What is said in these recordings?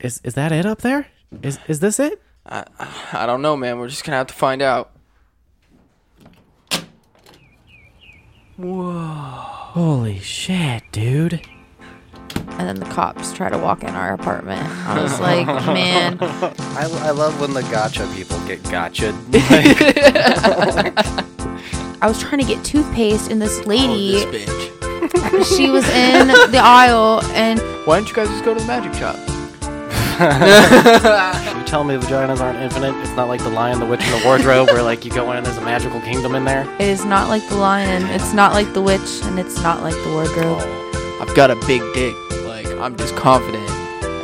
Is is that it up there? Is is this it? I don't know, man. We're just gonna have to find out. Holy shit, dude. And then the cops try to walk in our apartment. I was like, man, I, I love when the gotcha people get gotcha. I was trying to get toothpaste, and Oh, this This lady, bitch. she was in the aisle, and Why don't you guys just go to the magic shop? You tell me vaginas aren't infinite. It's not like the lion, the witch, and the wardrobe where like you go in and there's a magical kingdom in there. it is not like the lion, it's not like the witch, and it's not like the wardrobe. Oh. I've got a big dick. Like I'm just confident,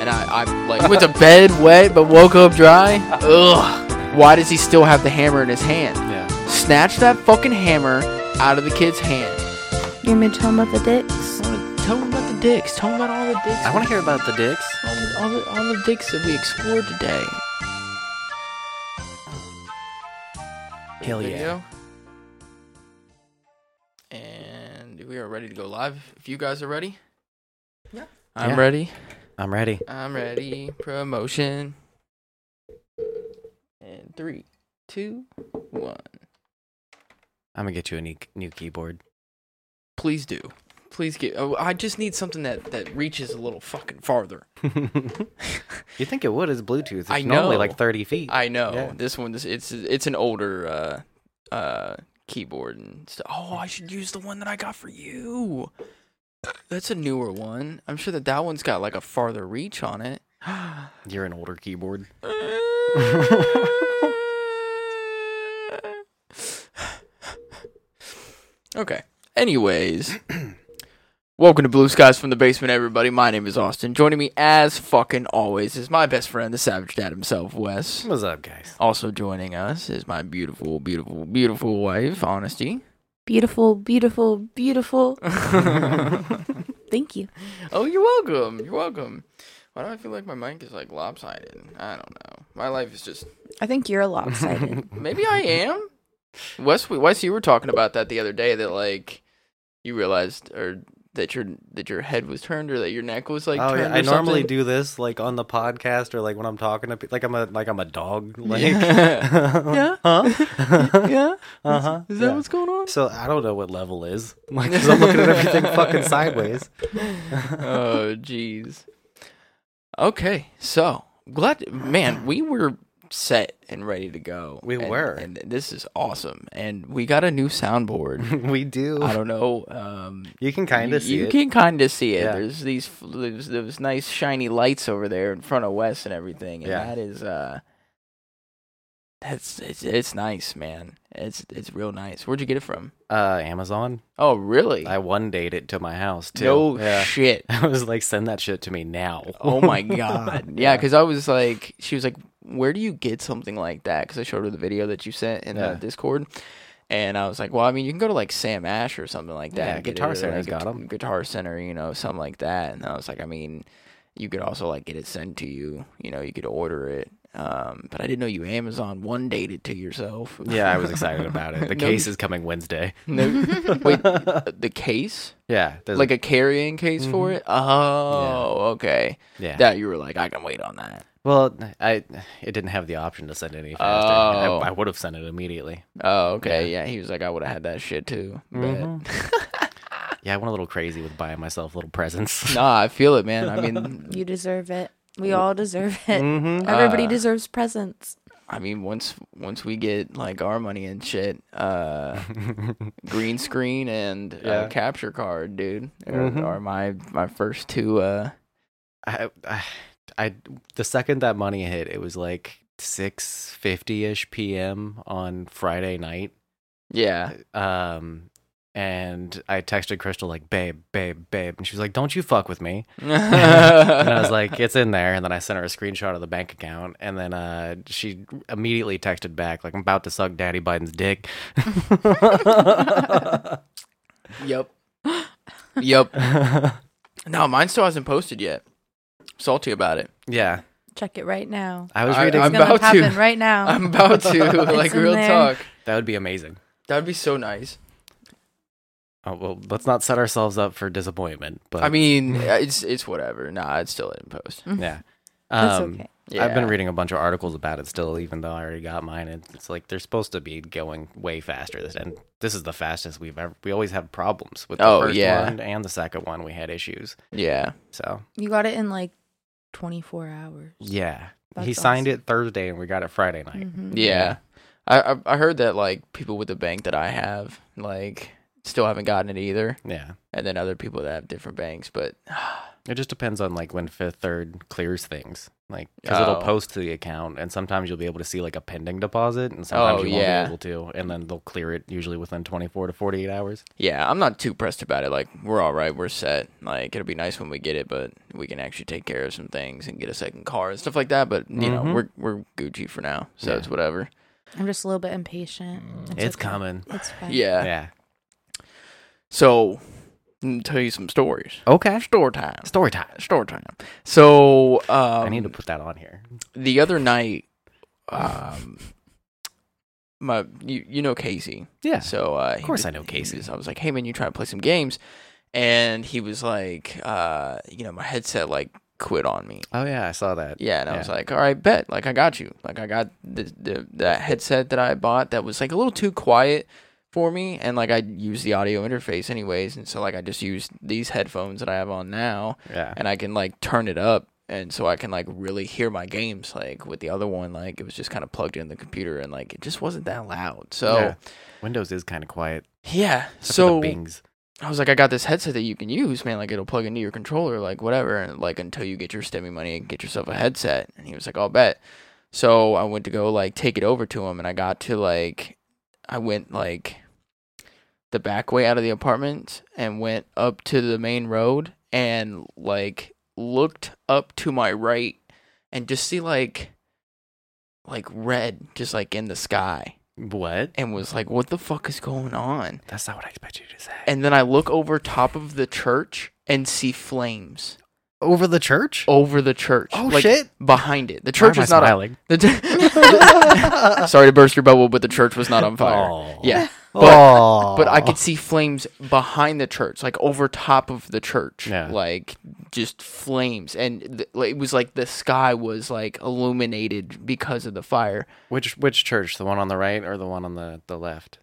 and I I like went to bed wet but woke up dry. Ugh. Why does he still have the hammer in his hand? Yeah. Snatch that fucking hammer out of the kid's hand. You want me to tell them about the dicks? Tell him about the dicks. Tell him about all the dicks. I want to hear about the dicks. all the, all the, all the dicks that we explored today. Hell yeah. And we are ready to go live. If you guys are ready. Yeah. I'm Yeah. ready. I'm ready. I'm ready. Promotion. And three, two, one. I'm gonna get you a new new keyboard. Please do. Please get. Oh, I just need something that that reaches a little fucking farther. you think it would? It's Bluetooth. It's I normally know. like 30 feet. I know Yeah. this one. This it's it's an older uh uh keyboard and stuff. Oh, I should use the one that I got for you. That's a newer one. I'm sure that that one's got like a farther reach on it. You're an older keyboard. okay. Anyways, welcome to Blue Skies from the Basement, everybody. My name is Austin. Joining me, as fucking always, is my best friend, the Savage Dad himself, Wes. What's up, guys? Also joining us is my beautiful, beautiful, beautiful wife, Honesty. Beautiful, beautiful, beautiful. Thank you. Oh, you're welcome. You're welcome. Why do I feel like my mic is like lopsided? I don't know. My life is just. I think you're lopsided. Maybe I am. Wes, we- Wes, you were talking about that the other day. That like you realized, or that your that your head was turned, or that your neck was like. oh turned yeah, or I normally something. do this like on the podcast or like when I'm talking to people. Like I'm a like I'm a dog. Like Yeah. huh? Yeah. Uh huh. Is that what's going on? So I don't know what level is. Like, 'cause I'm looking at everything fucking sideways. oh jeez. Okay, so glad, man. We were set and ready to go. We and- were. and this is awesome. And we got a new soundboard. we do. I don't know. Um, You can kind you- of see you it. can kind of see it. Yeah. There's these f- there's those nice shiny lights over there in front of Wes and everything, and Yeah. that is uh, that's it's it's nice, man. It's it's real nice. Where'd you get it from? Uh, Amazon. Oh, really? I one date it to my house too. no Yeah. shit. I was like, send that shit to me now. Oh my god. Yeah, because I was like, she was like, where do you get something like that? Because I showed her the video that you sent in Yeah. the Discord. And I was like, well, I mean, you can go to like Sam Ash or something like that. Yeah, and get Guitar it, or, Center's like, got 'em. Guitar Center, you know, something like that. And I was like, I mean, you could also like get it sent to you. You know, you could order it. Um, but I didn't know you Amazon one dated to yourself. yeah, I was excited about it. The No. case is coming Wednesday. No, wait, the case? Yeah, there's Like a carrying case for it? Oh, okay. Mm-hmm. yeah. That you were like, I can wait on that. well, I it didn't have the option to send any faster. I- Oh. I, would have sent it immediately. Oh, okay. Yeah, Mm-hmm. he was like, I would have had that shit too. But Yeah, I went a little crazy with buying myself little presents. nah, I feel it, man. I mean, you deserve it. We all deserve it. mm-hmm. Everybody Mm. Uh, deserves presents. I mean, once once we get like our money and shit, uh, green screen and Yeah. uh, capture card, dude, are, Mhm. are my my first two. Uh, I, I, I the second that money hit, it was like six fifty ish p.m. on Friday night. yeah, Um, and I texted Crystal like, babe, babe, babe, and she was like, don't you fuck with me. and I was like, it's in there. And then I sent her a screenshot of the bank account, and then uh, she immediately texted back like, I'm about to suck Daddy Biden's dick. yep, yep. No, mine still hasn't posted yet. Salty about it. yeah, Check it right now. I was I- reading. I'm It's gonna about to. happen right now. I'm about to like It's in real there. talk. that would be amazing. That'd be so nice. Oh, well, let's not set ourselves up for disappointment. But I mean, it's it's whatever. Nah, it's still in post. yeah. Mm. That's Um, okay. I've been Yeah. reading a bunch of articles about it still, even though I already got mine. And it's like they're supposed to be going way faster, this- and this is the fastest we've ever. We always have problems with the Oh, first yeah. one and the second one. We had issues. Yeah. So You got it in like 24 hours. yeah, That's he signed awesome. it Thursday, and we got it Friday night. Mhm. Yeah. I, I I heard that like people with the bank that I have like still haven't gotten it either, Yeah, and then other people that have different banks. But it just depends on like when Fifth Third clears things, like because it'll Oh. post to the account, and sometimes you'll be able to see like a pending deposit, and sometimes Oh, you yeah. won't be able to, and then they'll clear it usually within twenty four to forty eight hours. yeah, I'm not too pressed about it. Like we're all right, we're set. Like it'll be nice when we get it, but we can actually take care of some things and get a second car and stuff like that. But you know Mhm. we're we're Gucci for now, so Yeah. it's whatever. I'm just a little bit impatient. Mm. It's okay. coming. It's fine. Yeah. Yeah. So let me tell you some stories. Okay. Store time. Story time. Store time. So um, I need to put that on here. the other night, um, my you you know Casey, Yeah. so uh, Of course I know Casey. I was like, hey man, you trying to play some games? And he was like, uh, you know, my headset like quit on me. Oh yeah, I saw that. Yeah, and I was like, all right, bet. Like I got you. Like I got the, the that headset that I bought that was like a little too quiet for me, and like I use the audio interface anyways, and so like I just used these headphones that I have on now Yeah. and I can like turn it up and so I can like really hear my games like with the other one like it was just kind of plugged in the computer and like it just wasn't that loud. So yeah, Yeah. Windows is kind of quiet. except for so the Bings. I was like I got this headset that you can use man like it'll plug into your controller like whatever and like until you get your stimmy money and get yourself a headset and he was like I'll bet. So I went to go like take it over to him and I got to like I went like the back way out of the apartment and went up to the main road and like looked up to my right and just see like like red just like in the sky What? and was like what the fuck is going on That's not what I expect you to say. and then i look over top of the church and see flames Over the church? over the church Oh, like, shit. behind it the church is not on smiling. the sorry to burst your bubble but the church was not on fire Oh. yeah oh. but I could see flames behind the church, like over top of the church, Yeah. like just flames, and th- like, it was like the sky was like illuminated because of the fire. Which which church? The one on the right or the one on the the left?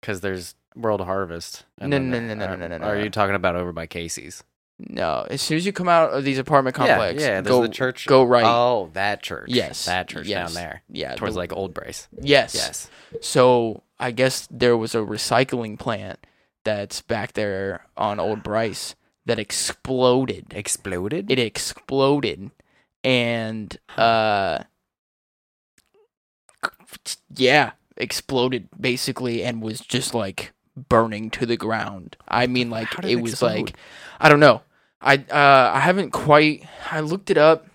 Because there's World Harvest. No, then no, no, no, the- no, are- no, no, no, Are no. you talking about over by Casey's? No, as soon as you come out of these apartment complex, Yeah. yeah there's go the church. go right. Oh, that church. Yes, That church yes, down there, Yeah, towards the- like Old Brace. yes, Yes. So I guess there was a recycling plant that's back there on Old Bryce that exploded. Exploded. it exploded and uh yeah exploded basically and was just like burning to the ground i mean like How did it it was explode? like i don't know i uh i haven't quite i looked it up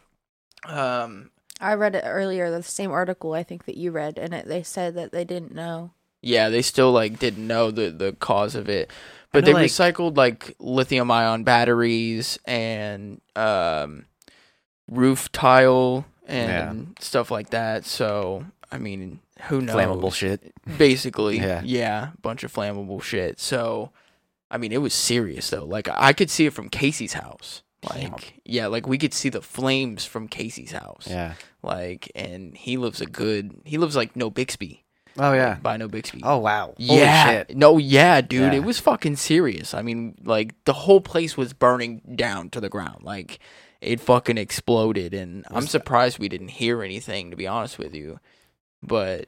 um I read it earlier, the same article I think that you read, and it, they said that they didn't know. yeah they still like didn't know the the cause of it but know, they like- recycled like lithium ion batteries and um roof tile and stuff like that so i mean who knows Flammable shit. basically yeah. Yeah. bunch of flammable shit so i mean it was serious though like i could see it from casey's house Damn. like yeah like we could see the flames from casey's house Yeah. like and he lives a good he lives like no bixby Oh yeah. by no bixby Oh wow. yeah. Holy shit. No, yeah, dude. Yeah. It was fucking serious. I mean, like the whole place was burning down to the ground. Like it fucking exploded and I'm Was- surprised we didn't hear anything to be honest with you. But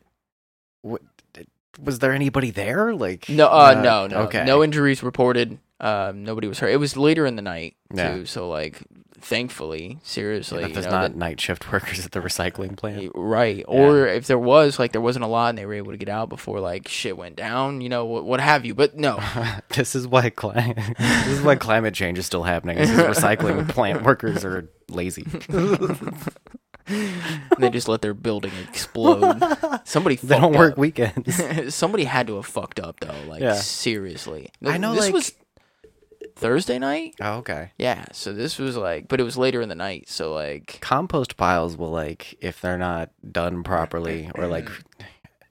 was there anybody there? Like no uh no, no. Okay. No injuries reported. Um nobody was hurt. It was later in the night Yeah. too, so like thankfully, seriously. if you there's know, not that- night shift workers at the recycling plant. Right. Or if there was, like, there wasn't a lot and they were able to get out before, like, shit went down, you know, what, what have you. But no, this is why climate this is why climate change is still happening. This is recycling plant workers are lazy. they just let their building explode. Somebody They fucked don't work up. weekends. Somebody had to have fucked up though. Like Yeah. seriously, I know, This like- was Thursday night. Oh, okay. Yeah, so this was like, but it was later in the night. So like, Compost piles will like if they're not done properly or like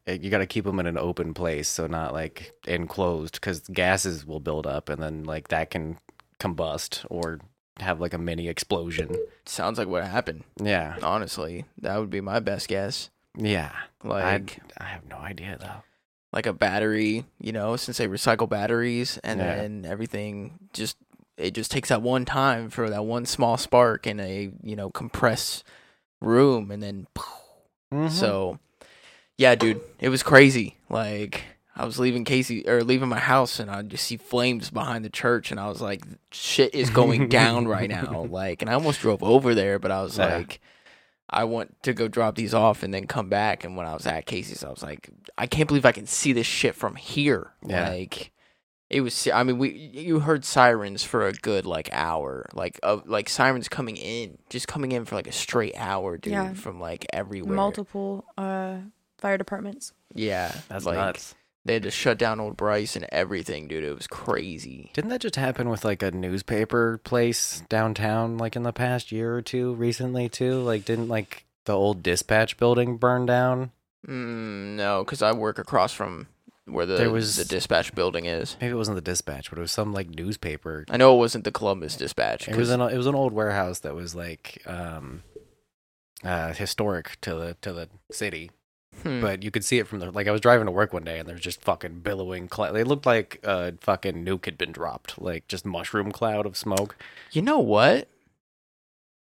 eh, you got to keep them in an open place so not like enclosed cuz gases will build up and then like that can combust or have like a mini explosion. Sounds like what happened. Yeah. Honestly, that would be my best guess. Yeah. Like I have no idea though. like a battery, you know, since they recycle batteries and Yeah. then everything just it just takes that one time for that one small spark in a, you know, compressed room and then Mm-hmm. so yeah, dude, it was crazy. Like I was leaving Casey or leaving my house and I just see flames behind the church and I was like shit is going down right now. Like and I almost drove over there, but I was Yeah. like I want to go drop these off and then come back and when I was at Casey's I was like I can't believe I can see this shit from here. Yeah. Like it was I mean we you heard sirens for a good like hour. Like of like sirens coming in, just coming in for like a straight hour, dude, Yeah. from like everywhere. multiple uh, fire departments. Yeah, that's like nuts. they had to shut down old Bryce and everything, dude. It was crazy. Didn't that just happen with like a newspaper place downtown, like in the past year or two, recently too? Like, didn't like the old dispatch building burn down? Mm, no, because I work across from where the There was- the dispatch building is. Maybe it wasn't the dispatch, but it was some like newspaper. I know it wasn't the Columbus Dispatch. It was 'cause- an it was an old warehouse that was like um, uh, historic to the to the city, Hmm. but you could see it from the like I was driving to work one day and there's just fucking billowing cloud. They looked like a fucking nuke had been dropped, like just mushroom cloud of smoke. you know what?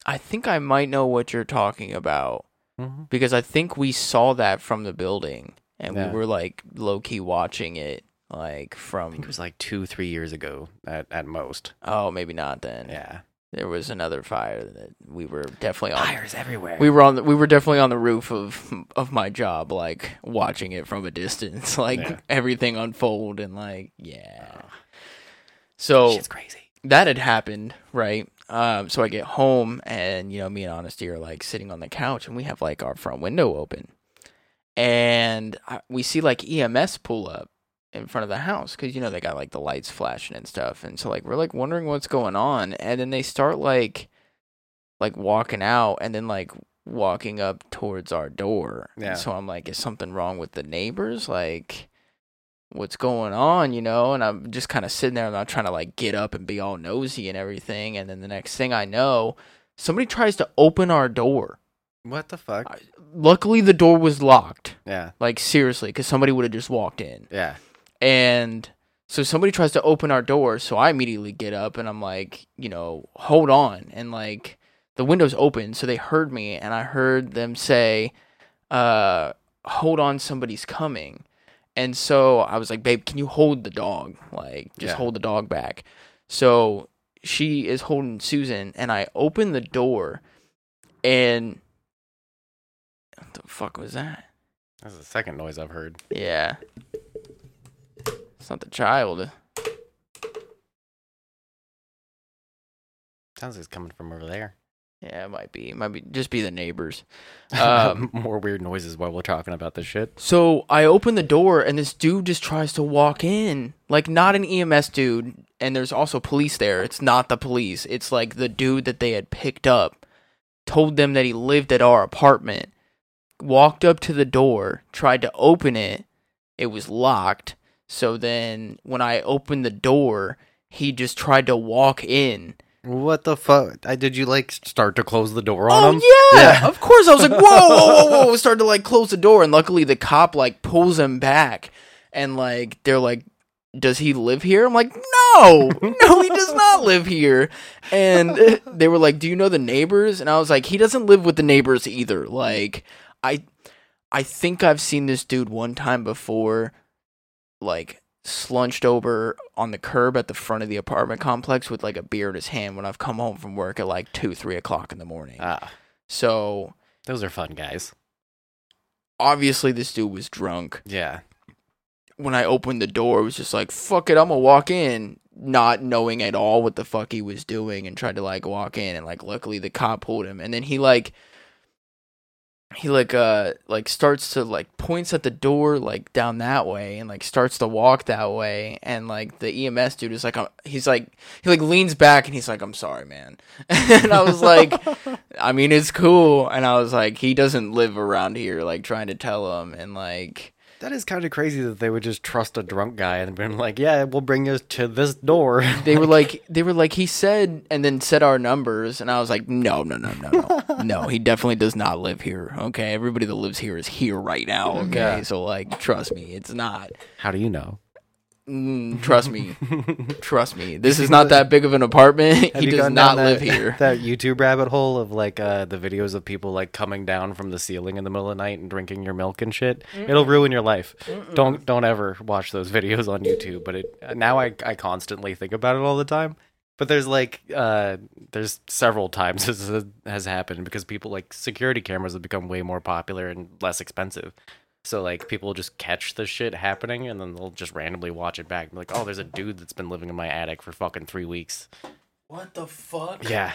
I think I might know what you're talking about Mm-hmm. because I think we saw that from the building and Yeah. we were like low key watching it, like I think it from was like two three years ago at at most. oh maybe not then. Yeah, There was another fire that we were definitely on everywhere. we were on the, we were definitely on the roof of of my job like watching it from a distance like Yeah. everything unfold and like yeah so crazy. that had happened right um so i get home and you know me and honesty are like sitting on the couch and we have like our front window open and I, we see like ems pull up in front of the house because you know they got like the lights flashing and stuff and so like we're like wondering what's going on and then they start like like walking out and then like walking up towards our door And Yeah. so i'm like is something wrong with the neighbors like what's going on you know and i'm just kind of sitting there and i'm trying to like get up and be all nosy and everything and then the next thing i know somebody tries to open our door What the fuck? I- luckily the door was locked yeah, like seriously because somebody would have just walked in yeah. and so somebody tries to open our door so i immediately get up and i'm like you know hold on and like the window's open so they heard me and i heard them say uh hold on somebody's coming and so i was like babe can you hold the dog like just Yeah. hold the dog back so she is holding susan and i open the door and what the fuck was that That's the second noise I've heard. yeah. It's not the child. Sounds like it's coming from over there. Yeah, it might be. It might be just be the neighbors. Um, More weird noises while we're talking about this shit. so I open the door and this dude just tries to walk in. Like not an EMS dude, and there's also police there. It's not the police. It's like the dude that they had picked up, told them that he lived at our apartment, walked up to the door, tried to open it. It was locked. So then when I opened the door, he just tried to walk in. What the fuck? I, did you like start to close the door on Oh him? yeah, of course. I was like, whoa, whoa, whoa, whoa. Started to like close the door, and luckily the cop like pulls him back, and like they're like, does he live here? I'm like, no, no, he does not live here. And they were like, do you know the neighbors? And I was like, he doesn't live with the neighbors either. Like, I, I think I've seen this dude one time before, like slunched over on the curb at the front of the apartment complex with like a beer in his hand when I've come home from work at like two, three o'clock in the morning. Ah, So those are fun guys. obviously this dude was drunk. Yeah. When I opened the door, it was just like, fuck it, I'm gonna walk in, not knowing at all what the fuck he was doing and tried to like walk in and like luckily the cop pulled him and then he like he like uh like starts to like points at the door like down that way and like starts to walk that way and like the EMS dude is like uh, he's like he like leans back and he's like I'm sorry man and I was like I mean it's cool and I was like he doesn't live around here like trying to tell him and like That is kind of crazy that they would just trust a drunk guy and been like, "Yeah, we'll bring you to this door." They were like, they were like, he said, and then said our numbers, and I was like, no, no, no, no, no, no. He definitely does not live here. Okay, everybody that lives here is here right now. Okay, so like, trust me, it's not. How do you know? Mm, trust me, trust me. This is not that big of an apartment. Have he you does gone down not live that- here. That YouTube rabbit hole of like uh, the videos of people like coming down from the ceiling in the middle of the night and drinking your milk and shit. It'll ruin your life. Don't don't ever watch those videos on YouTube. But it now I I constantly think about it all the time. But there's like uh, there's several times this has- has happened because people like security cameras have become way more popular and less expensive. So like people will just catch the shit happening and then they'll just randomly watch it back. and be Like, oh, there's a dude that's been living in my attic for fucking three weeks. What the fuck? Yeah.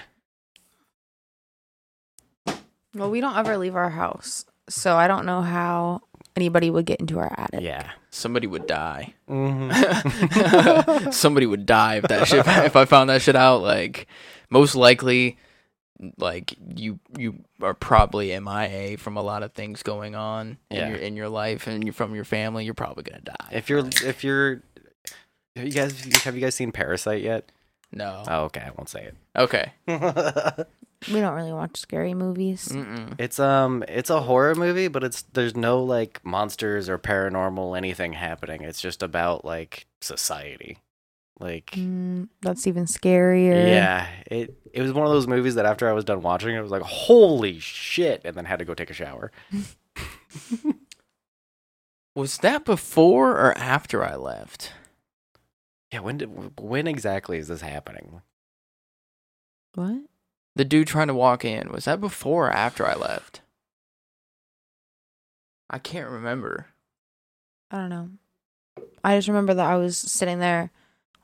Well, we don't ever leave our house, so I don't know how anybody would get into our attic. Yeah. Somebody would die. Mm-hmm. Somebody would die if that shit. If I found that shit out, like most likely, like you you are probably MIA from a lot of things going on Yeah. in your in your life and you from your family. You're probably gonna die. If you're, if you're, have you guys, have you guys seen Parasite yet? no, Oh, okay, I won't say okay, it. We don't really watch scary movies. Mm-mm. it's um, it's a horror movie, but it's there's no like monsters or paranormal anything happening. It's just about like society, like. Mm, that's even scarier. Yeah, it it was one of those movies that after I was done watching, it was like holy shit, and then had to go take a shower. was that before or after I left? Yeah, when did, when exactly is this happening? What? The dude trying to walk in was that before or after I left? I can't remember. I don't know. I just remember that I was sitting there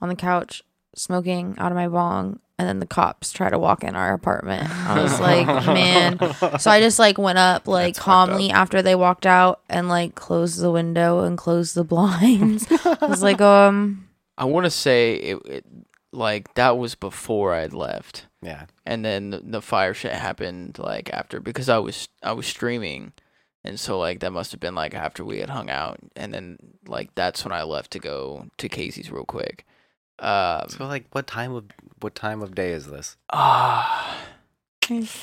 on the couch smoking out of my bong, and then the cops try to walk in our apartment. I was like, man. So I just like went up like That's fucked calmly after they walked out and like closed the window and closed the blinds. I was like, um, I want to say it, it like that was before I'd left, yeah, and then the, the fire shit happened like after because I was I was streaming, and so like that must have been like after we had hung out, and then like that's when I left to go to Casey's real quick. Um, so like, what time of what time of day is this? ah,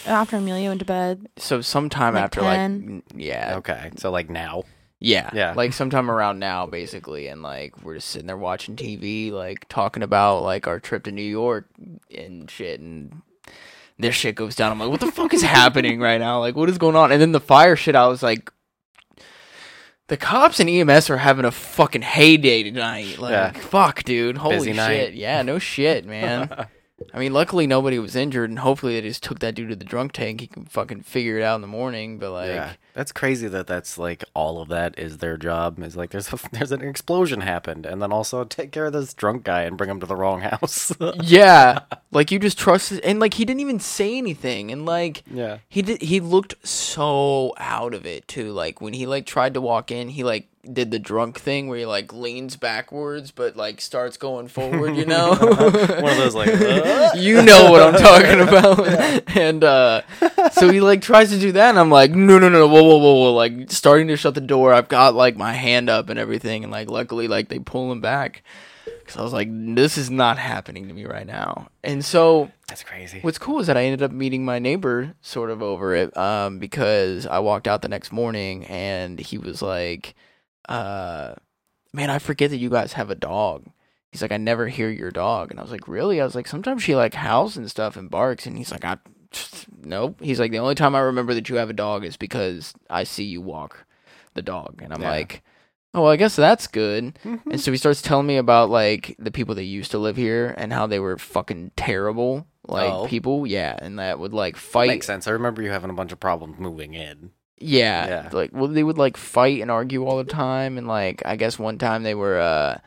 after Amelia went to bed, so sometime Like after 10? like n- yeah Okay, so like now. yeah Yeah. like sometime around now basically, and like we're just sitting there watching TV, like talking about like our trip to New York and shit and this shit goes down. I'm like, what the fuck is happening right now? Like, what is going on? And then the fire shit, I was like, the cops and EMS are having a fucking heyday tonight. Like, Yeah. fuck, dude. Holy Busy shit. night. Yeah, no shit, man. I mean, luckily nobody was injured, and hopefully they just took that dude to the drunk tank. He can fucking figure it out in the morning. But like, yeah, that's crazy that that's like all of that is their job. Is like there's a, there's an explosion happened, and then also take care of this drunk guy and bring him to the wrong house. yeah, like you just trust, and like he didn't even say anything, and like yeah, He did. He looked so out of it too. Like when he like tried to walk in, he like did the drunk thing where he like leans backwards but like starts going forward. You know, one of those like "Uh?" you know what I'm talking about. And uh, so he like tries to do that, and I'm like, no, no, no, whoa, whoa, whoa, whoa, like starting to shut the door. I've got like my hand up and everything, and like luckily, like they pull him back because I was like, this is not happening to me right now. And so that's crazy. What's cool is that I ended up meeting my neighbor sort of over it um, because I walked out the next morning and he was like, uh, "Man, I forget that you guys have a dog." He's like, "I never hear your dog," and I was like, "Really?" I was like, "Sometimes she like howls and stuff and barks," and he's like, "I nope." He's like, "The only time I remember that you have a dog is because I see you walk the dog," and I'm Yeah. like. Oh, well, I guess that's good. Mm-hmm. And so he starts telling me about like the people that used to live here and how they were fucking terrible, like Oh. people, yeah, and that would like fight. Makes sense. I remember you having a bunch of problems moving in. Yeah, Yeah. like well, they would like fight and argue all the time, and like I guess one time they were uh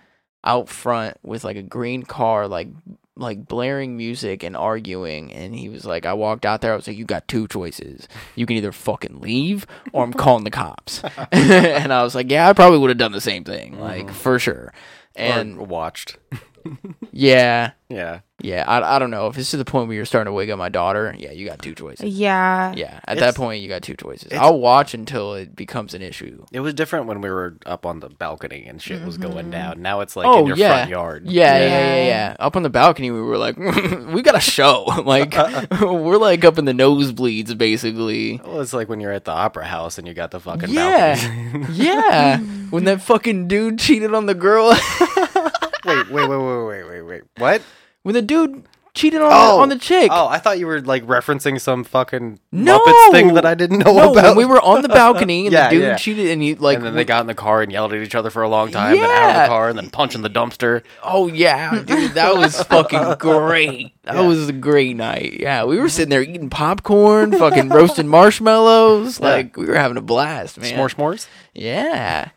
out front with like a green car, like like blaring music and arguing, and he was like, I walked out there, I was like, you got two choices, you can either fucking leave or I'm calling the cops, Mm. and I was like, yeah, I probably would have done the same thing, like for sure, Or and watched. Yeah. yeah. Yeah. I, I don't know. If it's to the point where you're starting to wake up my daughter, yeah, you got two choices. Yeah. Yeah. At It's- that point, you got two choices. it's- I'll watch until it becomes an issue. It was different when we were up on the balcony and shit was going Mhm. down. Now it's like Oh, in your yeah. front yard. Yeah, yeah, Yeah. yeah, yeah, Up on the balcony, we were like, we got a show. like, we're like up in the nosebleeds, basically. Well, it's like when you're at the opera house and you got the fucking Yeah. balcony. Yeah. when that fucking dude cheated on the girl. wait, wait, wait, wait, wait, wait, wait. What? when the dude cheated on, Oh. the, on the chick. Oh, I thought you were like referencing some fucking No! Muppets thing that I didn't know No, about. when we were on the balcony and Yeah, the dude yeah. cheated and he like and then they got in the car and yelled at each other for a long time, then out of Yeah. the car, and then punching the dumpster. Oh yeah, dude, that was fucking great. That was a great night. Yeah, we were sitting there eating popcorn, fucking roasting marshmallows. Like we were having a blast, man. S'more s'mores. yeah,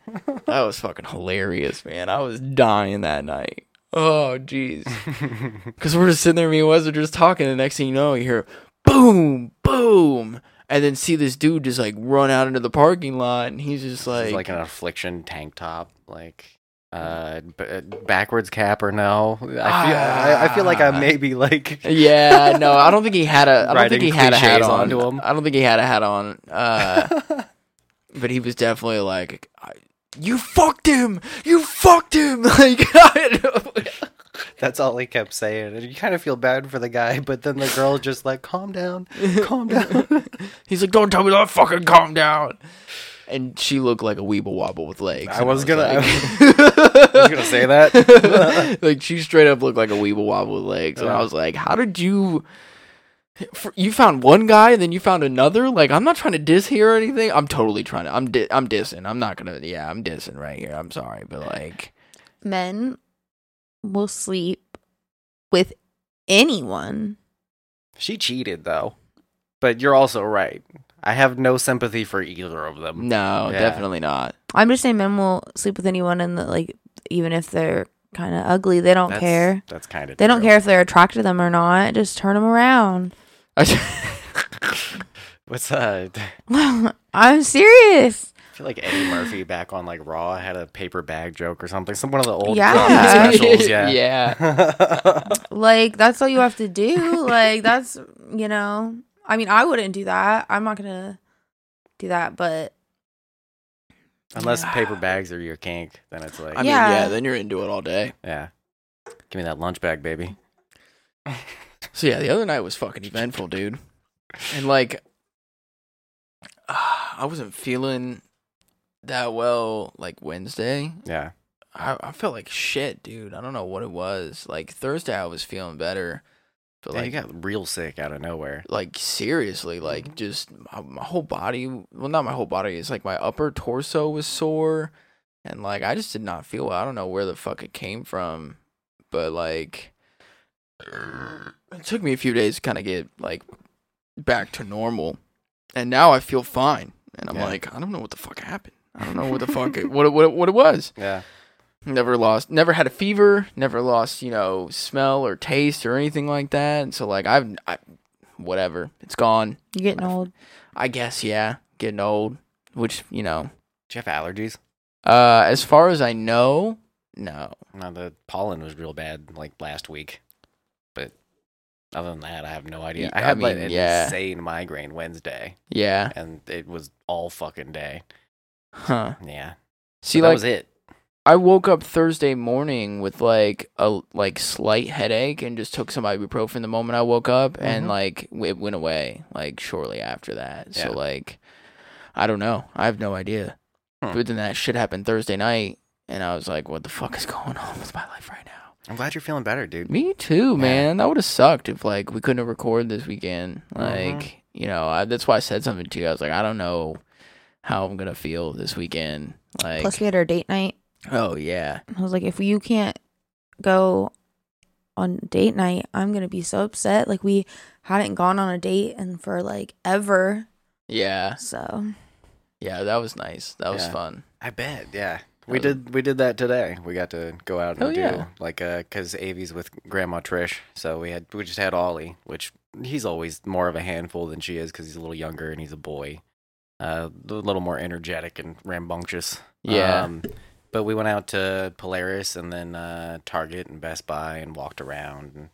that was fucking hilarious, man. I was dying that night. Oh jeez, because we're just sitting there, me and Wes are just talking. The next thing you know, you hear boom, boom, and then see this dude just like run out into the parking lot, and he's just This like, is like an affliction tank top, like uh, b- uh, backwards cap or no? I feel I, I feel like I Ah. may be like Yeah, no, I don't think he had a. I don't think Writing he had a hat cliches on. onto him. I don't think he had a hat on. Uh, but he was definitely like, I- "You fucked him! You fucked him!" Like, I don't- that's all he kept saying, and you kind of feel bad for the guy, but then the girl just like calm down, calm down. he's like, "Don't tell me that! Fucking calm down!" And she looked like a weeble wobble with legs. I and was gonna, I like- was gonna say that. like she straight up looked like a weeble wobble with legs, and I was like, "How did you?" f- You found one guy, and then you found another. Like I'm not trying to diss here or anything. I'm totally trying to. I'm di- I'm dissing. I'm not gonna. Yeah, I'm dissing right here. I'm sorry, but like, Men will sleep with anyone. She cheated though, but you're also right. I have no sympathy for either of them. no, Yeah. definitely not. I'm just saying men will sleep with anyone and that like even if they're kind of ugly, they don't that's, care. That's kind of They don't care if they're attracted to them or not. Just turn them around. What's uh? I'm serious. I feel like Eddie Murphy back on like Raw had a paper bag joke or something. Some one of the old Yeah. comedy specials. Yeah. yeah. Like that's all you have to do. like that's you know. I mean, I wouldn't do that. I'm not gonna do that. But Unless paper bags are your kink, then it's like, I mean, Yeah. yeah. Then you're into it all day. yeah, give me that lunch bag, baby. So yeah, the other night was fucking eventful, dude. And like, I wasn't feeling that well like Wednesday. Yeah. I, I felt like shit, dude. I don't know what it was. Like Thursday, I was feeling better, but yeah, like, you got real sick out of nowhere. like seriously, like just my, my whole body. Well, not my whole body. It's like my upper torso was sore, and like I just did not feel well. I don't know where the fuck it came from, but like it took me a few days to kind of get like back to normal, and now I feel fine. And I'm Yeah. like, I don't know what the fuck happened. I don't know what the fuck it, what it, what it, what it was. Yeah. never lost never had a fever never lost you know smell or taste or anything like that and so like i've I, whatever it's gone you're getting old. i guess yeah getting old which you know Do you have allergies? uh as far as i know no No, the pollen was real bad like last week, but other than that, I have no idea. Y- I I had like mean, an yeah. insane migraine Wednesday, yeah and it was all fucking day. huh Yeah. see But that like was it. i woke up thursday morning with like a like slight headache and just took some ibuprofen the moment i woke up and Mhm. like it went away like shortly after that Yeah. so like i don't know i have no idea Hmm. But then that shit happened Thursday night, and I was like, "What the fuck is going on with my life right now?" I'm glad you're feeling better, dude. Me too, Yeah. man. That would have sucked if like we couldn't have recorded this weekend. Like, Mhm. you know, I, that's why I said something to you. I was like, "I don't know how I'm gonna feel this weekend." Like, Plus, we had our date night. oh yeah, I was like, if you can't go on date night, I'm gonna be so upset. Like we hadn't gone on a date and for like ever. yeah, So yeah. That was nice. That was Yeah. fun. I bet, yeah. We Uh, did we did that today. We got to go out and Oh, do yeah. like uh cuz Avi's with Grandma Trish, so we had we just had Ollie, which he's always more of a handful than she is cuz he's a little younger and he's a boy. Uh a little more energetic and rambunctious. Yeah. Um, But we went out to Polaris and then uh, Target and Best Buy and walked around and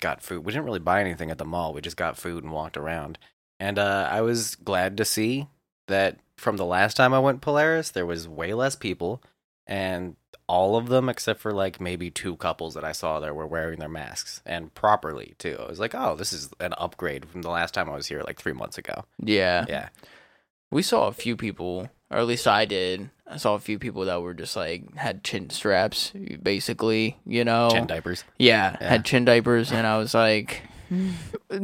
got food. We didn't really buy anything at the mall. We just got food and walked around. And uh, I was glad to see that from the last time I went Polaris, there was way less people, and all of them except for like maybe two couples that I saw there were wearing their masks and properly too. I was like, oh, this is an upgrade from the last time I was here like three months ago. Yeah. Yeah. We saw a few people, or at least I did. I saw a few people that were just like had chin straps, basically, you know. Chin diapers. yeah, Yeah. had chin diapers and I was like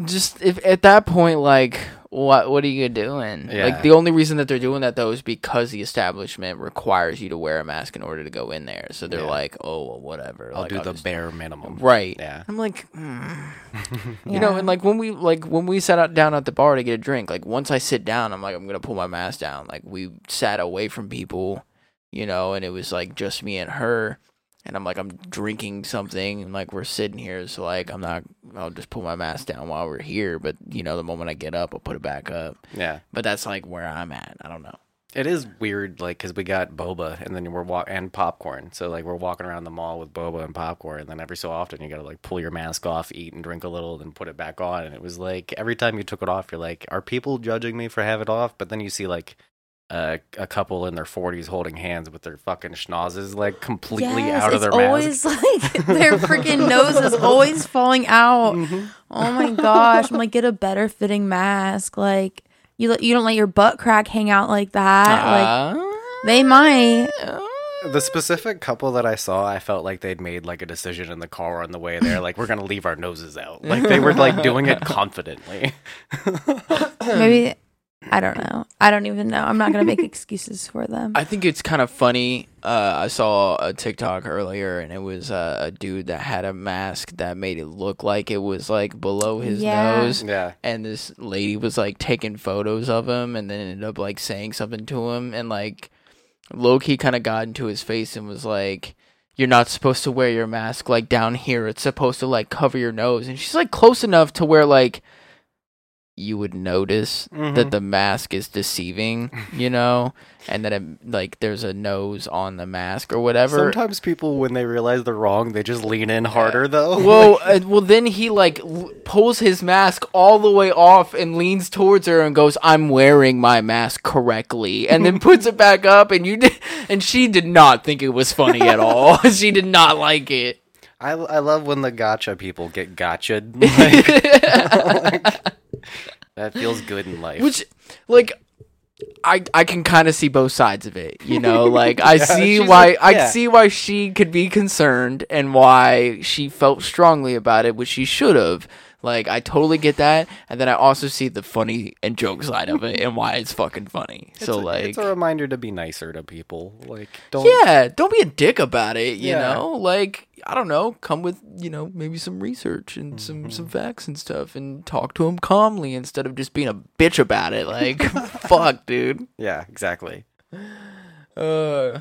just if at that point like what what are you doing? Yeah. Like the only reason that they're doing that though is because the establishment requires you to wear a mask in order to go in there. So they're Yeah. like, "Oh, well, whatever." I'll like, do the just- bare minimum. Right. Yeah. I'm like, mm. Yeah. You know, and like when we like when we sat out down at the bar to get a drink, like once I sit down, I'm like I'm gonna pull my mask down. Like we sat away from people, you know, and it was like just me and her, and I'm like I'm drinking something, and like we're sitting here, so like I'm not, I'll just pull my mask down while we're here. But you know, the moment I get up, I'll put it back up. Yeah. But that's like where I'm at. I don't know. It is weird, like, because we got boba and then we're walk and popcorn. So like we're walking around the mall with boba and popcorn, and then every so often you gotta like pull your mask off, eat and drink a little, then put it back on. And it was like every time you took it off, you're like, are people judging me for having it off? But then you see like a, a couple in their 40s holding hands with their fucking schnozzes like completely Yes, out of it's their mask. always like their freaking nose is always falling out. Mm-hmm. Oh my gosh! I'm like, get a better fitting mask. Like you, let- you don't let your butt crack hang out like that. like Uh-uh. Uh-huh. they might. The specific couple that I saw, I felt like they'd made like a decision in the car on the way there, like we're gonna leave our noses out. Like they were like doing it confidently. Maybe I don't know. I don't even know. I'm not gonna make excuses for them. I think it's kind of funny. Uh, I saw a TikTok earlier, and it was uh, a dude that had a mask that made it look like it was like below his Yeah. nose. Yeah. And this lady was like taking photos of him, and then ended up like saying something to him, and like low key kind of got into his face and was like. You're not supposed to wear your mask like down here. It's supposed to like cover your nose. And she's like close enough to where like you would notice Mm-hmm. that the mask is deceiving, you know, and that it, like there's a nose on the mask or whatever. Sometimes people, when they realize they're wrong, they just lean in harder, though. Well, uh, well, then he like l- pulls his mask all the way off and leans towards her and goes, "I'm wearing my mask correctly," and then puts it back up. And you did, and she did not think it was funny at all. she did not like it. I, I love when the gotcha people get gotcha'd. that feels good in life. which like I, I can kind of see both sides of it, you know. Like I see she's why like- I yeah. see why she could be concerned and why she felt strongly about it, which she should have. Like I totally get that, and then I also see the funny and joke side of it and why it's fucking funny. so like, it's a reminder to be nicer to people. Like, don't. yeah, don't be a dick about it, you Yeah. know? Like, I don't know, come with, you know, maybe some research and some Mm-hmm. some facts and stuff and talk to him calmly instead of just being a bitch about it. Like, fuck, dude. Yeah, exactly. Uh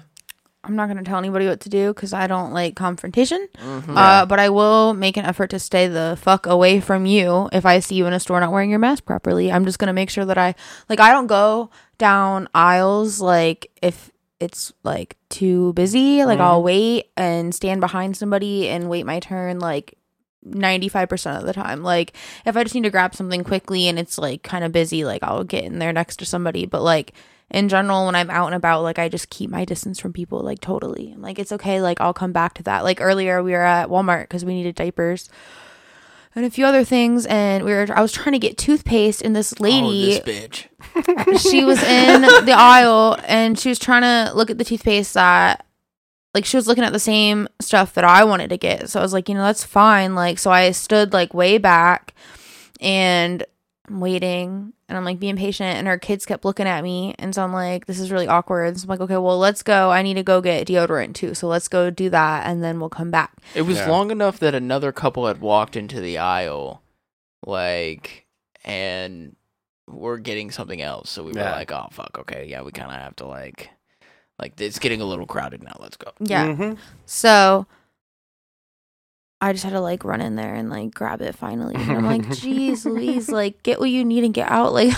I'm not gonna tell anybody what to do because I don't like confrontation. Uh, but I will make an effort to stay the fuck away from you if I see you in a store not wearing your mask properly. I'm just gonna make sure that I like I don't go down aisles like if it's like too busy. Like I'll wait and stand behind somebody and wait my turn. Like. 95% of the time like if i just need to grab something quickly and it's like kind of busy like i'll get in there next to somebody but like in general when i'm out and about like i just keep my distance from people like totally And, like it's okay like i'll come back to that like earlier we were at walmart because we needed diapers and a few other things and we were i was trying to get toothpaste and this lady oh, this bitch. she was in the aisle and she was trying to look at the toothpaste that like she was looking at the same stuff that I wanted to get. So I was like, you know, that's fine. Like so I stood like way back and I'm waiting and I'm like being patient and her kids kept looking at me and so I'm like, this is really awkward. So I'm like, okay, well let's go. I need to go get deodorant too. So let's go do that and then we'll come back. It was Yeah. long enough that another couple had walked into the aisle, like, and we're getting something else. So we were Yeah. like, oh, fuck, okay, yeah, we kind of have to, like, like, it's getting a little crowded now. Let's go. Yeah. Mhm. So I just had to like run in there and like grab it finally. And I'm like, geez, Louise, like get what you need and get out. Like,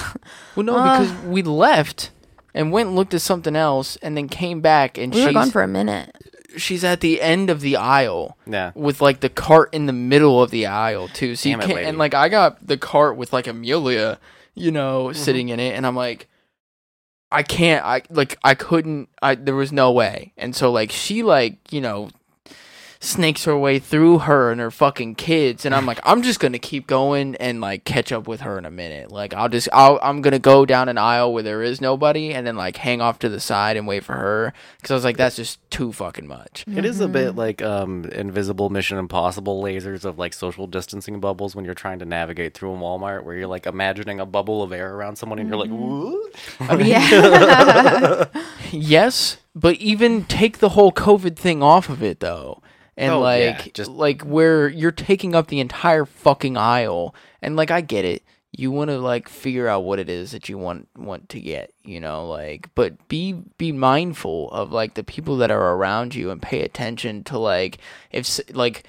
Well, no, Uh. because we left and went and looked at something else and then came back and We were gone she's, for a minute. she's at the end of the aisle Yeah. with like the cart in the middle of the aisle too. So you Damn it, can't, lady. and like I got the cart with like Amelia, you know, Mm-hmm. sitting in it, and I'm like, I can't, I like I couldn't, I there was no way, and so like she like you know snakes her way through her and her fucking kids and I'm like I'm just going to keep going and like catch up with her in a minute. Like I'll just I'll, I'm going to go down an aisle where there is nobody and then like hang off to the side and wait for her cuz I was like that's just too fucking much. It is a Mm-hmm. bit like um, invisible Mission Impossible lasers of like social distancing bubbles when you're trying to navigate through a Walmart, where you're like imagining a bubble of air around someone, and you're like, Mm-hmm. "What?" I mean Mm-hmm. Yeah. Yes, but even take the whole COVID thing off of it though. And Oh, yeah, like just- like where you're taking up the entire fucking aisle and like I get it. You want to like figure out what it is that you want want to get, you know, like but be be mindful of like the people that are around you and pay attention to like if s- like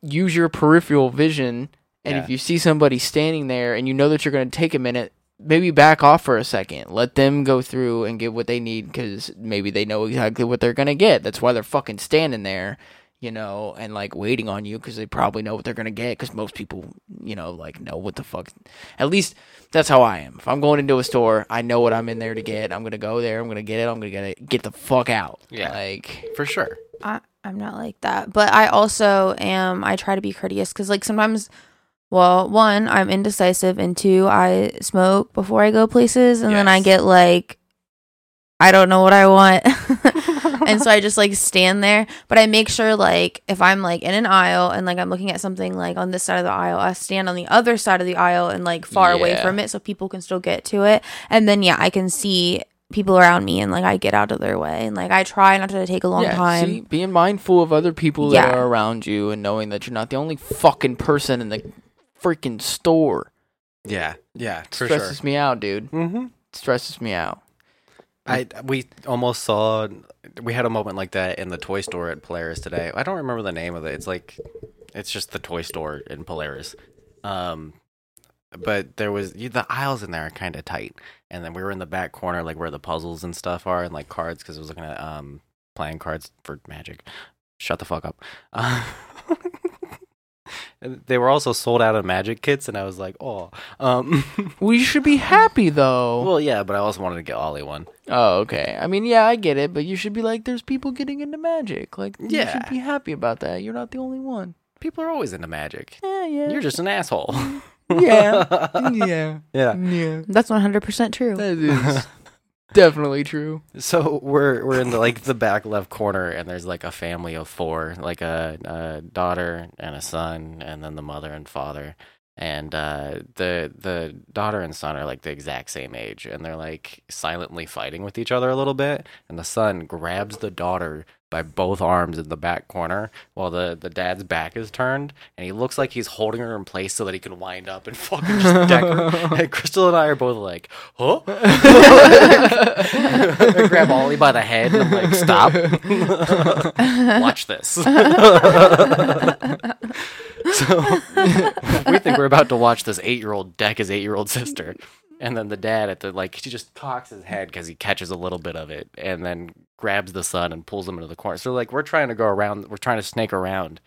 use your peripheral vision and Yeah. if you see somebody standing there and you know that you're going to take a minute maybe back off for a second let them go through and get what they need because maybe they know exactly what they're going to get that's why they're fucking standing there you know and like waiting on you because they probably know what they're going to get because most people you know like know what the fuck at least that's how i am if i'm going into a store i know what i'm in there to get i'm going to go there i'm going to get it i'm going to get it get the fuck out Yeah. like for sure. I, I'm not like that, but I also am. I try to be courteous because, like, sometimes, well, one, I'm indecisive, and two, I smoke before I go places, and then I Yes. get like, I don't know what I want, and so I just like stand there. But I make sure, like, if I'm like in an aisle and like I'm looking at something like on this side of the aisle, I stand on the other side of the aisle and like far away Yeah. from it so people can still get to it, and then yeah, I can see people around me and like I get out of their way and like I try not to take a long Yeah, time. See, being mindful of other people that Yeah. are around you and knowing that you're not the only fucking person in the freaking store Yeah, yeah, for stresses me out, dude. sure. Mm-hmm. Stresses me out. I we almost saw we had a moment like that in the toy store at Polaris today. I don't remember the name of it. It's like it's just the toy store in Polaris. Um but there was you- the aisles in there are kind of tight. And then we were in the back corner like where the puzzles and stuff are and like cards cuz I was looking at um playing cards for Magic. Shut the fuck up. Uh, and they were also sold out of Magic kits and I was like, "Oh, um We should be happy though. well, yeah, but I also wanted to get Ollie one." oh, okay. I mean, yeah, I get it, but you should be like, there's people getting into magic. Like, you Yeah. should be happy about that. You're not the only one. People are always into Magic. Yeah, yeah. You're just an asshole. yeah, yeah, yeah. yeah. That's 100% true. That is definitely true. So we're we're in the like the back left corner, and there's like a family of four, like a, a daughter and a son, and then the mother and father. And uh, the the daughter and son are like the exact same age, and they're like silently fighting with each other a little bit. And the son grabs the daughter by both arms in the back corner, while the the dad's back is turned, and he looks like he's holding her in place so that he can wind up and fucking just deck her. And Crystal and I are both like, huh? I grab Ollie by the head and I'm like, stop. Watch this. so we think we're about to watch this eight year old deck his eight year old sister. And then the dad at the like he just cocks his head because he catches a little bit of it and then grabs the son and pulls him into the corner. So like we're trying to go around we're trying to snake around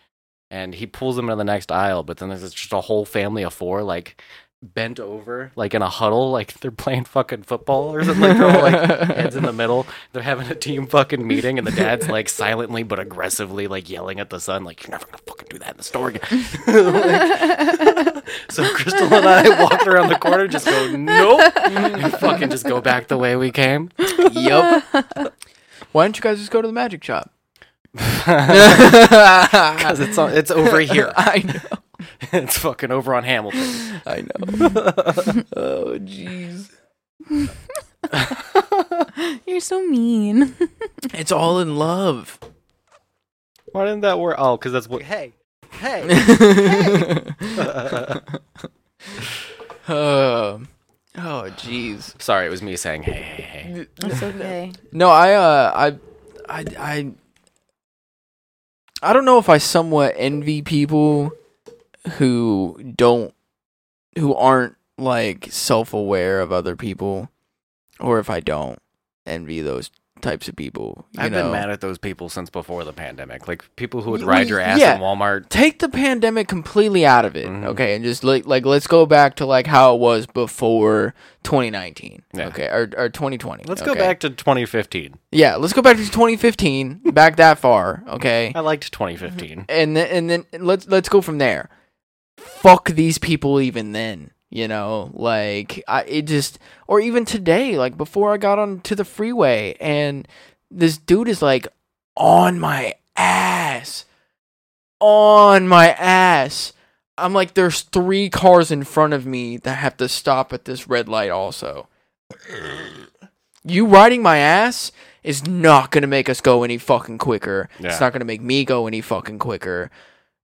and he pulls him into the next aisle, but then there's just a whole family of four like bent over, like in a huddle, like they're playing fucking football or something. Like they're all like heads in the middle. They're having a team fucking meeting, and the dad's like silently but aggressively like yelling at the son, like "You're never gonna fucking do that in the store again." Like- so Crystal and I walked around the corner, just go nope, and fucking just go back the way we came. Yep. Why don't you guys just go to the magic shop? Cause it's on, it's over here. I know. it's fucking over on Hamilton. I know. oh jeez. You're so mean. It's all in love. Why didn't that work? Oh, because that's what. Hey, hey. Um, oh jeez. Sorry, it was me saying hey, hey, hey. It's okay. No, I uh I I I I don't know if I somewhat envy people who don't who aren't like self-aware of other people or if I don't. envy those types of people. You I've know? been mad at those people since before the pandemic. Like people who would Y- ride your ass yeah. in Walmart. Take the pandemic completely out of it, Mhm. okay, and just like like let's go back to like how it was before 2019, Yeah. okay, or or 2020. Let's go okay? back to 2015. Yeah, let's go back to 2015, back that far, okay, I liked 2015. and then and then let's let's go from there. Fuck these people, even then, you know, like I it just or even today, like before I got onto the freeway and this dude is like on my ass, on my ass. I'm like, there's three cars in front of me that have to stop at this red light. Also, you riding my ass is not gonna make us go any fucking quicker. Yeah. It's not gonna make me go any fucking quicker.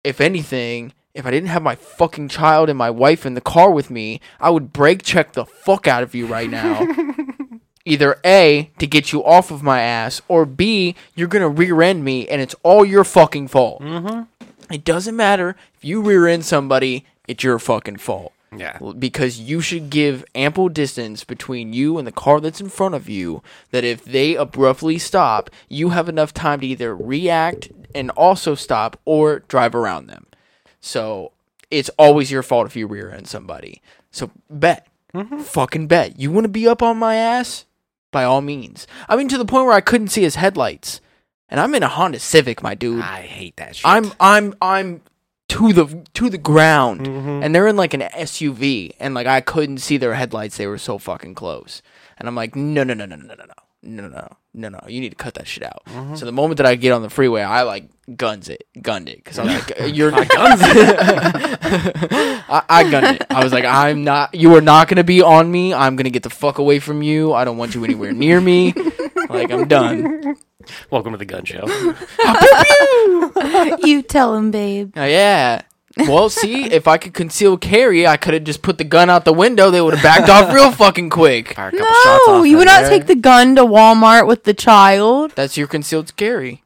If anything, if I didn't have my fucking child and my wife in the car with me, I would brake check the fuck out of you right now either A, to get you off of my ass, or B, you're going to rear end me and it's all your fucking fault. Mm-hmm. It doesn't matter if you rear end somebody, it's your fucking fault. Yeah. L- Because you should give ample distance between you and the car that's in front of you, that if they abruptly stop, you have enough time to either react and also stop or drive around them. So it's always your fault if you rear end somebody. So bet. Fucking bet. You want to be up on my ass? By all means. I mean, to the point where I couldn't see his headlights. And I'm in a Honda Civic, my dude. I hate that shit. I'm I'm I'm to the to the ground, and they're in like an SUV, and like I couldn't see their headlights; they were so fucking close. And I'm like, no, no, no, no, no, no, no, no, no, no, no, no, you need to cut that shit out. So the moment that I get on the freeway, I like guns it, gunned it, because I'm like, you're I guns it. I, I gunned it. I was like, I'm not. You are not gonna be on me. I'm gonna get the fuck away from you. I don't want you anywhere near me. Like I'm done. Welcome to the gun show. you tell him, babe. Oh, yeah. Well, see, if I could conceal carry, I could have just put the gun out the window. They would have backed off real fucking quick. Fire a couple shots No, off you would in not there. take the gun to Walmart with the child. That's your concealed carry.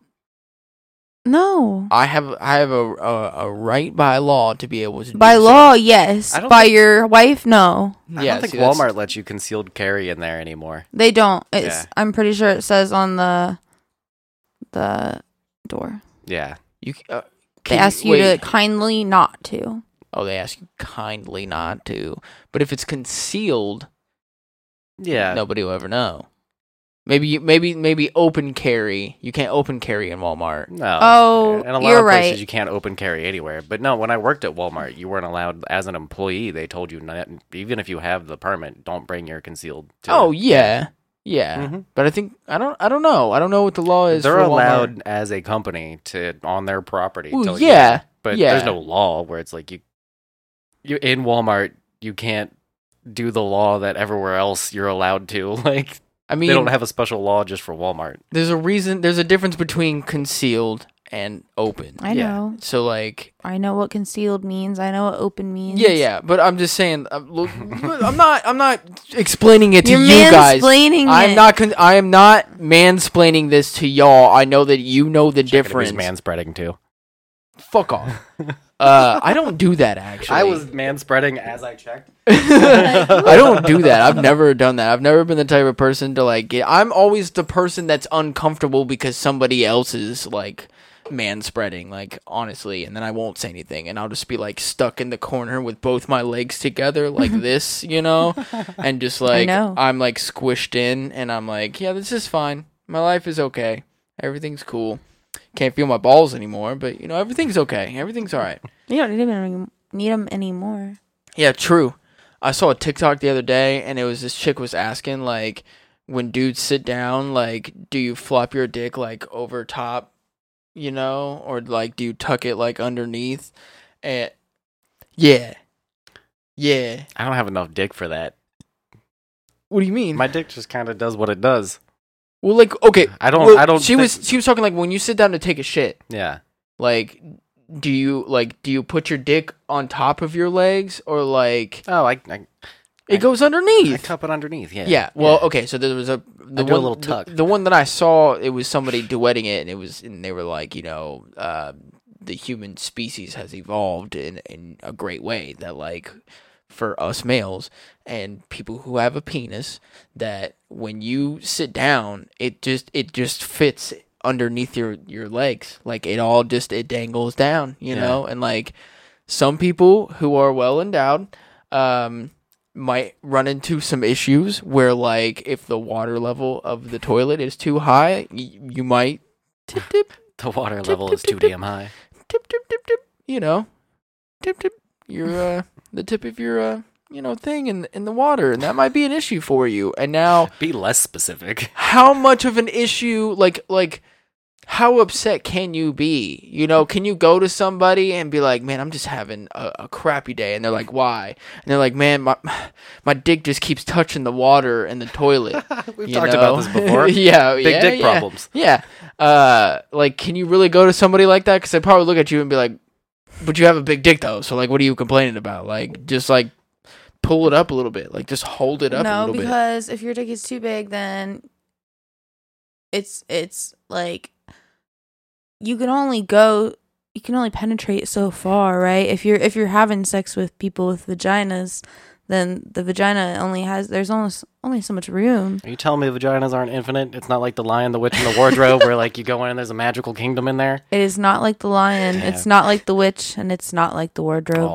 No. I have I have a a, a right by law to be able to By do so. law, yes. I don't By your wife, no. I Yeah, don't think see, that's- Walmart lets you concealed carry in there anymore. They don't. It's Yeah. I'm pretty sure it says on the the door. Yeah. You, c- uh, They can ask you wait. to kindly not to. Oh, they ask you kindly not to. But if it's concealed, Yeah. nobody will ever know. Maybe you, maybe maybe open carry. You can't open carry in Walmart. No. Oh, and a lot you're of places right. you can't open carry anywhere. But no, when I worked at Walmart, you weren't allowed as an employee. They told you not, even if you have the permit, don't bring your concealed. To Oh yeah, yeah. Mhm. But I think I don't. I don't know. I don't know what the law is. they're for Walmart. allowed as a company to on their property. Ooh, till you- yeah, but yeah. there's no law where it's like you, you in Walmart, you can't do the law that everywhere else you're allowed to. Like I mean, they don't have a special law just for Walmart. there's a reason. There's a difference between concealed and open. I Yeah. know. So like, I know what concealed means. I know what open means. yeah, yeah. But I'm just saying. I'm, look, I'm not. I'm not explaining it to You're you guys. mansplaining I'm it. not. Con- I am not mansplaining this to y'all. I know that you know the Checking difference. Who's man spreading too? Fuck off. uh, I don't do that actually. I was man spreading as I checked. I don't do that. I've never done that. I've never been the type of person to like get. I'm always the person that's uncomfortable because somebody else is like man spreading, like honestly, and then I won't say anything and I'll just be like stuck in the corner with both my legs together like this, you know? And just like know. I'm like squished in and I'm like, yeah, this is fine. My life is okay. Everything's cool. Can't feel my balls anymore, but you know, everything's okay. Everything's all right. You don't need them, need 'em anymore. Yeah, true. I saw a TikTok the other day, and it was this chick was asking like, when dudes sit down, like, do you flop your dick like over top, you know, or like do you tuck it like underneath? And yeah, yeah. I don't have enough dick for that. What do you mean? My dick just kind of does what it does. well, like, okay. I don't. well, I don't. She thi- was she was talking like when you sit down to take a shit. Yeah. Like, do you like do you put your dick on top of your legs or like Oh, I. I, it I- goes I underneath? cup it underneath. Yeah. Yeah. Well, okay. So there was a the do a one, little the- tuck. The, one that I saw, it was somebody duetting it, and it was, and they were like, you know, um, uh, the human species has evolved in in a great way that like for us males and people who have a penis that when you sit down, it just it just fits underneath your your legs. Like it all just it dangles down, you Yeah. know? And like some people who are well endowed um might run into some issues where like if the water level of the toilet is too high, y- you might tip tip The water Tip, level tip, is too tip, tip. damn high. tip tip tip tip you know tip tip your uh the tip of your uh you know thing in in the water and that might be an issue for you and now Be less specific. how much of an issue like like how upset can you be you know can you go to somebody and be like man i'm just having a, a crappy day and they're like why and they're like man my my dick just keeps touching the water in the toilet We've you talked about know? this before. yeah Big yeah, dick yeah. problems. Yeah. Uh, like, can you really go to somebody like that? Because they probably look at you and be like, "But you have a big dick, though. So, like, what are you complaining about? Like, just like pull it up a little bit. Like, just hold it up a No, little bit. because if your dick is too big, then it's it's like you can only go you can only penetrate so far, right? If you're if you're having sex with people with vaginas, then the vagina only has there's almost only so much room. Are you telling me vaginas aren't infinite? It's not like the lion, the witch, and the wardrobe where like you go in and there's a magical kingdom in there. It is not like the lion, it's not like the witch, and it's not like the wardrobe.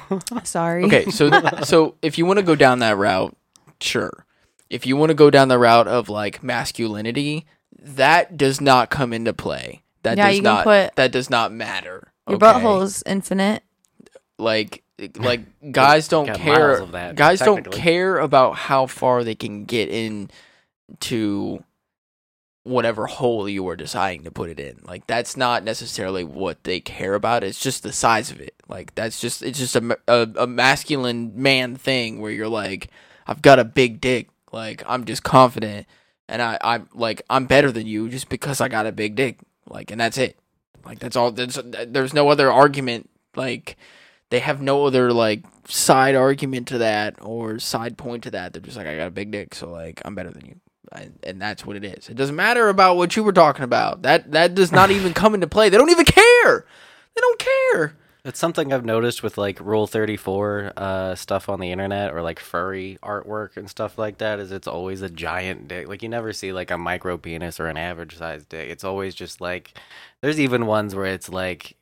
Oh. Sorry. Okay. So, so if you want to go down that route, sure. If you want to go down the route of like masculinity, that does not come into play. That Yeah, does you can not. put that does not matter. Your okay? butthole is infinite. like like guys don't got care miles of that, guys don't technically. care about how far they can get in to whatever hole you are deciding to put it in like that's not necessarily what they care about it's just the size of it like that's just it's just a, ma- a, a masculine man thing where you're like i've got a big dick like i'm just confident and i i'm like i'm better than you just because i got a big dick like and that's it like that's all that's there's no other argument like they have no other like side argument to that or side point to that they're just like i got a big dick so like i'm better than you and, and that's what it is it doesn't matter about what you were talking about that that does not even come into play they don't even care they don't care It's something I've noticed with like Rule 34 uh, stuff on the internet or like furry artwork and stuff like that is it's always a giant dick. Like you never see like a micro penis or an average sized dick. It's always just like there's even ones where it's like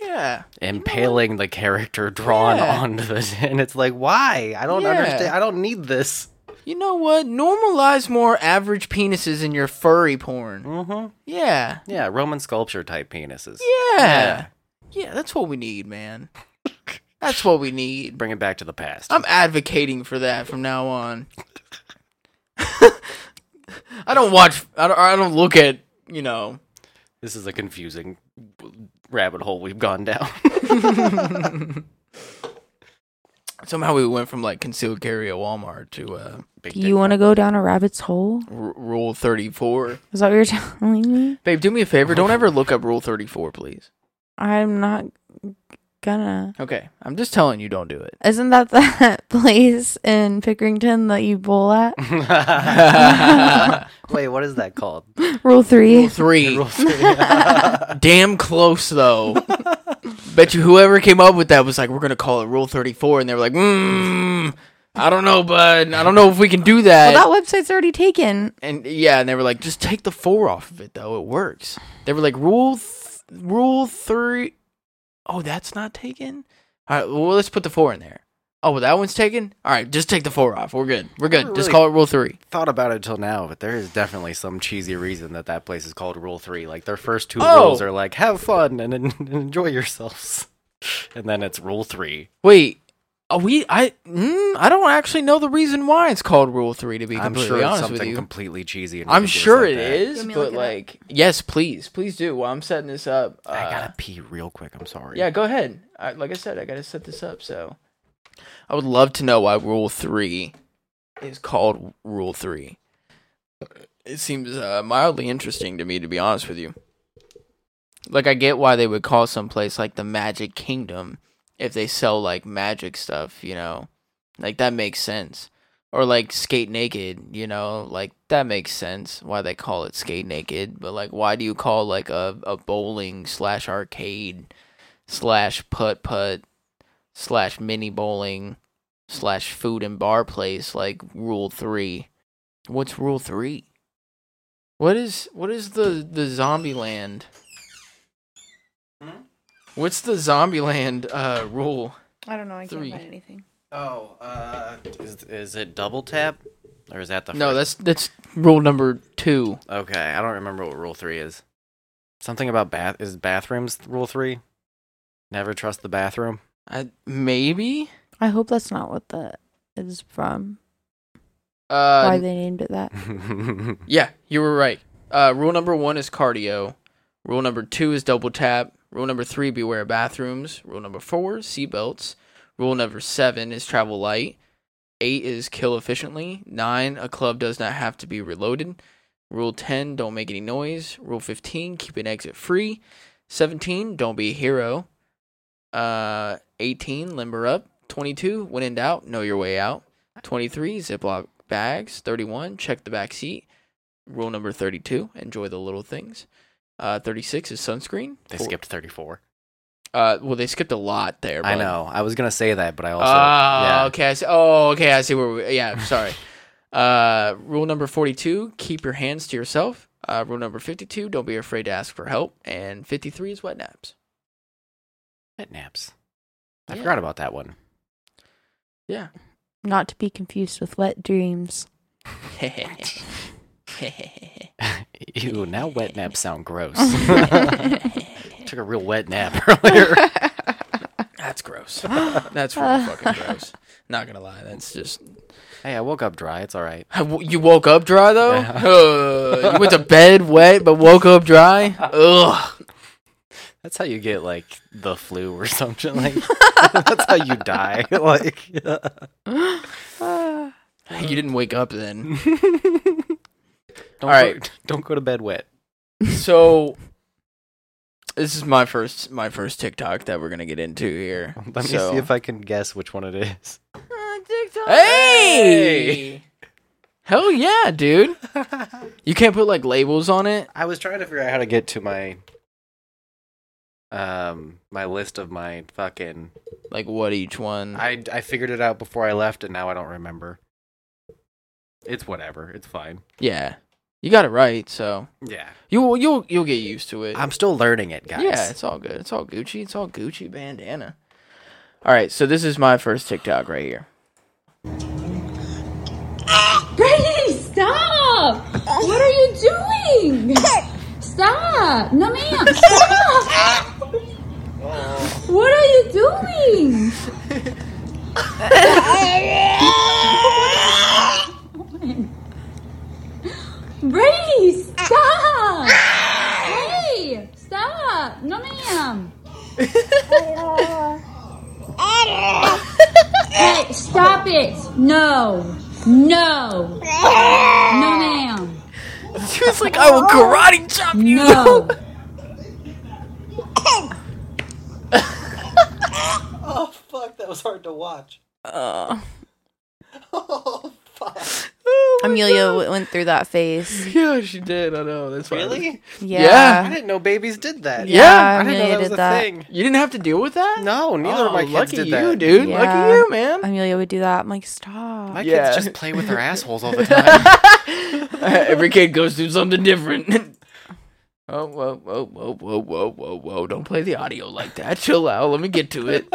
yeah impaling the character drawn Yeah. onto the and it's like why? I don't Yeah. understand. I don't need this. you know what normalize more average penises in your furry porn Mhm. yeah Yeah, Roman sculpture type penises. Mm-hmm. yeah yeah that's what we need man that's what we need Bring it back to the past. I'm advocating for that from now on. I don't watch. I don't. I don't look at. You know. this is a confusing rabbit hole we've gone down. Somehow we went from like concealed carry at Walmart to uh, Big Do dick you want to go down a rabbit's hole? r- Rule Thirty Four. Is that what you're telling me? Babe, do me a favor. Don't ever look up Rule Thirty Four, please. I'm not gonna. Okay, I'm just telling you, don't do it. Isn't that that place in Pickerington that you bowl at? Wait, what is that called? Rule three. Rule three. Rule three. Damn close though. Bet you whoever came up with that was like, we're gonna call it Rule Thirty Four, and they were like, mm, I don't know, bud. I don't know if we can do that. Well, that website's already taken. and yeah, and they were like, just take the four off of it though. It works. They were like, rule, th- rule three oh that's not taken. All right, well let's put the four in there. Oh, well that one's taken. All right, just take the four off. We're good. We're good. Never Just really- call it rule three. Thought about it till now, but there is definitely some cheesy reason that that place is called Rule Three. Like their first two Oh. rules are like have fun and, en- and enjoy yourselves, and then it's Rule Three. Wait, are we? I mm, I don't actually know the reason why it's called rule three. To be I'm completely sure it's honest with something you, completely cheesy. And I'm ridiculous sure like it that. is, me to but look it up? like, yes, please, please do. While I'm setting this up, uh, I gotta pee real quick. I'm sorry. Yeah, go ahead. I, like I said, I gotta set this up. So, I would love to know why Rule Three is called Rule Three. It seems uh, mildly interesting to me, to be honest with you. Like, I get why they would call someplace like the Magic Kingdom if they sell like magic stuff, you know, like that makes sense. Or like Skate Naked, you know, like that makes sense why they call it Skate Naked. But like, why do you call like a, a bowling slash arcade slash putt putt slash mini bowling slash food and bar place like rule three. What's rule three? What is what is the the zombie land? What's the zombie land uh, rule? I don't know. I Three. can't find anything. Oh, uh, is, is it double tap, or is that the No, that's that's rule number two. Okay, I don't remember what rule three is. Something about bath is bathrooms rule three. Never trust the bathroom. I, maybe. I hope that's not what that is from. Uh, Why they named it that. Yeah, you were right. Uh, rule number one is cardio. Rule number two is double tap. Rule number three, beware of bathrooms. Rule number four, seatbelts. Rule number seven is travel light. Eight is kill efficiently. Nine, a club does not have to be reloaded. Rule 10, don't make any noise. Rule 15, keep an exit free. 17, don't be a hero. Uh, 18, limber up. 22, when in doubt, know your way out. 23, Ziploc bags. 31, check the back seat. Rule number 32, enjoy the little things. Uh, 36 is sunscreen. they Four- skipped thirty four. Uh, well, they skipped a lot there. I bud. know. I was gonna say that, but I also Ah, yeah. okay. I see. Oh, okay. I see where we. Yeah, sorry. uh, rule number forty-two: keep your hands to yourself. Uh, rule number fifty-two: don't be afraid to ask for help. And fifty-three is wet naps. Wet naps. I Yeah. forgot about that one. Yeah. Not to be confused with wet dreams. Ew, now wet naps sound gross. Took a real wet nap earlier. That's gross. That's really fucking gross. Not gonna lie, that's just. hey, I woke up dry. It's all right. You woke up dry though. Uh, you went to bed wet, but woke up dry. Ugh. That's how you get like the flu or something. Like that's how you die. like You didn't wake up then. Don't All right. go, don't go to bed wet. So this is my first my first TikTok that we're gonna get into here. Let me see if I can guess which one it is. Ah, Hey! Hell yeah, dude! You can't put like labels on it. I was trying to figure out how to get to my um my list of my fucking Like what each one? I I figured it out before I left and now I don't remember. It's whatever. It's fine. yeah, you got it right. So Yeah. you you'll you'll get used to it. I'm still learning it, guys. Yeah, it's all good. It's all Gucci. It's all Gucci bandana. All right, so this is my first TikTok right here. Brady, stop! What are you doing? Stop! No, ma'am, stop! What are you doing? Brady, stop! Hey, stop! No, ma'am. Hey, stop it! No, no, no, ma'am. She was like, "I will Oh, karate chop you." No. Ah. Amelia w- went through that phase. Yeah, she did. I know. That's why I was- Yeah. I didn't know babies did that. Yeah. I didn't know Amelia that was did a that. thing. Oh, You didn't have to deal with that. Oh, No, neither of my kids lucky did you, that. dude. Yeah. Lucky you, man. Amelia would do that. I'm like, stop. My Yeah. kids just play with their assholes all the time. Every kid goes through something different. oh, whoa, whoa, whoa, whoa, whoa, whoa, whoa! Don't play the audio like that. Chill out. Let me get to it.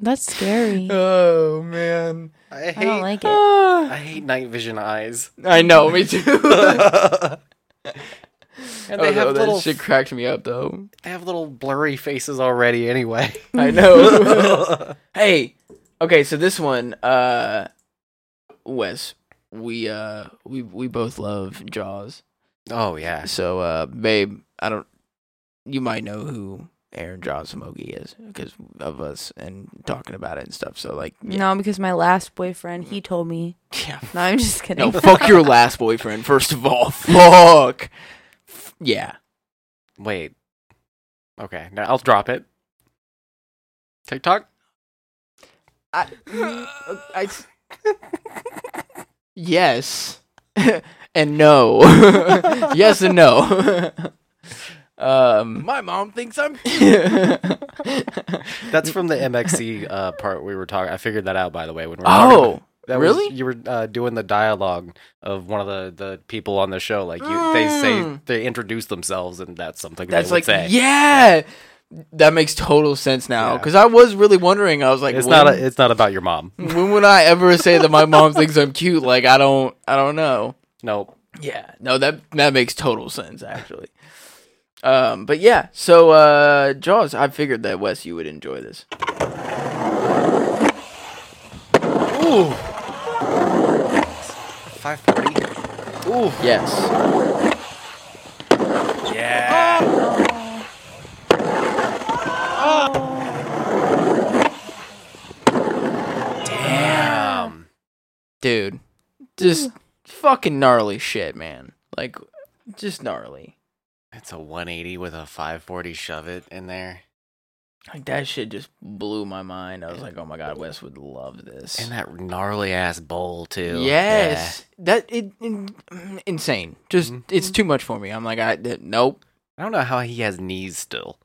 That's scary. oh man. I I don't hate like it. I hate night vision eyes. I know. Me too. And they oh, have no, that little shit cracked me up though. they have little blurry faces already anyway. I know. hey, okay, so this one, uh, Wes, we uh, we we both love Jaws. Oh yeah. So, uh, babe, I don't. You might know who Aaron Jaws Smokey is because of us and talking about it and stuff. So, like, yeah, Mm. No, because my last boyfriend, he told me. yeah. No, I'm just no, kidding. fuck your last boyfriend. First of all, fuck. F- Yeah, Wait. Okay, now I'll drop it. TikTok? I, I, yes and no. yes and no. um, My mom thinks I'm. oh, That's from the MXC uh, part we were talking. I figured that out by the way when we were talking about- that was- really? you were uh, doing the dialogue of one of the, the people on the show. Like you, they say Mm. they introduce themselves, and that's something That's they would like say. yeah. That makes total sense now Yeah. because I was really wondering. I was like, It's when, not a, it's not about your mom. when would I ever say that my mom thinks I'm cute? Like I don't, I don't know. Nope. Yeah, no, that that makes total sense actually. Um, but yeah, so uh, Jaws, I figured that Wes, you would enjoy this. Ooh, Five forty. ooh, yes, Um, dude, just fucking gnarly shit, man. Like, just gnarly. it's a 180 with a 540 shove it in there, Like that shit just blew my mind. I was like, oh my god, Wes would love this. and that gnarly ass bowl too. Yes, that it, in- mm, insane. Just Mm-hmm. it's too much for me. I'm like, I that- nope. Yeah. I don't know how he has knees still.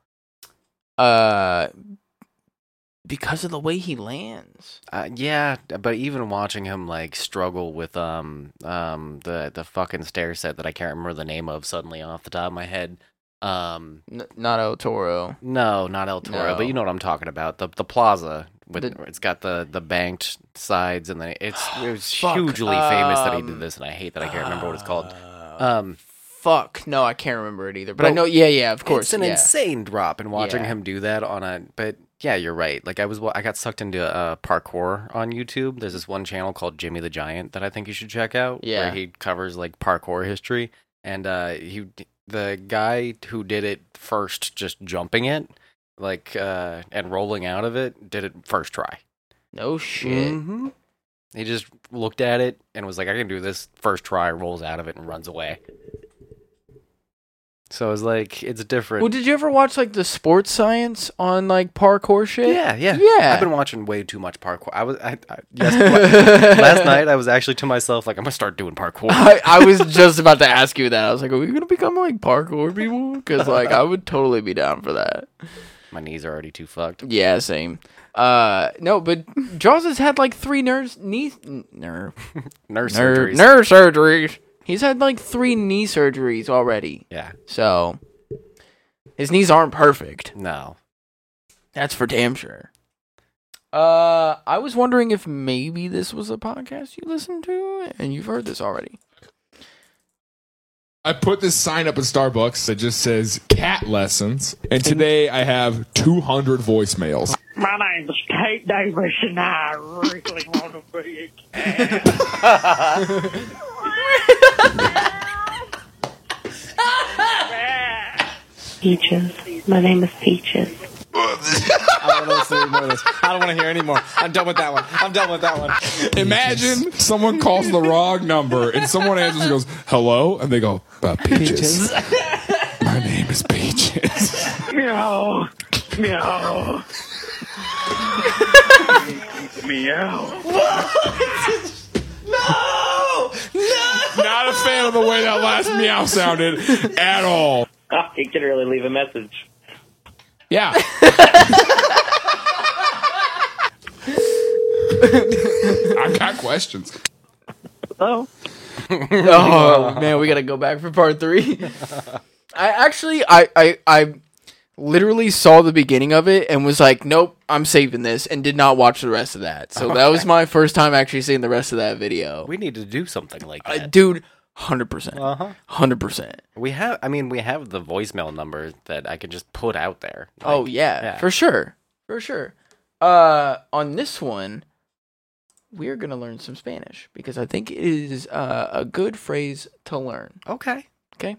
Uh, because of the way he lands. Uh, yeah, but even watching him like struggle with um um the the fucking stair set that I can't remember the name of suddenly off the top of my head. Um, N- not El Toro. no, not El Toro, No. but you know what I'm talking about. The the plaza with The- it's got the the banked sides and then it's it was Fuck, hugely famous that he did um, this, and I hate that I can't remember what it's called. Uh, Um, fuck. No, I can't remember it either. But I Well, know. Yeah, yeah. Of course. it's an yeah. insane drop, and watching Yeah. him do that on a but. Yeah, you're right. Like I was, wa- I got sucked into uh, parkour on YouTube. There's this one channel called Jimmy the Giant that I think you should check out. Yeah. where he covers like parkour history, and uh, he, the guy who did it first, just jumping it, like uh, and rolling out of it, did it first try. no shit. Mhm. He just looked at it and was like, I can do this first try, rolls out of it and runs away. So it's like it's different. Well, did you ever watch like the sports science on like parkour shit? Yeah, yeah, Yeah. I've been watching way too much parkour. I was, I, I yes, la- last night I was actually to myself like, I'm gonna start doing parkour. I, I was just about to ask you that. I was like, are we gonna become like parkour people? Because like I would totally be down for that. My knees are already too fucked. Yeah, same. Uh, no, but Jaws has had like three nerves, knee, nerve, Nurse nerve, surgeries. nerve surgeries. He's had like three knee surgeries already. Yeah, So his knees aren't perfect. no. That's for damn sure. Uh, I was wondering if maybe this was a podcast you listened to, and you've heard this already. I put this sign up at Starbucks that just says cat lessons, and today I have 200 voicemails. My name's Kate Davis, and I really want to be a cat. Peaches. My name is Peaches. I don't want to see more of this. I don't want to hear anymore. I'm done with that one. I'm done with that one. Imagine someone calls the wrong number and someone answers and goes, hello? And they go, uh, Peaches. My name is Peaches. Meow. Meow. Meow. Not a fan of the way that last meow sounded at all. You can really leave a message. Yeah. I've got questions. Hello? oh man, we gotta go back for part three. I actually, I, I, I literally saw the beginning of it and was like, nope, I'm saving this, and did not watch the rest of that. So that was my first time actually seeing the rest of that video. We need to do something like Uh, that. dude, hundred percent, Uh-huh. hundred percent. We have, I mean, we have the voicemail number that I can just put out there. Oh Like, yeah, yeah. for sure, for sure. Uh, on this one, we're gonna learn some Spanish because I think it is uh, a good phrase to learn. okay. Okay.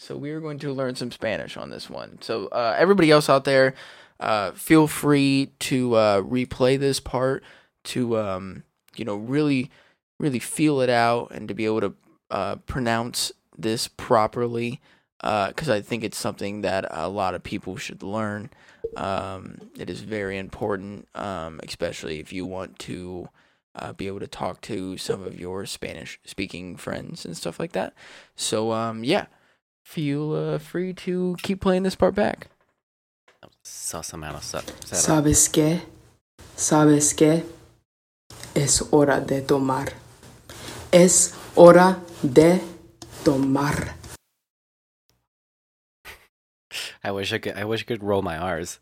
So we are going to learn some Spanish on this one. So uh, everybody else out there, uh, feel free to uh, replay this part to um, you know really, really feel it out and to be able to uh, pronounce this properly because I think it's something that a lot of people should learn. Um, it is very important, um, especially if you want to uh, be able to talk to some of your Spanish speaking friends and stuff like that. So um, yeah, feel uh, free to keep playing this part back. Sus amount of su- setup. ¿Sabes qué? ¿Sabes qué? Es hora de tomar. Es hora de tomar. I wish I could. I wish I could roll my R's.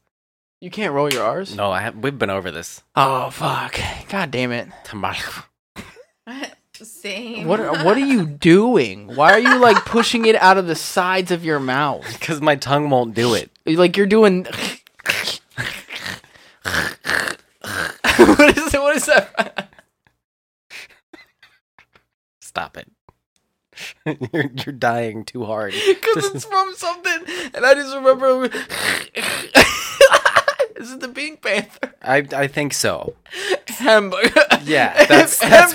You can't roll your R's. No, I have, we've been over this. Oh fuck! God damn it! Tamar- Same. What are, what are you doing? Why are you like pushing it out of the sides of your mouth? Because my tongue won't do it. Like you're doing. what is it? What is that? Stop it. you're, you're dying too hard. Because This it's is- from something, and I just remember. is it the Pink Panther? I I think so. Hamburger. Yeah, that's that's,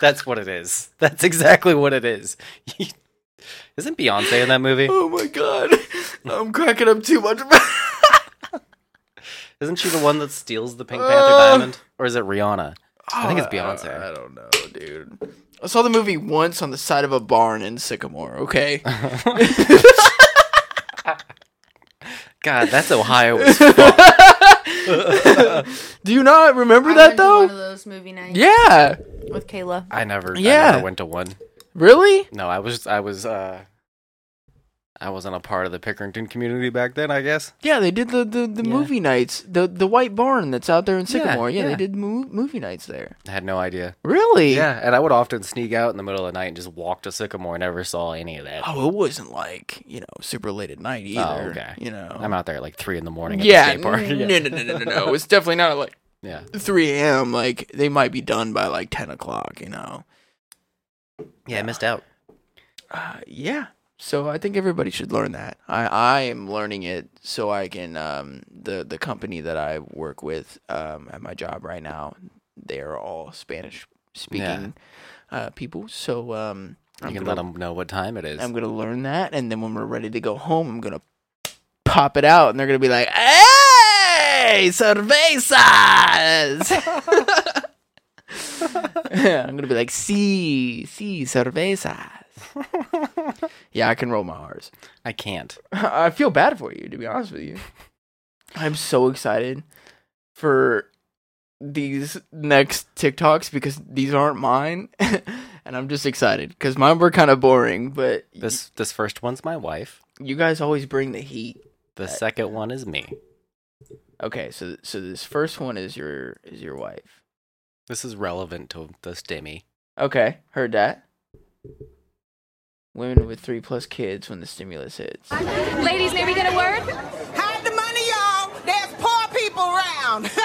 that's what it is. That's exactly what it is. Isn't Beyonce in that movie? oh my god, I'm cracking up too much. Isn't she the one that steals the Pink Panther diamond? Or is it Rihanna? I think it's Beyonce. Uh. I don't know, dude. I saw the movie once on the side of a barn in Sycamore. Okay, God, that's Ohio as fuck. do you not remember that One though? of those movie nights Yeah, with Kayla. I never, I Yeah. never went to one. really? No, I was, I was, uh, I wasn't a part of the Pickerington community back then. I guess. Yeah, they did the the, the Yeah. movie nights. The the white barn that's out there in Yeah, Sycamore. Yeah, yeah. they did mo- movie nights there. I had no idea. Really? Yeah, and I would often sneak out in the middle of the night and just walk to Sycamore. and Never saw any of that. Oh, it wasn't like you know super late at night either. Oh, okay. You know. I'm out there at like three in the morning at the yeah, skate park. n- no, no, no, no, no, no. It's definitely not like yeah. 3 a.m. Like they might be done by like 10 o'clock. You know. Yeah, I missed out. Uh, yeah. So I think everybody should learn that. I, I am learning it so I can um the the company that I work with um at my job right now they are all Spanish speaking uh people. So um You I'm can gonna, let them know what time it is. I'm gonna learn that, and then when we're ready to go home, I'm gonna pop it out, and they're gonna be like, "Hey, cervezas!" yeah, I'm gonna be like, "Si, si, cervezas." yeah, I can roll my R's. I can't. I feel bad for you, to be honest with you. I'm so excited for these next TikToks because these aren't mine. And I'm just excited because mine were kind of boring, but This this first one's my wife. you guys always bring the heat. The second one is me. Okay, so so this first one is your is your wife. This is relevant to this Demi. Okay, heard that. Women with three plus kids when the stimulus hits. Ladies, may we get a word? Hide the money, y'all. There's poor people around.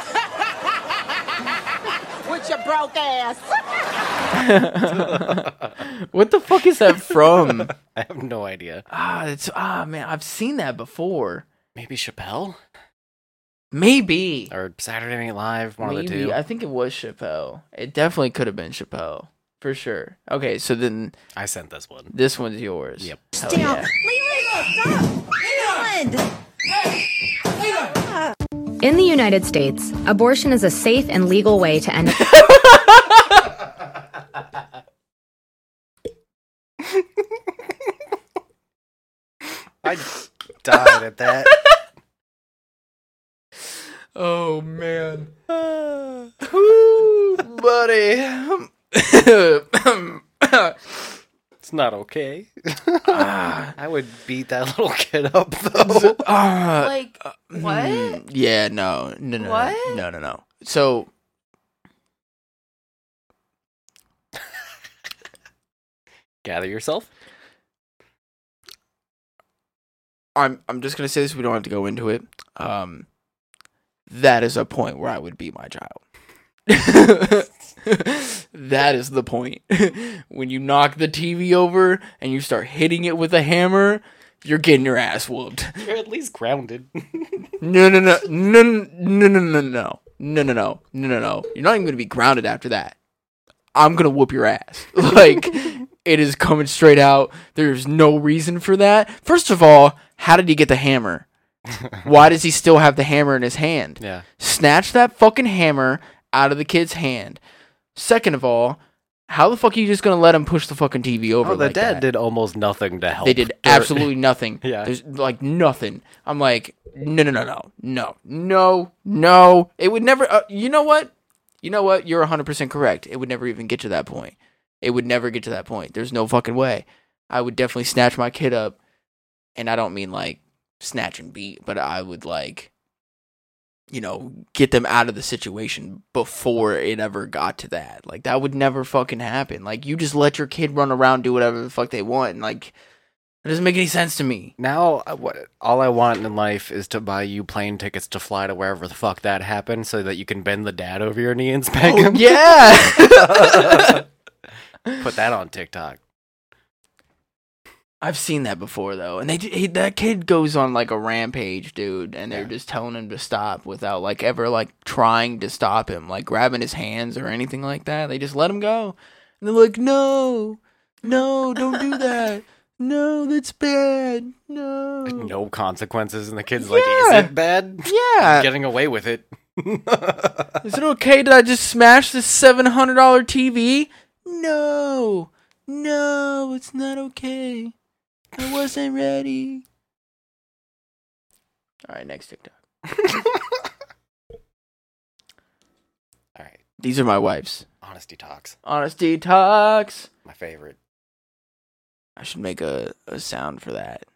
With your broke ass. What the fuck is that from? I have no idea. ah, it's ah man, I've seen that before. Maybe Chappelle Maybe. or Saturday Night Live, one of the Maybe two. I think it was Chappelle. It definitely could have been Chappelle for sure. Okay, so then I sent this one. this one's yours. Yep. Hell yeah. In the United States, abortion is a safe and legal way to end. I died at that. Oh man. Woo, buddy. It's not okay. I would beat that little kid up though. Ah, Like what? mm, yeah, no. No, no, no. What? No, no, no. So Gather yourself. I'm I'm just going to say this we don't have to go into it. Um that is a point where I would be my child. that is the point. when you knock the TV over and you start hitting it with a hammer, you're getting your ass whooped. You're at least grounded. No, no, no, no, no, no, no, no, no, no, no, no, no, no, no. You're not even gonna be grounded after that. I'm gonna whoop your ass. Like it is coming straight out. There's no reason for that. First of all, how did he get the hammer? Why does he still have the hammer in his hand? Yeah. Snatch that fucking hammer out of the kid's hand. Second of all, how the fuck are you just gonna let him push the fucking TV over? Oh, the like dad that? did almost nothing to help. They did They're- absolutely nothing. Yeah. There's like nothing. I'm like, no, no, no, no, no, no, no. It would never, uh, you know what? You know what? You're 100% correct. It would never even get to that point. It would never get to that point. There's no fucking way. I would definitely snatch my kid up. And I don't mean like snatch and beat, but I would like, you know, get them out of the situation before it ever got to that. Like, that would never fucking happen. Like, you just let your kid run around, do whatever the fuck they want. And like, it doesn't make any sense to me. Now, uh, what, all I want in life is to buy you plane tickets to fly to wherever the fuck that happened, so that you can bend the dad over your knee and spank Oh, him. yeah. Put that on TikTok. I've seen that before though, and they he, that kid goes on like a rampage, dude, and they're just telling him to stop without like ever like trying to stop him, like grabbing his hands or anything like that. They just let him go, and they're like, "No, no, don't do that. No, that's bad. No." Like, no consequences, and the kid's like, Yeah. "Is it bad? Yeah. getting away with it." Is it okay that I just smashed this seven hundred dollar TV? No, no, it's not okay. I wasn't ready. All right, next TikTok. All right, These are my wife's honesty talks. honesty talks. My favorite. I should make a, a sound for that.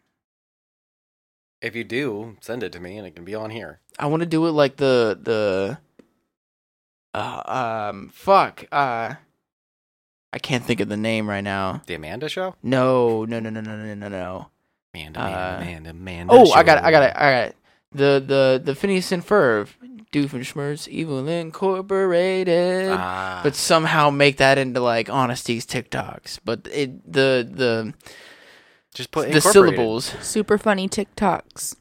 If you do, send it to me, and it can be on here. I want to do it like the the. Uh, um, fuck. Uh, I can't think of the name right now. The Amanda Show. No, no, no, no, no, no, no, no. Amanda, Uh, Amanda, Amanda, Amanda. Oh, I got it, Show. I got it, I got it. The the the Phineas and Ferb, Doofenshmirtz, Evil Incorporated. Ah, But somehow make that into like honesty's TikToks. But it the the just put the incorporated. syllables Super funny TikToks.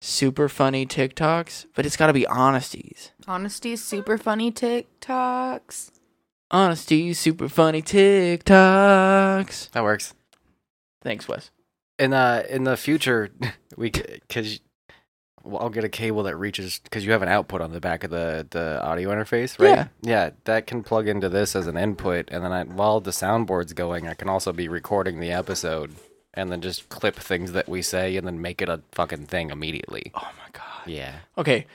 super funny TikToks, but it's got to be honesty's. Honesty, super funny TikToks. Honesty, super funny TikToks. That works. Thanks, Wes. in uh in the future we because well, I'll get a cable that reaches because you have an output on the back of the the audio interface, right? Yeah. that can plug into this as an input, and then I, while the soundboard's going, I can also be recording the episode and then just clip things that we say and then make it a fucking thing immediately. Oh my god. Yeah, Okay.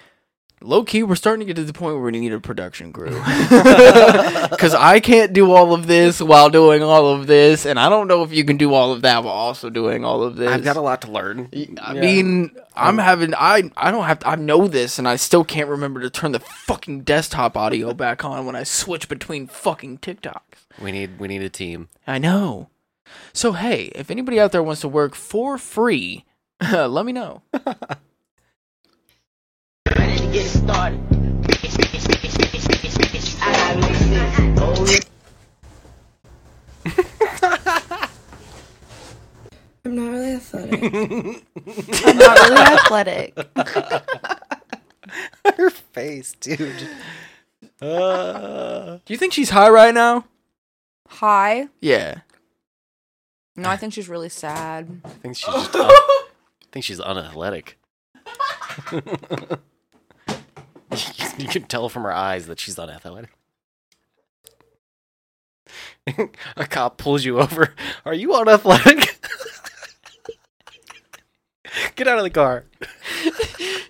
Low key, we're starting to get to the point where we need a production crew. Because I can't do all of this while doing all of this, and I don't know if you can do all of that while also doing all of this. I've got a lot to learn. I Yeah. Um, mean, I'm having I I don't have to, I know this, and I still can't remember to turn the fucking desktop audio back on when I switch between fucking TikToks. we need we need a team. I know. So hey, if anybody out there wants to work for free, let me know. I'm not really athletic. I'm not really athletic. Her face, dude. Uh, Do you think she's high right now? Hi. Yeah. No, I think she's really sad. I think she's just. un- I think she's unathletic. you can tell from her eyes that she's unathletic. A cop pulls you over. Are you unathletic? Get out of the car. You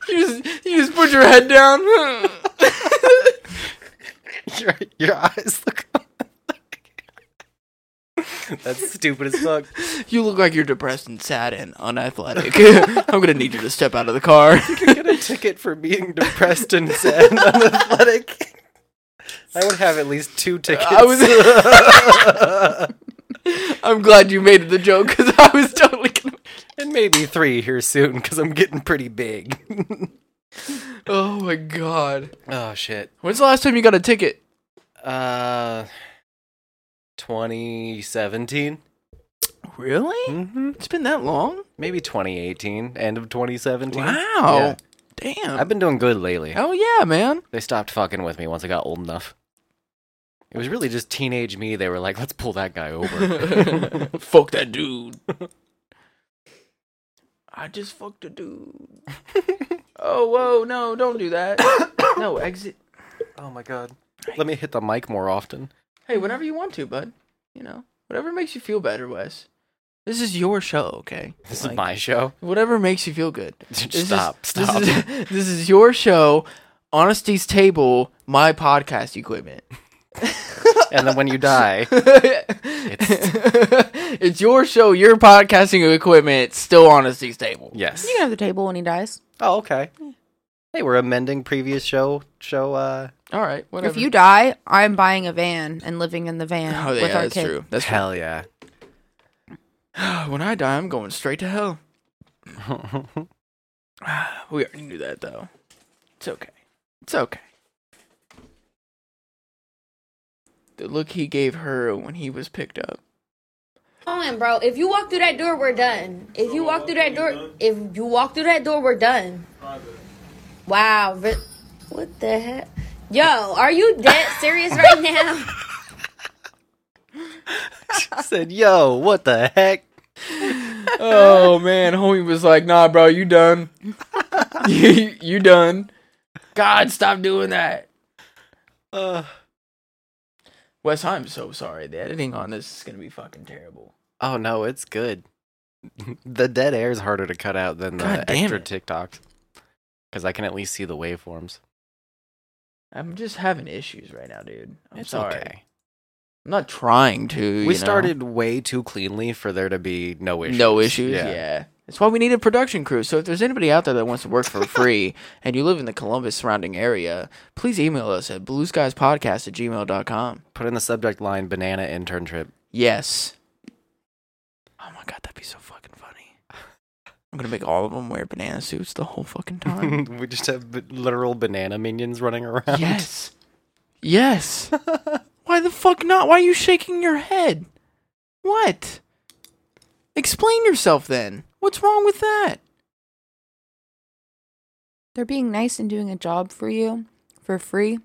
just you just put your head down. Your, your eyes look. That's stupid as fuck. you look like you're depressed and sad and unathletic. I'm gonna need you to step out of the car. could get a ticket for being depressed and sad and unathletic. I would have at least two tickets. I was. I'm glad you made the joke because I was totally. Gonna... and maybe three here soon because I'm getting pretty big. Oh my god! oh shit. When's the last time you got a ticket? Uh, 2017, Really? Mhm. It's been that long? maybe 2018, end of 2017. Wow! Damn! I've been doing good lately. Hell yeah, man! They stopped fucking with me once I got old enough. It was really just teenage me. They were like, "Let's pull that guy over." Fuck that dude. I just fucked a dude. oh whoa! No, don't do that. no exit. oh my god. Let me hit the mic more often. Hey, whenever you want to, bud. You know, whatever makes you feel better, Wes. This is your show, okay? This is my show. Whatever makes you feel good. This is- Stop, stop. This is, this is your show, Honesty's Table, my podcast equipment. And then when you die, it's your show, your podcasting equipment, still Honesty's Table. yes. You can have the table when he dies. Oh, okay. Hey, we're amending previous show show uh All right, whatever. If you die, I'm buying a van and living in the van oh, with yeah, our that's kid. true. That's Hell yeah. When I die, I'm going straight to hell. We already knew that, though. It's okay. It's okay. The look he gave her when he was picked up. on, bro. If you walk through that door, we're done. If you walk through that door, if you walk through that door, we're done. Wow. re- What the heck? Yo, are you dead serious right now? I said, yo, what the heck? oh man, homie was like, "Nah, bro, you done. you, you done. God, stop doing that." Uh, Wes, I'm so sorry. The editing on this is gonna be fucking terrible. Oh no, it's good. the dead air is harder to cut out than the God damn extra it. TikToks. Because I can at least see the waveforms. I'm just having issues right now, dude. I'm It's sorry. okay. I'm not trying to. you know? we started way too cleanly for there to be no issues. No issues. Yeah. That's why we need a production crew. So if there's anybody out there that wants to work for free and you live in the Columbus surrounding area, please email us at blueskiespodcast at gmail.com. Put in the subject line banana internship. Yes. Oh my god, that'd be so fucking funny. I'm gonna make all of them wear banana suits the whole fucking time. we just have b- literal banana minions running around. yes. Yes. Why the fuck not? Why are you shaking your head? What? Explain yourself then. What's wrong with that? They're being nice and doing a job for you for free.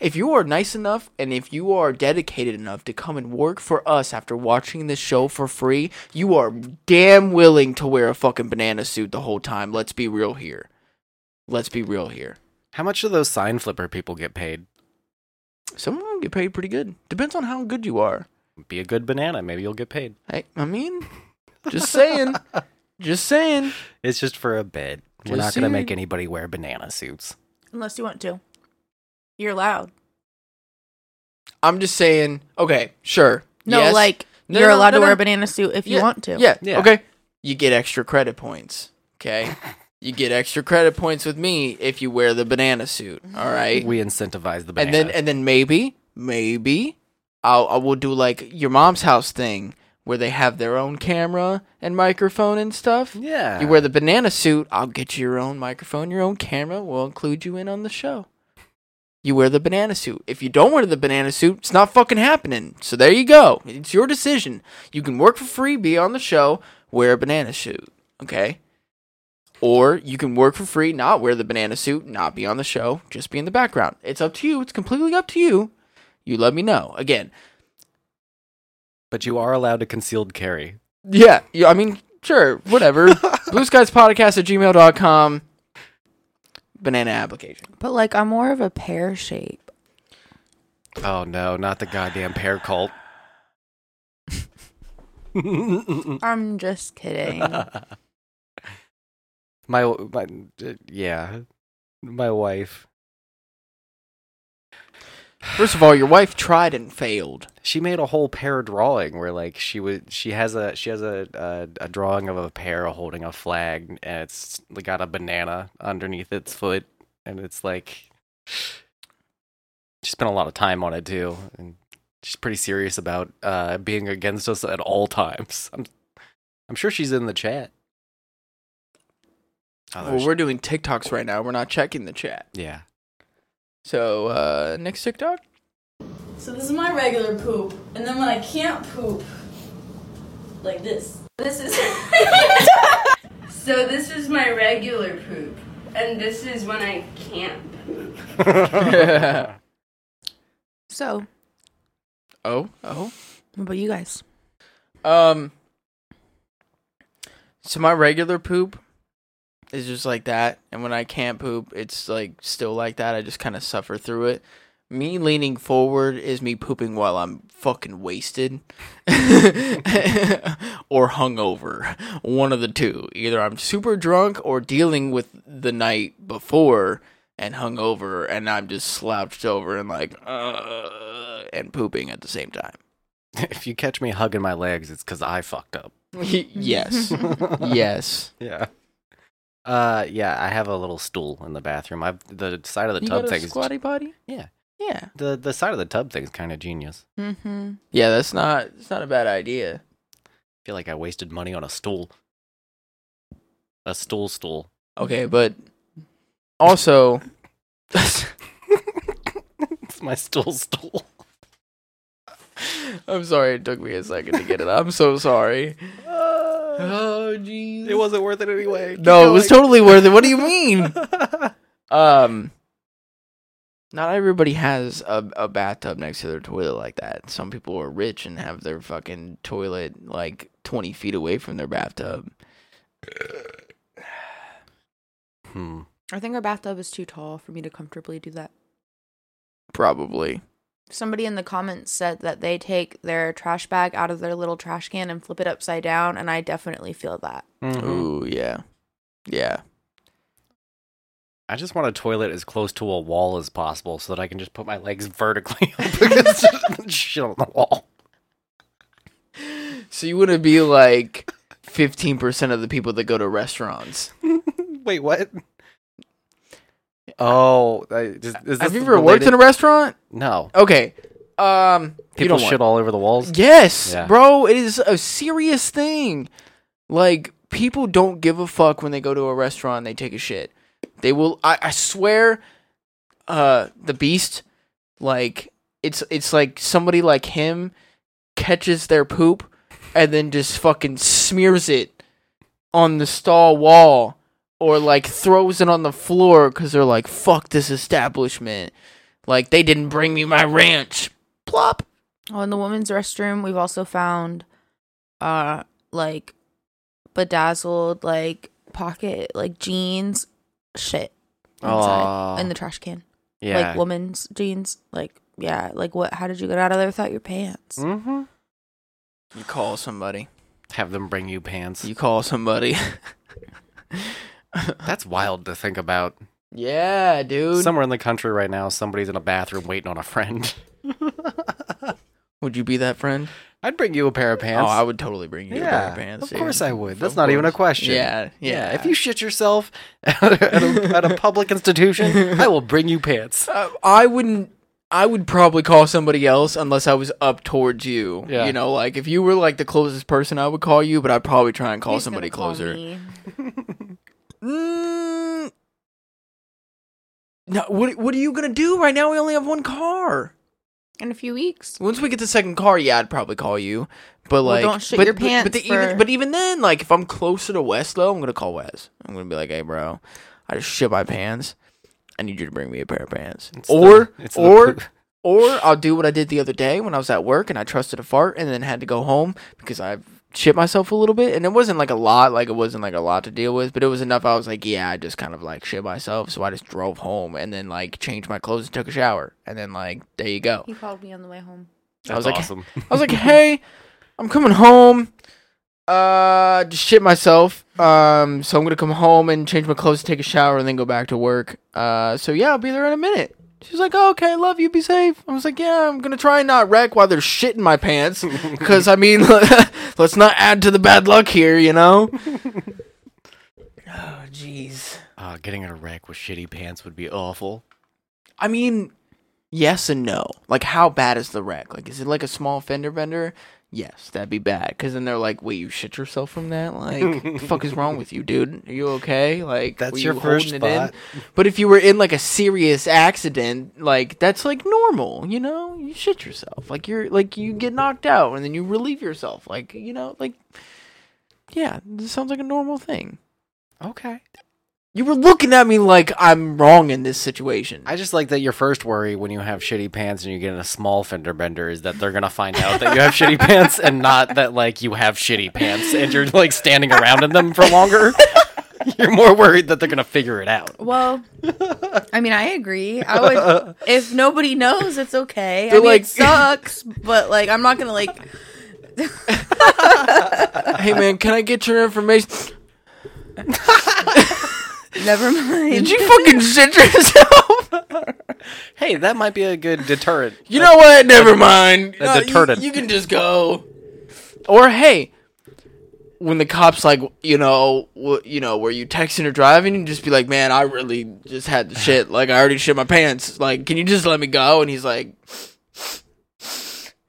If you are nice enough and if you are dedicated enough to come and work for us after watching this show for free, you are damn willing to wear a fucking banana suit the whole time. Let's be real here. Let's be real here. How much do those sign flipper people get paid? Some of them get paid pretty good. Depends on how good you are. Be a good banana. Maybe you'll get paid. I, I mean, just saying. just saying. It's just for a bit. We're not Just going to make saying. anybody wear banana suits. Unless you want to. You're allowed. I'm just saying. Okay, sure. No, Yes. like No, you're no, allowed no, to wear no. a banana suit if you Yeah, want to. Yeah, Yeah. Okay. You get extra credit points. Okay. you get extra credit points with me if you wear the banana suit. All right. Mm-hmm. We incentivize the and banana. then and then maybe maybe I'll I will do like your mom's house thing where they have their own camera and microphone and stuff. yeah. You wear the banana suit, I'll get you your own microphone, your own camera. We'll include you in on the show. You wear the banana suit. If you don't wear the banana suit, it's not fucking happening. So there you go. It's your decision. You can work for free, be on the show, wear a banana suit, okay? Or you can work for free, not wear the banana suit, not be on the show, just be in the background. It's up to you. It's completely up to you. You let me know. Again, but you are allowed to concealed carry. yeah, yeah I mean, sure, whatever. Blue Skies Podcast at gmail.com. Banana application. But like I'm more of a pear shape. Oh no, not the goddamn pear cult. Mm. I'm just kidding. my, my uh, yeah, my wife. First of all, your wife tried and failed. She made a whole pear drawing where like she was she has a she has a a, a drawing of a pear holding a flag and it's got a banana underneath its foot and it's like she spent a lot of time on it too and she's pretty serious about uh being against us at all times. I'm I'm sure she's in the chat. Oh, well, there's- we're doing TikToks right now. We're not checking the chat. yeah. So, uh, next TikTok? So this is my regular poop, and then when I can't poop, like this. This is. so this is my regular poop, and this is when I can't. poop. so, Oh, oh. what about you guys? Um, so my regular poop is just like that, and when I can't poop, it's like still like that. I just kind of suffer through it. Me leaning forward is me pooping while I'm fucking wasted or hungover. One of the two. Either I'm super drunk or dealing with the night before and hungover and I'm just slouched over and like uh, and pooping at the same time. if you catch me hugging my legs, it's because I fucked up. yes. yes. Yeah. Uh, yeah. I have a little stool in the bathroom. I've the side of the You tub got a thing. is- squatty potty? Yeah. Yeah. The the side of the tub thing's kind of genius. Mm-hmm. Yeah, that's not it's not a bad idea. I feel like I wasted money on a stool. A stool stool. Okay, but also It's my stool stool. I'm sorry it took me a second to get it. I'm so sorry. Oh jeez. It wasn't worth it anyway. Keep No, it was going. totally worth it. What do you mean? um not everybody has a, a bathtub next to their toilet like that. Some people are rich and have their fucking toilet like 20 feet away from their bathtub. Hmm. I think our bathtub is too tall for me to comfortably do that. Probably. Somebody in the comments said that they take their trash bag out of their little trash can and flip it upside down, and I definitely feel that. Hmm. Ooh, yeah. Yeah. I just want a toilet as close to a wall as possible so that I can just put my legs vertically up against the shit on the wall. So you wouldn't be like 15% of the people that go to restaurants. Wait, what? Oh, I, is, is Have this you ever worked related? in a restaurant? No. Okay. Um you People don't want- shit all over the walls. Yes, Yeah. bro, it is a serious thing. Like people don't give a fuck when they go to a restaurant and they take a shit. They will I, I swear uh the beast like it's it's like somebody like him catches their poop and then just fucking smears it on the stall wall or like throws it on the floor cuz they're like fuck this establishment. Like they didn't bring me my ranch. Plop. Oh, in the women's restroom, we've also found, uh, like bedazzled like pocket like jeans, shit, inside Aw. in the trash can. Yeah. like women's jeans. Like yeah, like what? How did you get out of there without your pants? Mm. Mm-hmm. You call somebody. Have them bring you pants. You call somebody. That's wild to think about. yeah, dude. Somewhere in the country right now, somebody's in a bathroom waiting on a friend. would you be that friend? I'd bring you a pair of pants. Oh, I would totally bring you a pair Yeah, of pants. of dude. course I would. That's Of not even a course. question. Yeah, yeah. If you shit yourself at a, at a public institution, I will bring you pants. Uh, I wouldn't. I would probably call somebody else unless I was up towards you. Yeah. You know, like if you were like the closest person, I would call you, but I'd probably try and call He's somebody gonna call closer. me. Mm, no, what what are you gonna do right now? We only have one car. in a few weeks. Once we get the second car, yeah, I'd probably call you. But Well, like, don't shit but, your but- pants But, the- for- even, but even then, like, if I'm closer to Wes though, I'm gonna call Wes. I'm gonna be like, hey, bro, I just shit my pants. I need you to bring me a pair of pants. It's or the- it's the or poop. or I'll do what I did the other day when I was at work and I trusted a fart and then had to go home because I shit myself a little bit and it wasn't like a lot like it wasn't like a lot to deal with but it was enough I was like yeah I just kind of like shit myself so I just drove home and then like changed my clothes and took a shower and then like there you go He called me on the way home. I was That's like, awesome. I was like, hey, I'm coming home. Uh, just shit myself. Um, so I'm gonna come home and change my clothes, take a shower, and then go back to work. Uh, so yeah, I'll be there in a minute. She's like, oh, okay, love you, be safe. I was like, yeah, I'm gonna try and not wreck while there's shit in my pants, because I mean, let's not add to the bad luck here, you know. oh, jeez. Ah, getting in a wreck with shitty pants would be awful. I mean, yes and no. Like, how bad is the wreck? Like, is it like a small fender bender? Yes, that'd be bad. Because then they're like, wait, you shit yourself from that? Like, the fuck is wrong with you, dude? Are you okay? Like, That's were your you first holding it in? spot. But if you were in like a serious accident, like, that's like normal, you know? You shit yourself. Like, you're like, you get knocked out and then you relieve yourself. Like, you know, like, yeah, this sounds like a normal thing. Okay. You were looking at me like I'm wrong in this situation. I just like that your first worry when you have shitty pants and you get in a small fender bender is that they're gonna find out that you have shitty pants and not that like you have shitty pants and you're like standing around in them for longer. You're more worried that they're gonna figure it out. Well, I mean, I agree. I would if nobody knows, it's okay. I They're mean, like- it sucks, but like, I'm not gonna like. hey man, can I get your information? Never mind. Did you fucking shit yourself? Hey, that might be a good deterrent. You know what? Never mind. A No, you- deterrent. You, can just go. Or hey, when the cops like you know wh- you know were you texting or driving, you just be like, man, I really just had the shit. Like I already shit my pants. Like can you just let me go? And he's like,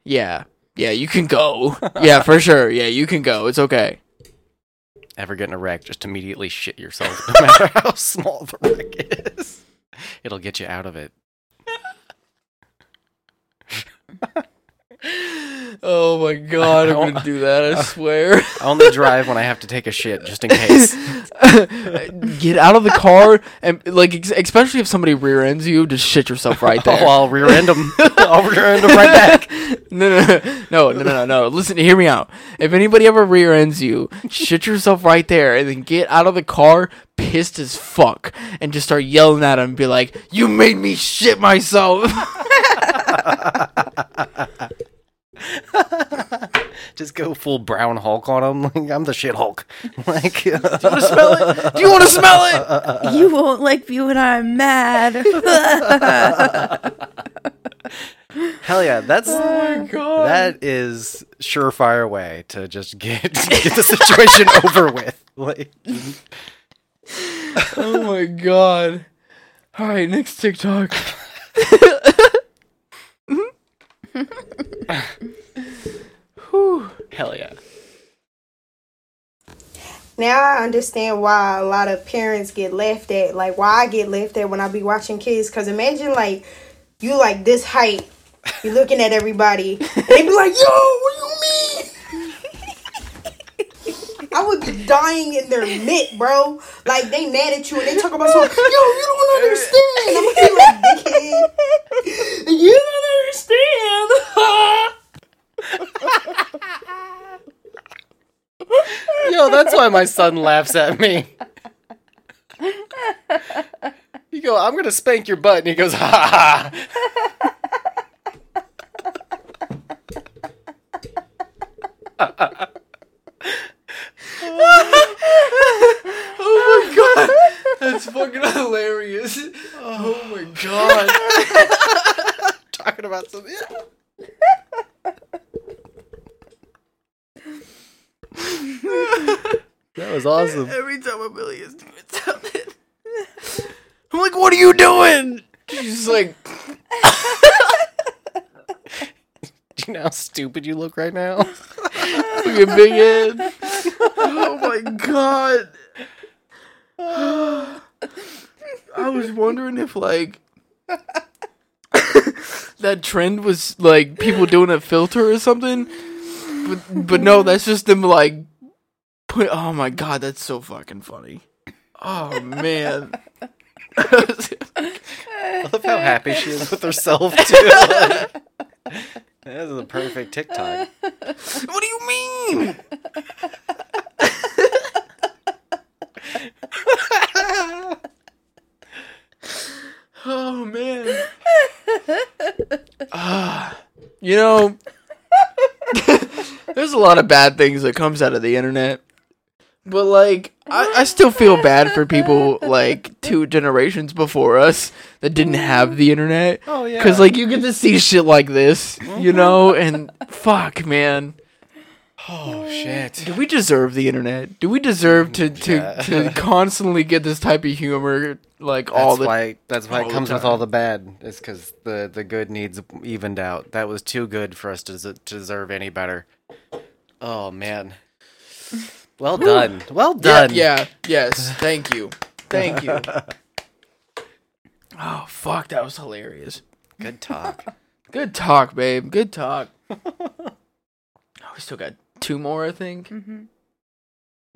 yeah, yeah, you can go. yeah, for sure. Yeah, you can go. It's okay. Ever get in a wreck, just immediately shit yourself, no matter how small the wreck is. It'll get you out of it. Oh my god, I'm gonna do that. I swear. I only drive when I have to take a shit, just in case. Get out of the car and like, ex- especially if somebody rear ends you, just shit yourself right there. Oh, I'll rear end them. I'll rear end them right back. No, no, no, no, no, no, no. Listen, hear me out. If anybody ever rear ends you, shit yourself right there, and then get out of the car pissed as fuck, and just start yelling at him, and be like, "You made me shit myself." Just go full brown Hulk on them. Like, I'm the shit Hulk. Like, do you want to smell it? Do you want to smell Uh-huh. it? You won't like me when I'm mad. Hell yeah, that's Oh my God. that is surefire way to just get get the situation over with. Like, oh my god! All right, next TikTok. hell yeah. Now I understand why a lot of parents get laughed at. Like why I get laughed at when I be watching kids. Cause imagine like you like this height, you looking at everybody, and they be like, "Yo, what do you mean?" I would be dying in their mitt, bro. Like they mad at you and they talk about something. Yo, you don't understand. I'm gonna be like, "Dickhead, you don't Yo, that's why my son laughs at me. You go, I'm gonna spank your butt, and he goes, ha ha. oh my god, that's fucking hilarious. Oh my god. Talking about something. That was awesome. Every time Amelia is doing something, I'm like, "What are you doing?" She's like, Do you know how stupid you look right now? "Fucking big head." Oh my god. I was wondering if like that trend was like people doing a filter or something, but but no, that's just them like put. Oh my god, that's so fucking funny. Oh man. I love how happy she is with herself too. Like, that is the perfect TikTok. What do you mean? oh man. Ah, you know, there's a lot of bad things that comes out of the internet. But like, I, I still feel bad for people like two generations before us that didn't have the internet. Oh, yeah. Mm-hmm. because like you get to see shit like this, you know, and fuck, man. Oh shit. Do we deserve the internet? Do we deserve to to, Yeah. to constantly get this type of humor like That's all the why that's why all it the comes with time? all the bad. It's because the the good needs evened out. That was too good for us to des- deserve any better. Oh man. Well done. Well Yeah, done. yeah, yes. Thank you. Thank you. oh fuck, that was hilarious. Good talk. Good talk, babe. Good talk. oh, we still got two more, I think. Mm-hmm.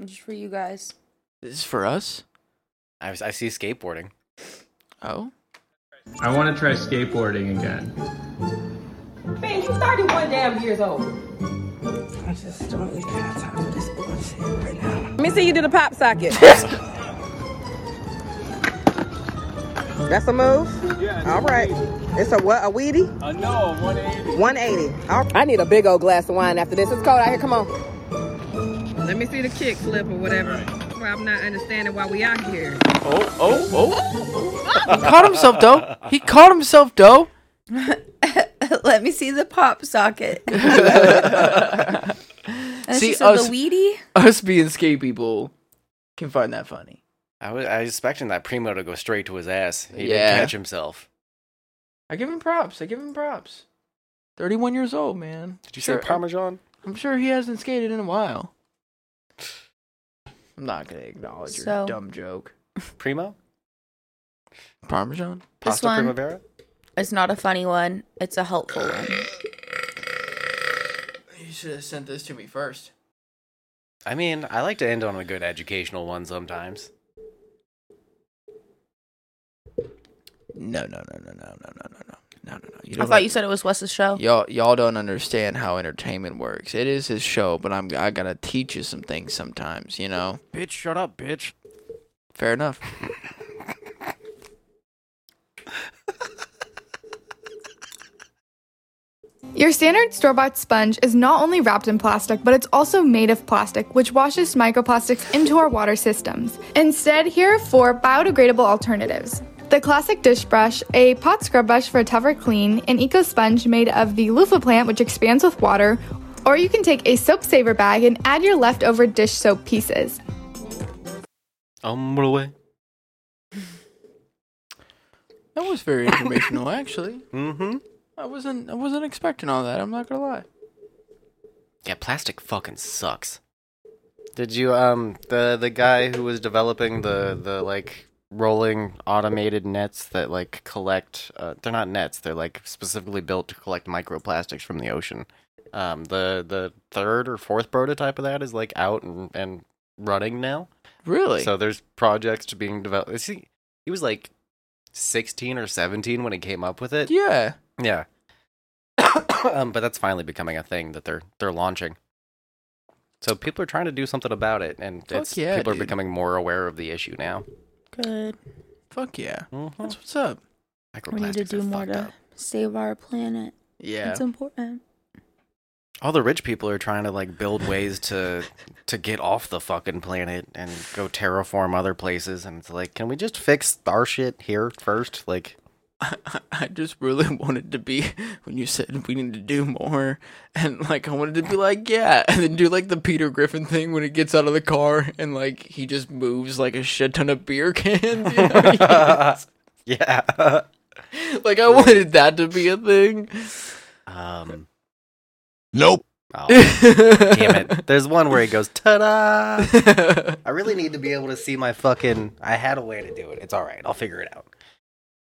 Just for you guys. This is for us. I, I see skateboarding. Oh. I want to try skateboarding again. Man, you 31 damn years old. I just don't even have time for this bullshit right now. Let me see you do the pop socket. That's a move? All right. It's a what? A weedy? Uh, no, 180. 180. All right. I need a big old glass of wine after this. It's cold out here. Come on. Let me see the kick flip or whatever. I'm not understanding why we out here. Oh, oh, oh. he caught himself, though. He caught himself, though. Let me see the pop socket. and See, oh, she said us- the weedy. Us being skate people can find that funny. I was, I was expecting that Primo to go straight to his ass. He Yeah. didn't catch himself. I give him props. I give him props. 31 years old, man. Did you say Parmesan? I'm sure he hasn't skated in a while. I'm not going to acknowledge So- your dumb joke. Primo? Parmesan? This Pasta one. Primavera? It's not a funny one. It's a helpful one. You should have sent this to me first. I mean, I like to end on a good educational one sometimes. No, no, no, no, no, no, no, no, no, no, no, no. You I don't thought you said it was Wes's show. y'all y'all don't understand how entertainment works. It is his show, but I'm I gotta teach you some things sometimes, you know. Bitch, shut up, bitch. Fair enough. Your standard store bought sponge is not only wrapped in plastic, but it's also made of plastic, which washes microplastics into our water systems. Instead, here are four biodegradable alternatives the classic dish brush, a pot scrub brush for a tougher clean, an eco sponge made of the loofah plant, which expands with water, or you can take a soap saver bag and add your leftover dish soap pieces. Um, what away. That was very informational actually. Mm-hmm. I wasn't I wasn't expecting all that, I'm not gonna lie. Yeah, plastic fucking sucks. Did you um the the guy who was developing the the like rolling automated nets that like collect uh, they're not nets they're like specifically built to collect microplastics from the ocean. Um the the third or fourth prototype of that is like out and and running now. Really? So there's projects being developed. See, he was like 16 or 17 when he came up with it. Yeah. Yeah. um, but that's finally becoming a thing that they're they're launching. So people are trying to do something about it, and Fuck it's, yeah, people dude. are becoming more aware of the issue now. Good. Fuck yeah. Mhm. That's what's up. We need to do more to save our planet. Yeah. It's important. All the rich people are trying to like build ways to to get off the fucking planet and go terraform other places, and it's like, can we just fix our shit here first? Like, I just really wanted to be when you said we need to do more, and like I wanted to be like yeah, and then do like the Peter Griffin thing when he gets out of the car and like he just moves like a shit ton of beer cans. You know? yeah. like I wanted that to be a thing. Um. Nope. Oh, damn it. There's one where he goes, ta da! I really need to be able to see my fucking. I had a way to do it. It's alright. I'll figure it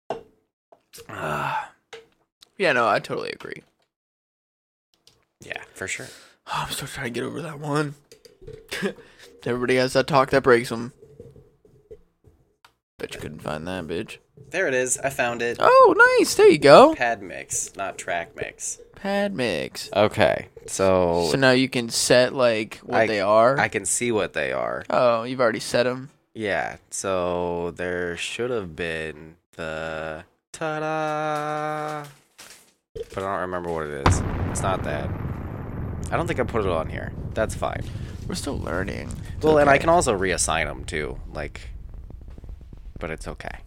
out. Yeah, no, I totally agree. Yeah, for sure. I'm still trying to get over that one. Everybody has that talk that breaks them. Bet you couldn't find that, bitch. There it is. I found it. Oh, nice. There you go. Pad mix, not track mix. Pad mix. Okay, so. So now you can set like what I- they are. I can see what they are. Oh, you've already set them. Yeah, so there should have been the. Ta da! But I don't remember what it is. It's not that. I don't think I put it on here. That's fine. We're still learning. It's Well, and I okay. can also reassign them too, like, but it's okay.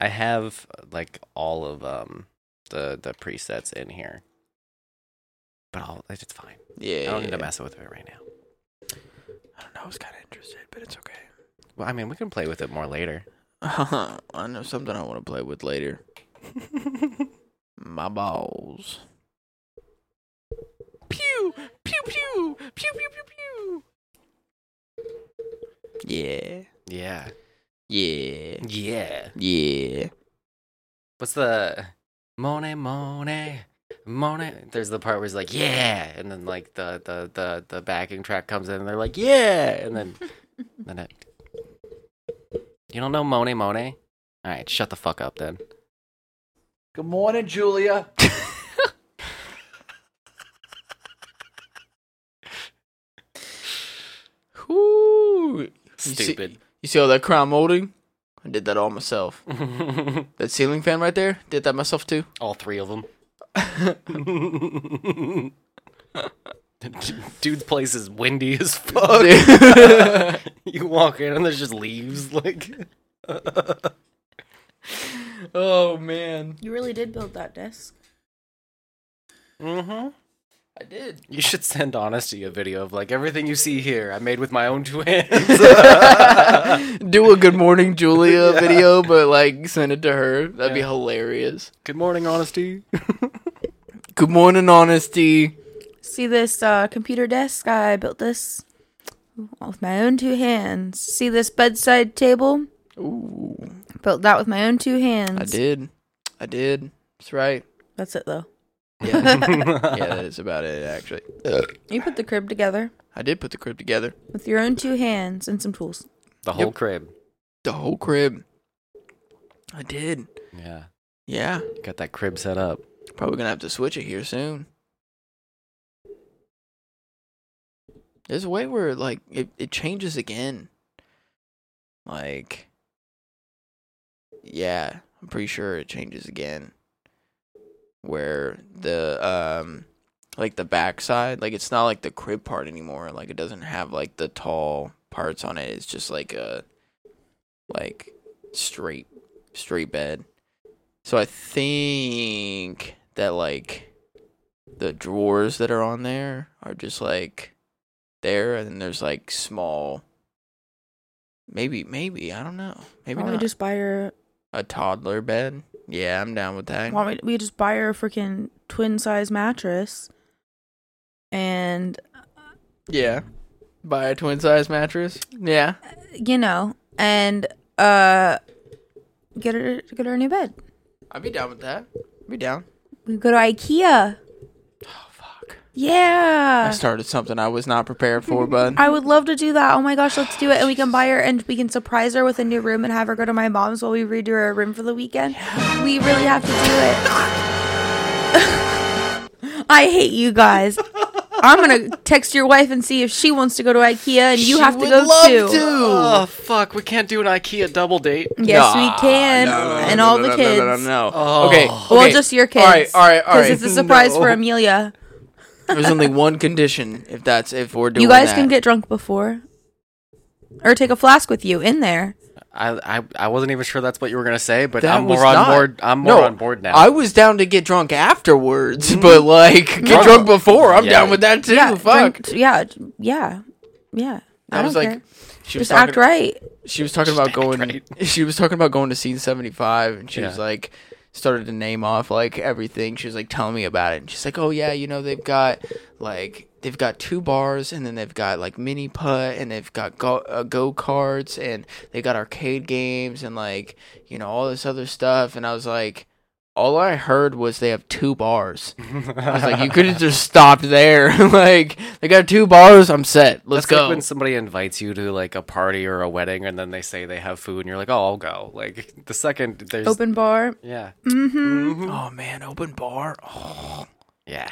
I have like all of um the the presets in here, but all it's fine. Yeah, I don't need to yeah. mess with it right now. I don't know. I was kind of interested, but it's okay. Well, I mean, we can play with it more later. I know something I want to play with later. My balls. Pew pew pew pew pew pew pew. Yeah. Yeah, Yeah. yeah. Yeah. What's the Monet Monet Monet? There's the part where he's like, yeah, and then like the the the the backing track comes in, and they're like, yeah, and then then it. You don't know Monet Monet? All right, shut the fuck up then. Good morning, Julia. Whoo. You see, Stupid. you see all that crown molding? I did that all myself. that ceiling fan right there, did that myself too. All three of them. Dude's place is windy as fuck. you walk in and there's just leaves. Like, oh man, You really did build that desk. mm-hmm. I did. You should send Honesty a video of like everything you see here. I made with my own two hands. Do a Good Morning Julia video, but like send it to her. That'd be hilarious. Good morning, Honesty. Good morning, honesty. See this uh, computer desk? I built this with my own two hands. See this bedside table? Ooh, Built that with my own two hands. I did. I did. That's right. That's it though. Yeah, yeah, that is about it actually. You put the crib together I did put the crib together. with your own two hands and some tools. The whole crib. The whole crib. I did. Yeah. Yeah. Got that crib set up. Probably gonna have to switch it here soon. There's a way where like it, it changes again. Like Yeah, I'm pretty sure it changes again. Where the um like the backside, like it's not like the crib part anymore. Like it doesn't have like the tall parts on it. It's just like a like straight straight bed. So I think that like the drawers that are on there are just like there, and then there's like small. Maybe, maybe I don't know. Maybe Why don't we not. just buy her? a toddler bed. Yeah, I'm down with that. Why don't we, we just buy her a freaking twin size mattress? And Yeah, buy a twin size mattress. Yeah, you know, and uh, get her get her a new bed. I'd be down with that. I'd be down. We go to IKEA. Oh fuck. Yeah. I started something I was not prepared for, bud. Uh, I would love to do that. Oh my gosh, let's do it. And we can buy her and we can surprise her with a new room and have her go to my mom's while we redo her room for the weekend. We really have to do it. I hate you guys. I'm gonna text your wife and see if she wants to go to IKEA and you have to go too. Oh fuck, we can't do an IKEA double date. Yes, we can. and all the kids. no. Oh. Okay, Well, okay. just your kids. All right, all right, all right. Because it's a surprise for No. Amelia. There's only one condition if that's if we're doing. You guys that. can get drunk before, or take a flask with you in there. I, I I wasn't even sure that's what you were gonna say, but That I'm was more on not- board. I'm more No, on board now. Mm-hmm. I was down to get drunk afterwards, but like get Drunk- drunk, before. I'm Yeah. down with that too. Yeah, Fuck. drink- yeah, yeah, yeah. I, I was don't like- care. she was just act talking- right. She was talking about going. She was talking about going to scene 75, and she was Yeah. like started to name off like everything. She was like telling me about it, and she's like, "Oh yeah, you know they've got like they've got two bars, and then they've got like mini putt, and they've got go uh, go karts, and they got arcade games, and like you know all this other stuff." And I was like. All I heard was they have two bars. I was like, you could have just stopped there. like, they got two bars. I'm set. Let's That's like go. when somebody invites you to like a party or a wedding, and then they say they have food, and you're like, "Oh, I'll go." Like the second there's Open bar. yeah, Mm-hmm. Oh man, open bar. Oh, yeah.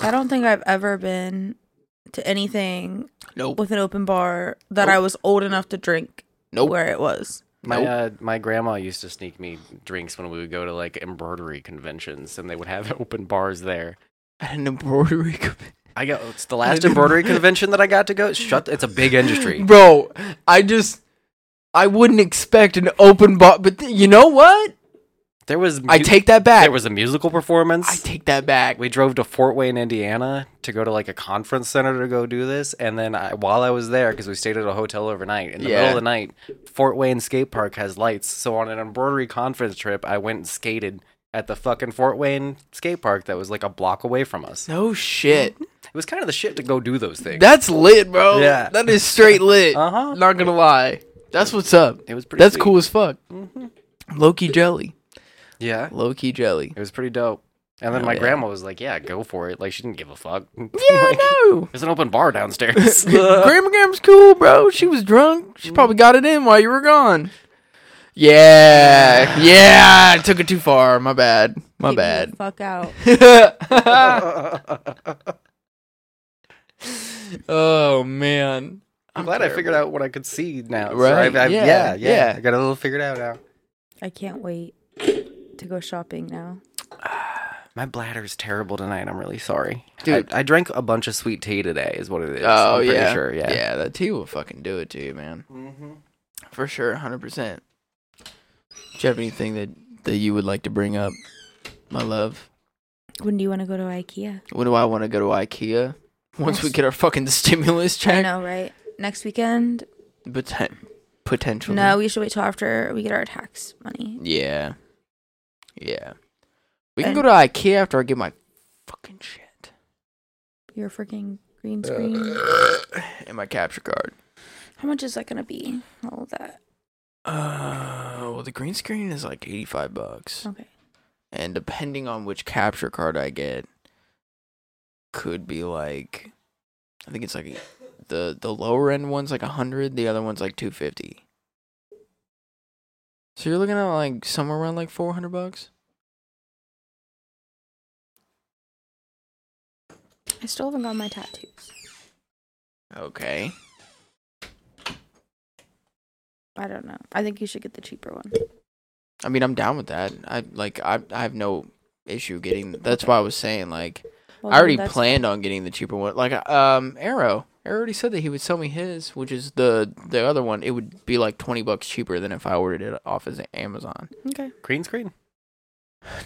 I don't think I've ever been to anything Nope. with an open bar that I Nope. was old enough to drink. Nope. Where it was. My Nope. uh, my grandma used to sneak me drinks when we would go to like embroidery conventions, and they would have open bars there. At an embroidery company. I got it's the last embroidery convention that I got to go. Shut, it's a big industry. Bro, I just I wouldn't expect an open bar, but th- you know what? There was I mu- take that back. There was a musical performance. I take that back. we drove to Fort Wayne, Indiana to go to like a conference center to go do this. And then I, while I was there, because we stayed at a hotel overnight, in the middle Yeah. of the night, Fort Wayne Skate Park has lights. So on an embroidery conference trip, I went and skated at the fucking Fort Wayne Skate Park that was like a block away from us. No shit. It was kind of the shit to go do those things. That's lit, bro. Yeah. That is straight lit. Uh-huh. Not gonna lie. That's what's up. It was pretty That's sweet. Mm-hmm. cool as fuck. Low key jelly. yeah. Low key jelly. It was pretty dope. And then Hell my yeah. grandma was like, yeah, go for it. Like, she didn't give a fuck. Yeah, no. There's an open bar downstairs. Grandma Gram's cool, bro. She was drunk. Mm. She probably got it in while you were gone. Yeah. Yeah. I took it too far. My bad. My Get me the bad. Fuck out. oh man, I'm glad I figured out what I could see now. So Right, I- I- yeah, yeah, yeah, yeah. I got a little figured out now. I can't wait to go shopping now. My bladder's terrible tonight. I'm really sorry, Dude. I, I drank a bunch of sweet tea today. Is what it is. Oh I'm pretty yeah, sure. Yeah. yeah. That tea will fucking do it to you, man. Mm-hmm. For sure, hundred percent. Do you have anything that that you would like to bring up, my love? When do you want to go to IKEA? When do I want to go to IKEA? Once we Yes. get our fucking stimulus I check, know, right? Next weekend? Poten- potentially. No, we should wait till after we get our tax money. Yeah. Yeah. We can And- go to IKEA after I get my fucking shit Your freaking green screen. and my capture card. How much is that gonna be? All of that. Uh, well, the green screen is like eighty-five bucks, Okay. and depending on which capture card I get, could be like, I think it's like the the lower end one's like hundred, the other one's like two fifty. So you're looking at like somewhere around like four hundred bucks. I still haven't got my tattoos. Okay. I don't know. I think you should get the cheaper one. I mean, I'm down with that. I like I I have no issue getting. That's why I was saying like Well, I then already that's- planned on getting the cheaper one. Like um Arrow, Arrow already said that he would sell me his, which is the the other one. It would be like twenty bucks cheaper than if I ordered it off of Amazon. Okay. Green screen.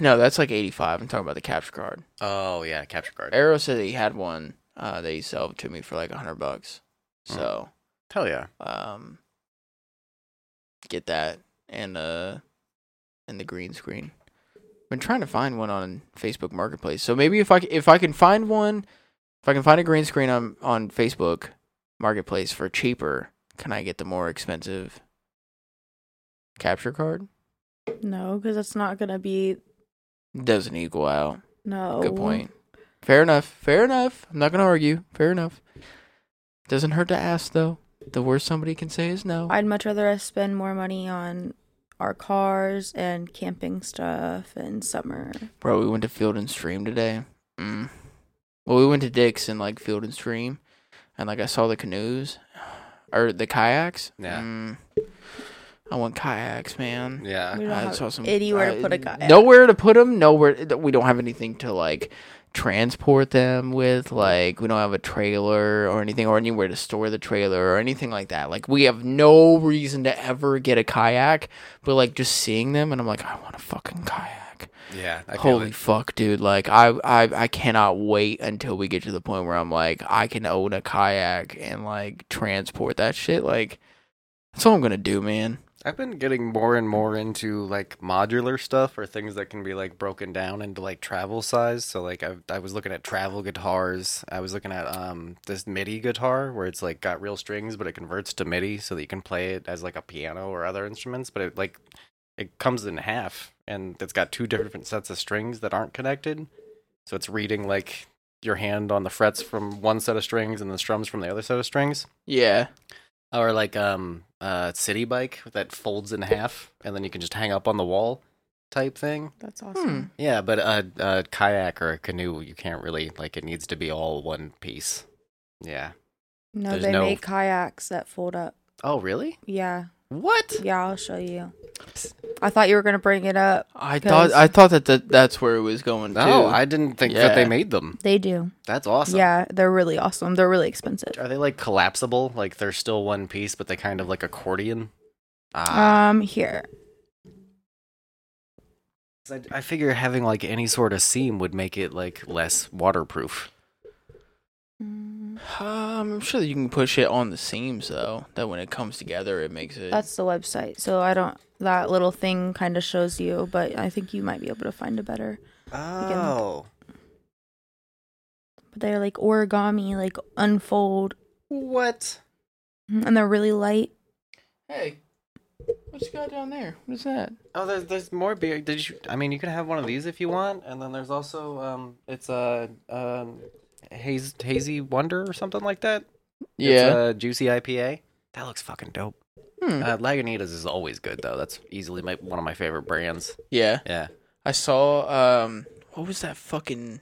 No, that's like eighty five. I'm talking about the capture card. Oh yeah, capture card. Arrow said that he had one uh, that he sold to me for like hundred bucks. Mm. So Hell yeah. um get that and uh and the green screen been trying to find one on facebook marketplace so maybe if i c- if i can find one if i can find a green screen on on facebook marketplace for cheaper can i get the more expensive capture card No, because that's not gonna be doesn't equal out no. good point fair enough fair enough i'm not gonna argue fair enough doesn't hurt to ask though the worst somebody can say is no I'd much rather us spend more money on our cars and camping stuff and summer. Bro, we went to Field and Stream today. Mm. Well, we went to Dick's and like Field and Stream, and like I saw the canoes or the kayaks. Yeah. Mm. I want kayaks, man. Yeah. We don't I have saw some anywhere to I- put a kayak. Nowhere to put them. Nowhere. We don't have anything to like transport them with. Like we don't have a trailer or anything, or anywhere to store the trailer or anything like that. Like we have no reason to ever get a kayak. But like just seeing them, and I'm like, I want a fucking kayak. Yeah. I feel Holy it. fuck, dude! Like I, I, I cannot wait until we get to the point where I'm like, I can own a kayak and like transport that shit. Like that's all I'm gonna do, man. I've been getting more and more into like modular stuff or things that can be like broken down into like travel size. So like I I was looking at travel guitars. I was looking at um this MIDI guitar where it's like got real strings but it converts to MIDI so that you can play it as like a piano or other instruments, but it like it comes in half and it's got two different sets of strings that aren't connected. So it's reading like your hand on the frets from one set of strings and the strums from the other set of strings Yeah, or like um uh city bike that folds in half and then you can just hang up on the wall type thing Hmm. That's awesome. yeah but a, a kayak or a canoe you can't really like it needs to be all one piece yeah No, There's they no- make kayaks that fold up. oh really Yeah. what Yeah, I'll show you. I thought you were gonna bring it up. I 'cause thought, I thought that that that's where it was going. no too. i didn't think that they Yeah. made them they do. that's awesome Yeah, they're really awesome. They're really expensive. are they like collapsible like they're still one piece but they kind of like accordion ah Um, here. 'Cause I, I figure having like any sort of seam would make it like less waterproof Um, I'm sure that you can push it on the seams though. That when it comes together, it makes it. That's the website. So I don't. That little thing kind of shows you, but I think you might be able to find a better. oh But they're like origami, like unfold, Mm-hmm. what and they're really light. hey, what you got down there? What is that? Oh, there's there's more beer. Did you? I mean, you can have one of these if you want, and then there's also um, it's a um, haze hazy wonder or something like that. Yeah. it's a juicy IPA. That looks fucking dope. Hmm. Uh, Lagunitas is always good though. That's easily my, one of my favorite brands. Yeah. Yeah, I saw um what was that fucking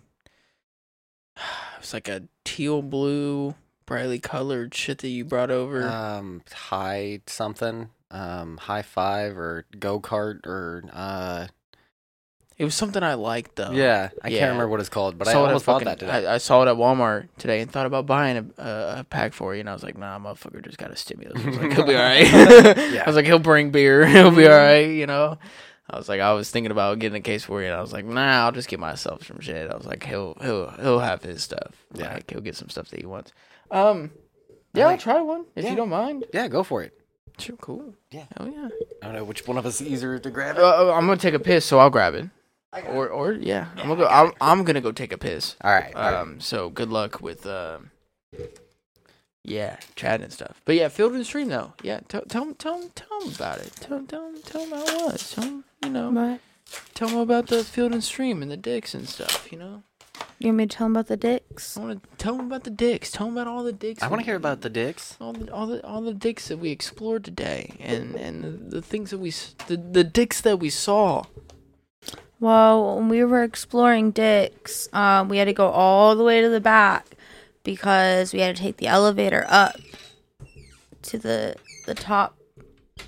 it was like a teal blue brightly colored shit that you brought over? Um, high something, um, high five or go kart or uh, it was something I liked though. Oh, yeah, I can't remember what it's called, but I Saw it at almost bought fucking- that today. I, I saw it at Walmart today and thought about buying a, a, a pack for you, and I was like, nah, motherfucker just got a stimulus. I was like, he'll be all right. I was like, he'll bring beer. He'll be all right, you know? I was like, I was thinking about getting a case for you, and I was like, nah, I'll just get myself some shit. I was like, he'll he'll he'll have his stuff. Yeah, like, he'll get some stuff that he wants. Um, yeah, I'll try one if you don't mind. Yeah, go for it. Sure, cool. Yeah. Oh yeah. I don't know which one of us is easier to grab. Uh, I'm gonna take a piss, so I'll grab it. Or or yeah, I'm gonna go. I'm, I'm gonna go take a piss. All right. Um. So good luck with um. Yeah, chatting and stuff. But yeah, field and stream though. Yeah, tell tell 'em- tell 'em- tell 'em about it. Tell 'em- tell 'em- tell 'em how it was. Tell 'em, you know. Tell 'em about the field and stream and the dicks and stuff. You know. You want me to tell him about the dicks? I want to tell him about the dicks. Tell him about all the dicks. I want to we- hear about the dicks. all the all the all the dicks that we explored today, and and the, the things that we s- the the dicks that we saw. Well, when we were exploring dicks, um, we had to go all the way to the back because we had to take the elevator up to the the top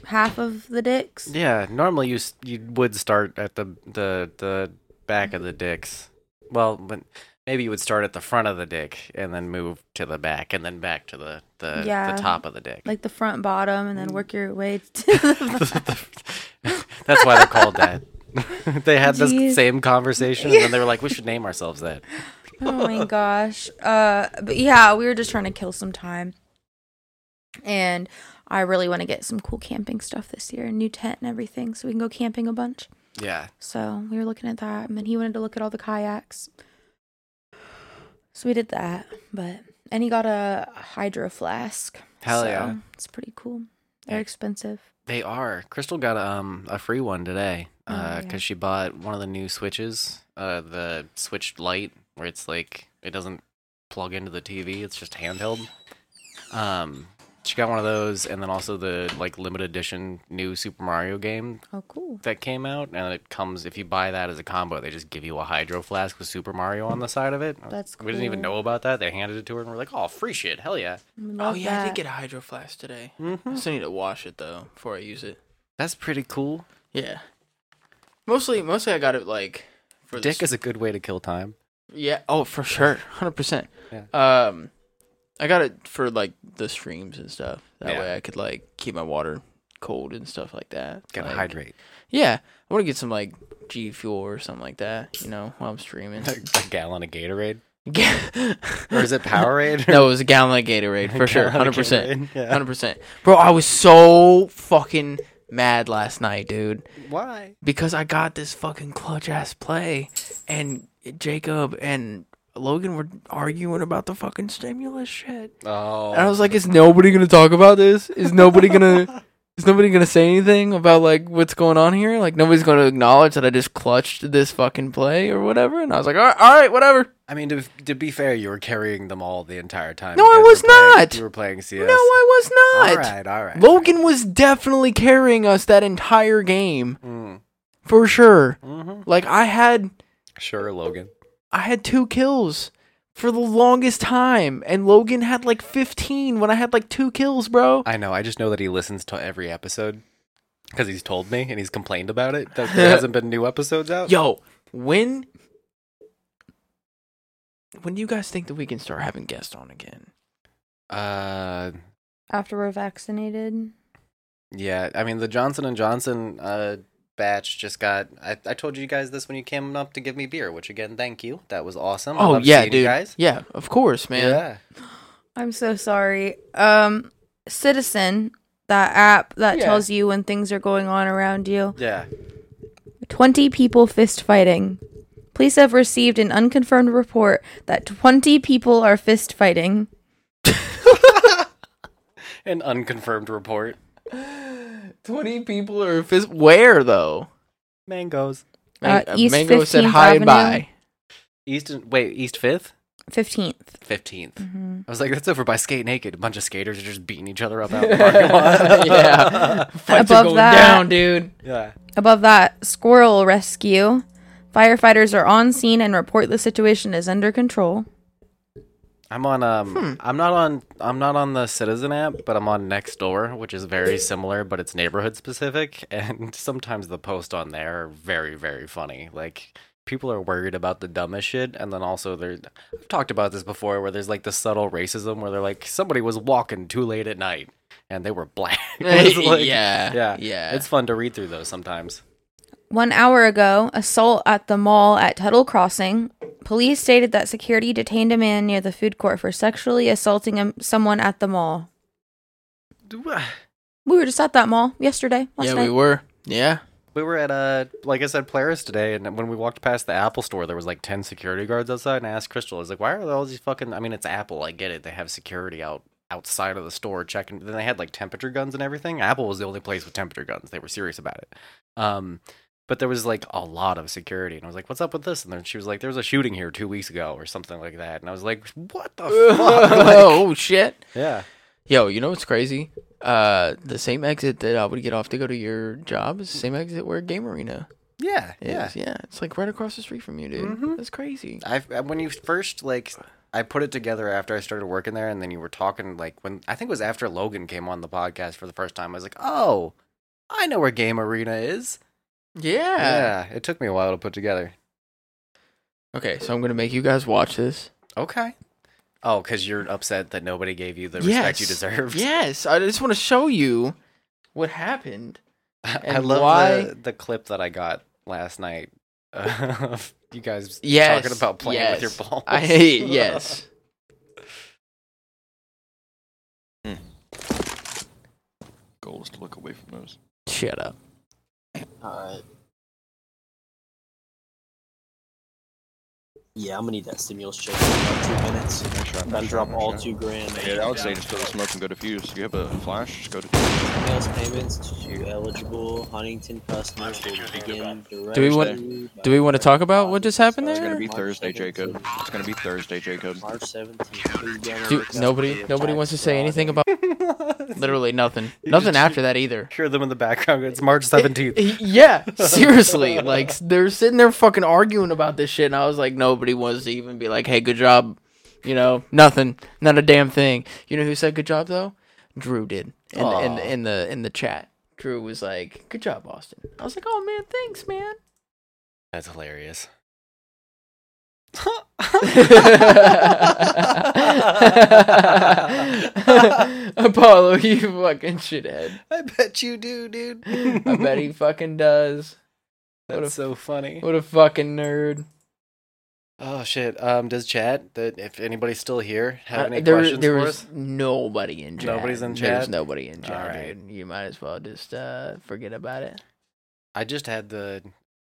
half of the dicks. Yeah, normally you s- you would start at the the the back of the dicks. Well, but maybe you would start at the front of the dick and then move to the back and then back to the the, Yeah. the top of the dick. Like the front bottom and then work your way to the That's why they're called that. they had Jeez. this same conversation and then they were like, "We should name ourselves that." oh my gosh. Uh, but yeah, we were just trying to kill some time. And I really want to get some cool camping stuff this year, a new tent and everything, so we can go camping a bunch. Yeah. So we were looking at that, and then he wanted to look at all the kayaks. So we did that, but and he got a hydro flask. Hell so yeah. it's pretty cool. They're expensive. They are. Crystal got um a free one today Oh, because yeah. she bought one of the new switches, uh the Switch Lite, where it's like it doesn't plug into the TV; it's just handheld. Um, she got one of those, and then also the like limited edition new Super Mario game. Oh, cool! That came out, and it comes if you buy that as a combo. They just give you a hydro flask with Super Mario on the side of it. That's We didn't even cool. know about that. They handed it to her, and we're like, "Oh, free shit! Hell yeah!" Oh Love yeah, I that. Mm-hmm. did get a hydro flask today. I still need to wash it though before I use it. That's pretty cool. Yeah. Mostly, mostly I got it like for the Dick is a good way to kill time. Yeah. Oh, for sure, hundred percent. Yeah. Um, I got it for like the streams and stuff. That Yeah. way, I could like keep my water cold and stuff like that. Gotta Like, hydrate. Yeah, I want to get some like G Fuel or something like that. You know, while I'm streaming. a gallon of Gatorade. or is it Powerade? No, it was a gallon of Gatorade for sure, Gallon hundred of percent, Gatorade, yeah. hundred percent. Bro, I was so fucking mad last night, dude. Why? Because I got this fucking clutch ass play, and Jacob and Logan were arguing about the fucking stimulus shit. Oh. And I was like, is nobody gonna talk about this? Is nobody gonna? Is nobody gonna say anything about like what's going on here? Like nobody's gonna acknowledge that I just clutched this fucking play or whatever. And I was like, all right, all right whatever. I mean, to, to be fair, you were carrying them all the entire time. No, you I guys was were playing- not. You were playing CS. No, I was not. All right, all right. Logan was definitely carrying us that entire game, Hmm. for sure. Mm-hmm. Like I had, Sure, Logan. I had two kills for the longest time, and Logan had like fifteen when I had like two kills, bro. I know. I just know that he listens to every episode because he's told me and he's complained about it. That there hasn't been new episodes out. Yo, when when do you guys think that we can start having guests on again? Uh, After we're vaccinated, yeah. I mean, the Johnson and Johnson uh batch just got. I, I told you guys this when you came up to give me beer, which again, thank you. That was awesome. I oh love yeah, seeing you dude. guys. Yeah, of course, man. Yeah. I'm so sorry. Um, Citizen, that app that Yeah. tells you when things are going on around you. Yeah. 20 people fist fighting. Police have received an unconfirmed report that 20 people are fist fighting. An unconfirmed report. Twenty people are phys- where though? Mangoes. Uh, Man- East Mango said 15th hi Avenue. and bye. East wait, East Fifth, 15th. fifteenth. Mhm. I was like, that's over by Skate Naked. A bunch of skaters are just beating each other up out in the parking lot. Yeah. Fights are Above going that- down, dude. Yeah. Above that, squirrel rescue. Firefighters are on scene and report the situation is under control. I'm on um Hmm. I'm not on I'm not on the Citizen app, but I'm on Nextdoor, which is very similar, but it's neighborhood specific and sometimes the posts on there are very very funny. Like people are worried about the dumbest shit and then also they're I've talked about this before where there's like the subtle racism where they're like somebody was walking too late at night and they were black. It's like- Yeah, Yeah. yeah. It's fun to read through those sometimes. One hour ago, assault at the mall at Tuttle Crossing. Police stated that security detained a man near the food court for sexually assaulting a- someone at the mall. uh, We were just at that mall yesterday. Last yeah, night. we were. Yeah. We were at uh like I said, Polaris today, and when we walked past the Apple store, there was like ten security guards outside, and I asked Crystal, I was like, "Why are there all these fucking? I mean, it's Apple, I get it. They have security out outside of the store checking. Then they had like temperature guns and everything. Apple was the only place with temperature guns. They were serious about it. Um, but there was like a lot of security, and I was like, "What's up with this?" And then she was like, "There was a shooting here two weeks ago or something like that," and I was like, "What the fuck?" Like, oh shit. Yeah. Yo, you know what's crazy? Uh, the same exit that I would get off to go to your job is the same exit where Game Arena. Yeah, Mm-hmm. is. yeah. It's like right across the street from you, dude. That's crazy. I've uh, when you first like I put it together after I started working there, and then you were talking like when I think it was after Logan came on the podcast for the first time. I was like, oh, I know where Game Arena is. Yeah. yeah. It took me a while to put together. Okay, so I'm gonna make you guys watch this. Okay. Oh, because you're upset that nobody gave you the respect you deserved. Yes, I just want to show you what happened. I and love why- The, the clip that I got last night. of you guys Yes, talking about playing with yes. your balls. I hate yes. Goal is to look away from those. Shut up. Alright. Yeah, I'm gonna need that stimulus check in about two minutes. Then drop all two grand. Yeah, I would say just go to smoke and go to fuse. Do you have a flash? Just go to fuse. payments to eligible Huntington customers will begin Do we want? Do we want to talk about what just happened It's gonna there? be Thursday, Jacob. It's gonna be Thursday, Jacob. March 17th. Dude, nobody, nobody wants to say anything about. Literally nothing. nothing after that either. Hear them in the background. It's March seventeenth. Yeah, seriously. like they're sitting there fucking arguing about this shit, and I was like, nobody wants to even be like, "Hey, good job," you know, nothing, not a damn thing. You know who said good job though? Drew did in, in, Aw. in the in the chat. Drew was like, "Good job, Austin." I was like, "Oh man, thanks, man." That's hilarious. Apollo, you fucking shithead. I bet you do, dude. I bet he fucking does. That's so funny. What a fucking nerd. Oh shit. Um, does chat that if anybody's still here have Uh, any there- questions there for was us? nobody in chat. Nobody's in There's chat? nobody in chat, Alright. dude. You might as well just uh, forget about it. I just had the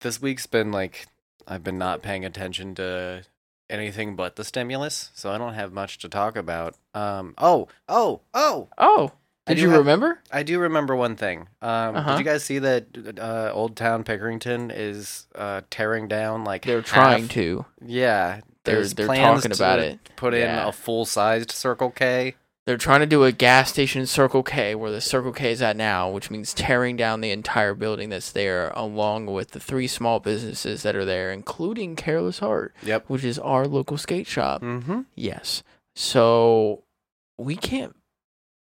this week's been like I've been not paying attention to anything but the stimulus, so I don't have much to talk about. Um, oh, oh, oh, oh. I Did do you have- remember? I do remember one thing. Um, Uh-huh. Did you guys see that uh, Old Town Pickerington is uh, tearing down like They're trying to. Yeah, They're- there's they're plans talking about to it. Put Yeah. in a full sized Circle K. They're trying to do a gas station Circle K where the Circle K is at now, which means tearing down the entire building that's there, along with the three small businesses that are there, including Careless Heart, yep. which is our local skate shop. Mm-hmm. Yes. So we can't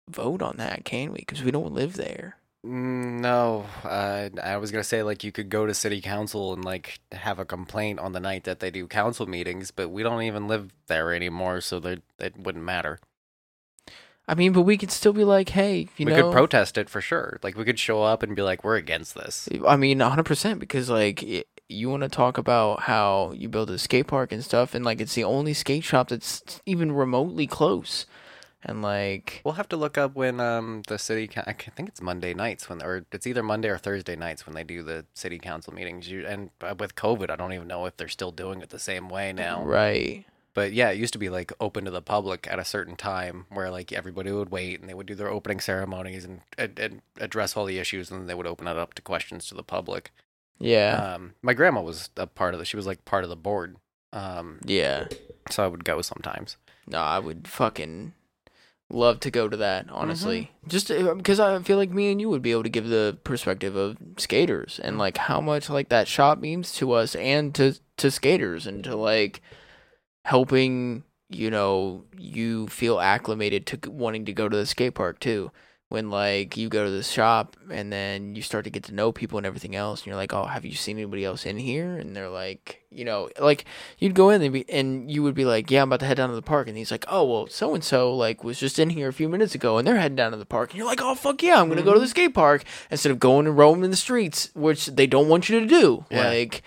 vote on that, can we? Because we don't live there. Mm, No, uh, I was gonna say like you could go to city council and like have a complaint on the night that they do council meetings, but we don't even live there anymore, so that it wouldn't matter. I mean, but we could still be like, hey, you we know, could protest it for sure. Like we could show up and be like, we're against this. I mean, 100% because like y you want to talk about how you build a skate park and stuff and like it's the only skate shop that's even remotely close. And like We'll have to look up when um the city. coun- I ca- think it's Monday nights when, or it's either Monday or Thursday nights when they do the city council meetings. You and uh, with COVID, I don't even know if they're still doing it the same way now. right. But yeah, it used to be like open to the public at a certain time where like everybody would wait and they would do their opening ceremonies and and, and address all the issues and then they would open it up to questions to the public. Yeah. Um, my grandma was a part of the. She was like part of the board. Um, yeah. So I would go sometimes. No, I would fucking love to go to that, honestly. Mm-hmm. Just because I feel like me and you would be able to give the perspective of skaters and like how much like that shop means to us and to to skaters and to like helping you know, you feel acclimated to g- wanting to go to the skate park too. When like you go to the shop and then you start to get to know people and everything else, and you're like, oh, have you seen anybody else in here? And they're like, you know, like you'd go in and be, and you would be like, yeah, I'm about to head down to the park, and he's like, oh, well, so and so like was just in here a few minutes ago, and they're heading down to the park, and you're like, oh, fuck yeah, I'm gonna Mm-hmm. go to the skate park instead of going and roaming in the streets, which they don't want you to do. Yeah. Like,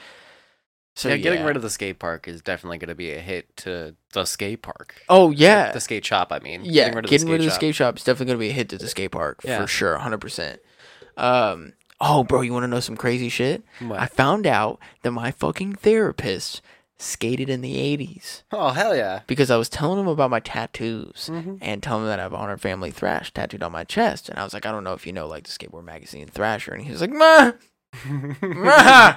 so yeah, getting yeah. rid of the skate park is definitely going to be a hit to the skate park. Oh yeah, the skate shop. I mean, yeah, getting rid of, the, skate shop is definitely going to be a hit to the skate park Yeah. for sure, hundred percent. Um, oh, bro, you want to know some crazy shit? I found out that my fucking therapist skated in the eighties Oh hell yeah! because I was telling him about my tattoos and telling him that I have Honor Family Thrash tattooed on my chest, and I was like, I don't know if you know like the skateboard magazine Thrasher, and he was like, Mah. Mah.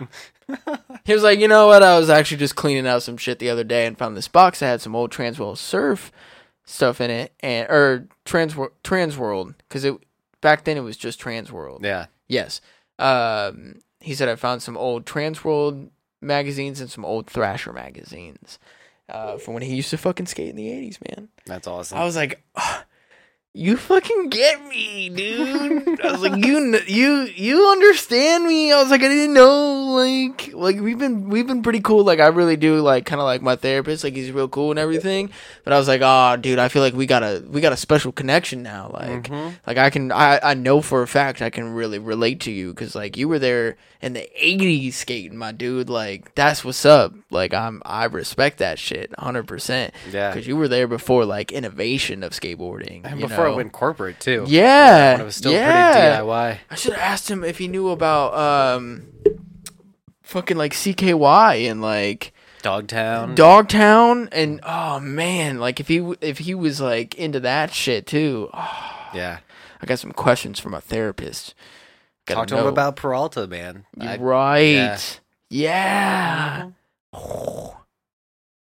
he was like, you know what? I was actually just cleaning out some shit the other day and found this box that had some old Transworld Surf stuff in it, and or Trans Transworld because it back then it was just Transworld. Yeah. Yes. Um, he said I found some old Transworld magazines and some old Thrasher magazines uh, from when he used to fucking skate in the '80s, man. That's awesome. I was like, "Ah, you fucking get me, dude. I was like, you, kn- you, you understand me. I was like, I didn't know, like, like we've been, we've been pretty cool. Like, I really do, like, kind of like my therapist. Like, he's real cool and everything. But I was like, oh, dude, I feel like we got a, we got a special connection now. Like, Mhm. like I can, I, I know for a fact I can really relate to you because like you were there in the '80s skating, my dude. Like, that's what's up. Like, I'm, I respect that shit, hundred percent. Yeah. Because you were there before like innovation of skateboarding. and you before know? it went corporate too. Yeah. when it was still yeah. pretty DIY. I should have asked him if he knew about um fucking like CKY and like Dogtown. Dogtown and oh man, like if he if he was like into that shit too. Oh, yeah. I got some questions for my therapist. Gotta Talk to him know. about Peralta, man. You I- right. yeah. Yeah.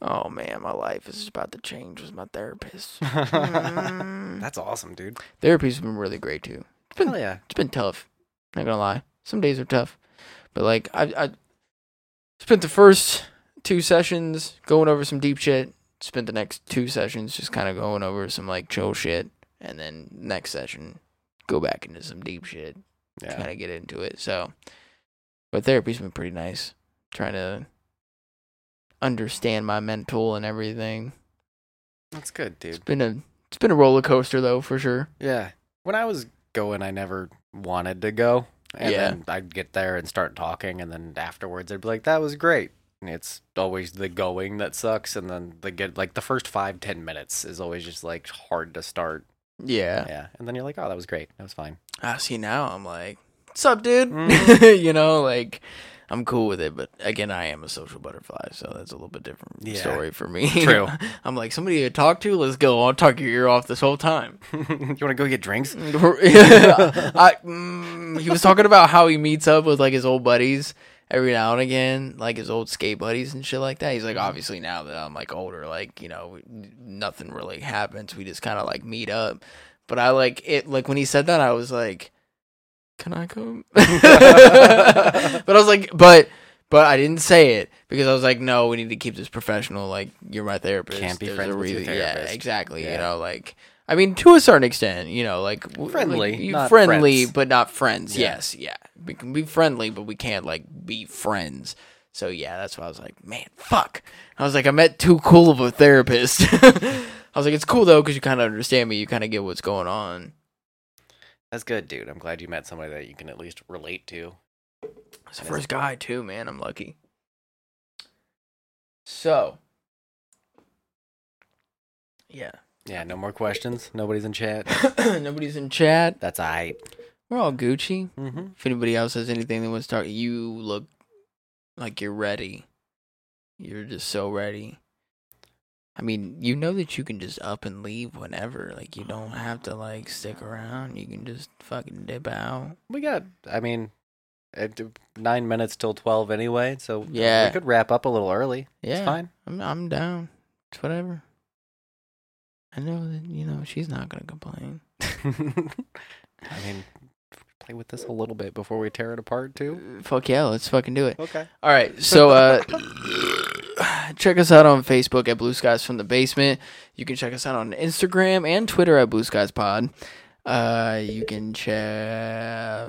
Oh man, my life is about to change with my therapist. Mm. That's awesome, dude. Therapy's been really great too. It's been, Hell yeah. It's been tough. Not gonna lie. Some days are tough, but like I, I spent the first two sessions going over some deep shit. Spent the next two sessions just kind of going over some like chill shit, and then next session go back into some deep shit. Yeah. Kind of get into it. So, but therapy's been pretty nice. Trying to understand my mental and everything. That's good, dude. It's been a it's been a roller coaster though for sure. Yeah. When I was going, I never wanted to go. And Yeah. then I'd get there and start talking. And then afterwards, I'd be like, that was great. And it's always the going that sucks. And then the get, like, the first five, 10 minutes is always just like hard to start. Yeah. Yeah. And then you're like, oh, that was great. That was fine. I see now. I'm like, what's up, dude? Mm-hmm. you know, like I'm cool with it. But again, I am a social butterfly, so that's a little bit different Yeah. story for me. True. I'm like somebody to talk to. Let's go. I'll talk your ear off this whole time. you want to go get drinks? I, mm, he was talking about how he meets up with like his old buddies every now and again, like his old skate buddies and shit like that. He's like, Mm-hmm. obviously now that I'm like older, like you know, nothing really happens. We just kind of like meet up. But I like it. Like when he said that, I was like, "Can I come?" but I was like, "But." But I didn't say it because I was like, no, we need to keep this professional. Like, you're my therapist. Can't be There's a friends with your reason- therapist. Yeah, exactly. Yeah. You know, like, I mean, to a certain extent, you know, like w- Friendly, like, you- not friendly, friends. but not friends. Yeah. Yes, yeah, we can be friendly, but we can't like be friends. So yeah, that's why I was like, man, fuck. I was like, I met too cool of a therapist. I was like, it's cool though because you kind of understand me, you kind of get what's going on. That's good, dude. I'm glad you met somebody that you can at least relate to. It's the first guy too, man. I'm lucky. So, yeah, Yeah. No more questions. Nobody's in chat. nobody's in chat. That's all right. We're all Gucci. Mhm. If anybody else has anything they want to talk, you look like you're ready. You're just so ready. I mean, you know that you can just up and leave whenever. Like you don't have to like stick around. You can just fucking dip out. We got, I mean, it, nine minutes till 12 anyway. So Yeah. we could wrap up a little early. Yeah, It's fine. I'm I'm down. It's whatever. I know that you know she's not gonna complain. I mean, play with this a little bit before we tear it apart, too. Fuck yeah, let's fucking do it. Okay. All right. So uh Check us out on Facebook at Blue Skies from the Basement. You can check us out on Instagram and Twitter at Blue Skies Pod. Uh, you can check.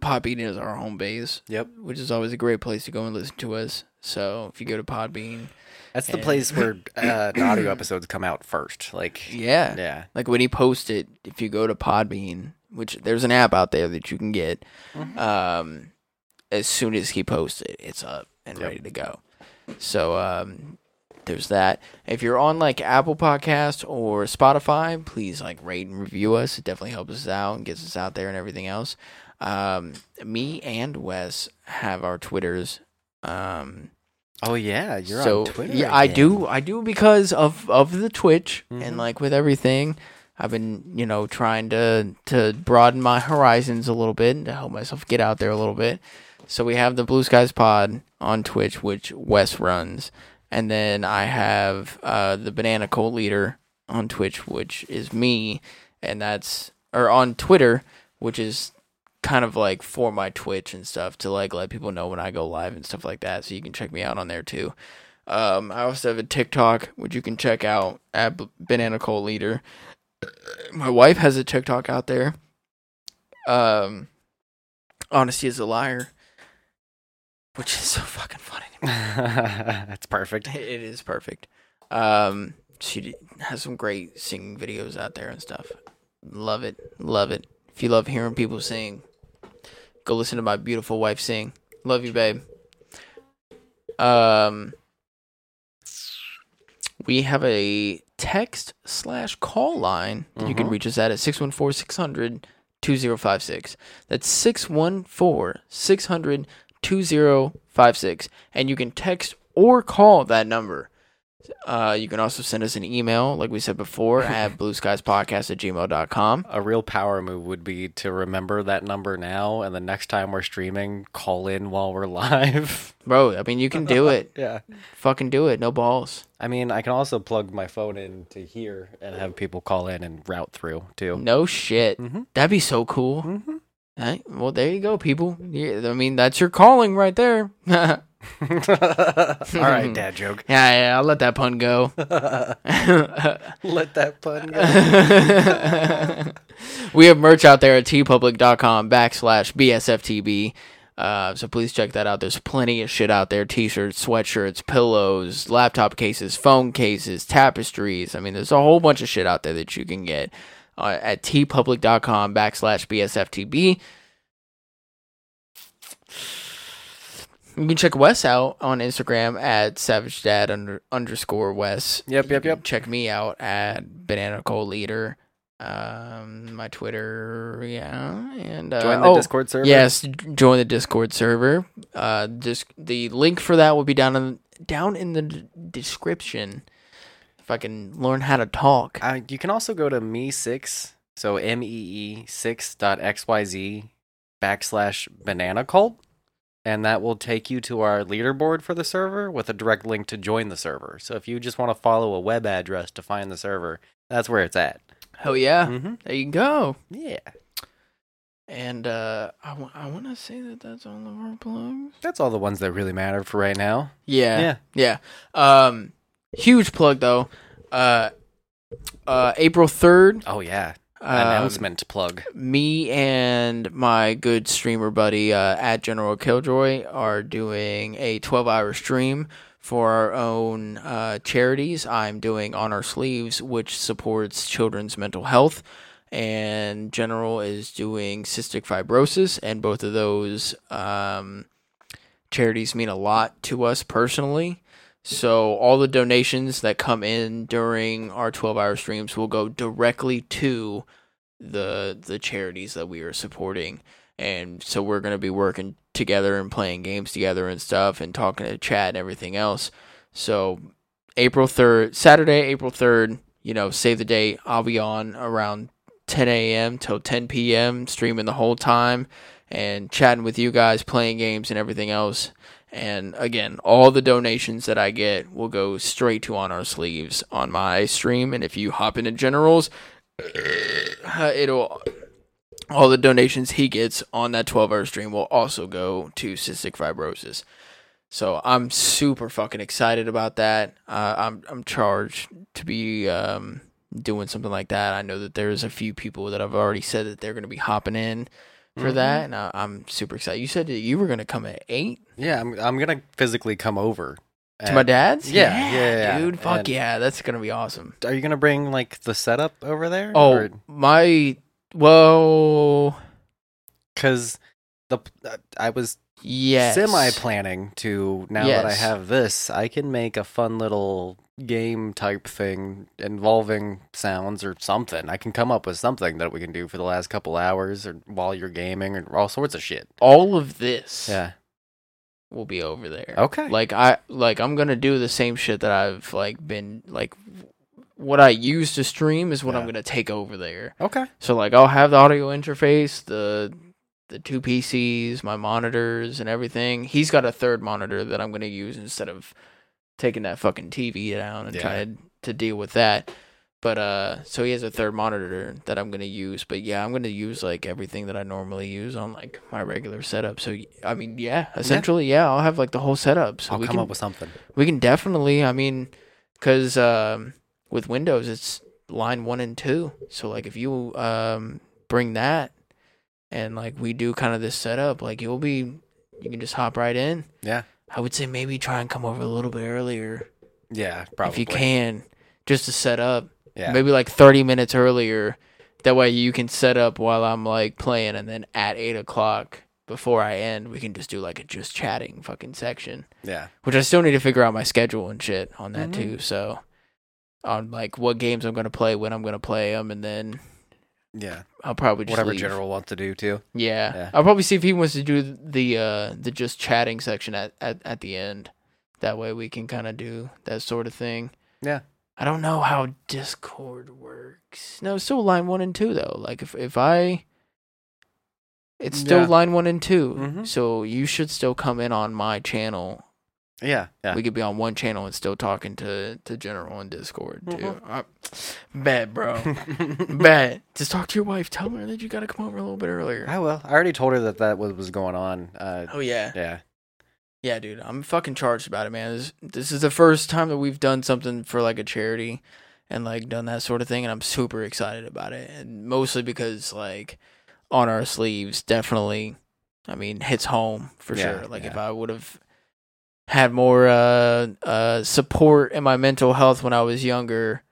Podbean is our home base. Yep. Which is always a great place to go and listen to us. So if you go to Podbean, That's the and- place where uh, the audio episodes come out first. Like, Yeah. yeah. Like when he posted, if you go to Podbean, which there's an app out there that you can get, um, as soon as he posts it, it's up and ready to go. So um, there's that. If you're on like Apple Podcast or Spotify, please like rate and review us. It definitely helps us out and gets us out there and everything else. Um, me and Wes have our Twitters. Um, Oh yeah, you're so on Twitter. yeah, I again. do. I do because of of the Twitch Mm-hmm. and like with everything, I've been you know trying to to broaden my horizons a little bit and to help myself get out there a little bit. So we have the Blue Skies Pod on Twitch, which Wes runs, and then I have uh, the Banana Cult Leader on Twitch, which is me, and that's or on Twitter, which is kind of like for my Twitch and stuff to like let people know when I go live and stuff like that. So you can check me out on there too. Um, I also have a TikTok which you can check out at B- Banana Cole Leader. My wife has a TikTok out there. Um, honesty is a liar, which is so fucking funny. That's perfect. It is perfect. Um, she d- has some great singing videos out there and stuff. Love it, love it. If you love hearing people sing, go listen to my beautiful wife sing. Love you, babe. Um, we have a text slash call line that you can Mhm. reach us at at 614 600 2056. That's 614 600 2056. And you can text or call that number. Uh, you can also send us an email, like we said before, at blueskiespodcast at gmail.com. A real power move would be to remember that number now, and the next time we're streaming, call in while we're live. Bro, I mean, you can do it. yeah. Fucking do it. No balls. I mean, I can also plug my phone in to here and have people call in and route through too. No shit. That'd be so cool. Hey, well, there you go, people. Yeah, I mean, that's your calling right there. All right, dad joke. Yeah, yeah, I'll let that pun go. Let that pun we have merch out there at tpublic.com backslash bsftb. Uh, so please check that out. There's plenty of shit out there: t-shirts, sweatshirts, pillows, laptop cases, phone cases, tapestries. I mean, there's a whole bunch of shit out there that you can get uh, at tpublic.com backslash bsftb. You can check Wes out on Instagram at savagedad under, underscore Wes. Yep, yep, yep. Check me out at banana Cole leader. Um, my Twitter, yeah, and uh, Join the oh, Discord server. Yes, j- join the Discord server. Uh, just the link for that will be down in down in the d- description. If I can learn how to talk, Uh, you can also go to me six, so m e e six dot x y z backslash banana cult, and that will take you to our leaderboard for the server with a direct link to join the server. So if you just want to follow a web address to find the server, that's where it's at. hell yeah, Mhm. Mm. there you go. Yeah, And uh, I want to say that that's all of our plugs. that's all the ones that really matter for right now. Yeah. Yeah. Yeah. Um huge plug though. Uh uh April 3rd, Oh yeah, Um, announcement plug. me and my good streamer buddy uh at General Killjoy are doing a 12-hour stream for our own uh charities. I'm doing on our sleeves which supports children's mental health and General is doing cystic fibrosis and both of those um charities mean a lot to us personally. So all the donations that come in during our 12-hour streams will go directly to the the charities that we are supporting. And so we're going to be working together and playing games together and stuff and talking to chat and everything else. So April 3rd, Saturday, April 3rd, you know, save the date. I'll be on around 10 a.m. till 10 p.m., streaming the whole time and chatting with you guys, playing games and everything else. And again, all the donations that I get will go straight to on our sleeves on my stream. And if you hop into generals, Uh, it'll all the donations he gets on that 12 hour stream will also go to cystic fibrosis. So I'm super fucking excited about that. Uh, I'm I'm charged to be um, doing something like that. I know that there's a few people that I've already said that they're going to be hopping in for Mm-hmm. that, and I, I'm super excited. You said that you were going to come at eight Yeah, I'm I'm gonna physically come over to my dad's. Yeah, yeah, yeah, dude. Fuck And yeah, that's gonna be awesome. Are you gonna bring like the setup over there? Oh my, whoa, because the I was yes, semi planning to now that I Yes. have this, I can make a fun little game type thing involving sounds or something. I can come up with something that we can do for the last couple hours or while you're gaming or all sorts of shit. All of this, Yeah. will be over there. Okay. Like I like I'm gonna do the same shit that I've like been like what I use to stream is what I'm gonna take over there. Okay. So like I'll have the audio interface, the the two PCs, my monitors and everything. He's got a third monitor that I'm gonna use instead of taking that fucking TV down and Yeah. trying to deal with that. But uh so he has a third monitor that I'm gonna use. But yeah, I'm gonna use like everything that I normally use on like my regular setup. So y- I mean, yeah, essentially, yeah, I'll have like the whole setup. So I'll we come can, up with something. we can definitely. I mean, because um, with Windows, it's line one and two. So like, if you um bring that, and like we do kind of this setup, like you'll be, you can just hop right in. Yeah. I would say maybe try and come over a little bit earlier Yeah, probably. if you can, just to set up. Yeah. Maybe like thirty minutes earlier. That way you can set up while I'm like playing, and then at eight o'clock before I end, we can just do like a just chatting fucking section Yeah. which I still need to figure out my schedule and shit on that Mhm. too. So on like what games I'm gonna play, when I'm gonna play them, and then Yeah. I'll probably just Whatever leave. General wants to do too. Yeah. Yeah. I'll probably see if he wants to do the uh the just chatting section at at, at the end. That way we can kind of do that sort of thing. Yeah. I don't know how Discord works. No, it's still line one and two though. Like if if I, it's still Yeah. line one and 2 Mhm. So you should still come in on my channel Yeah. Yeah. we could be on one channel and still talking to to general on discord too Mhm. I, bet bro bet just talk to your wife tell her that you gotta come over a little bit earlier I will. I already told her that that was, was going on. Uh, oh yeah yeah. yeah dude i'm fucking charged about it man this, this is the first time that we've done something for like a charity and like done that sort of thing and i'm super excited about it and mostly because like on our sleeves definitely i mean hits home for Yeah, sure like if i would have had more uh, uh, support in my mental health when I was younger,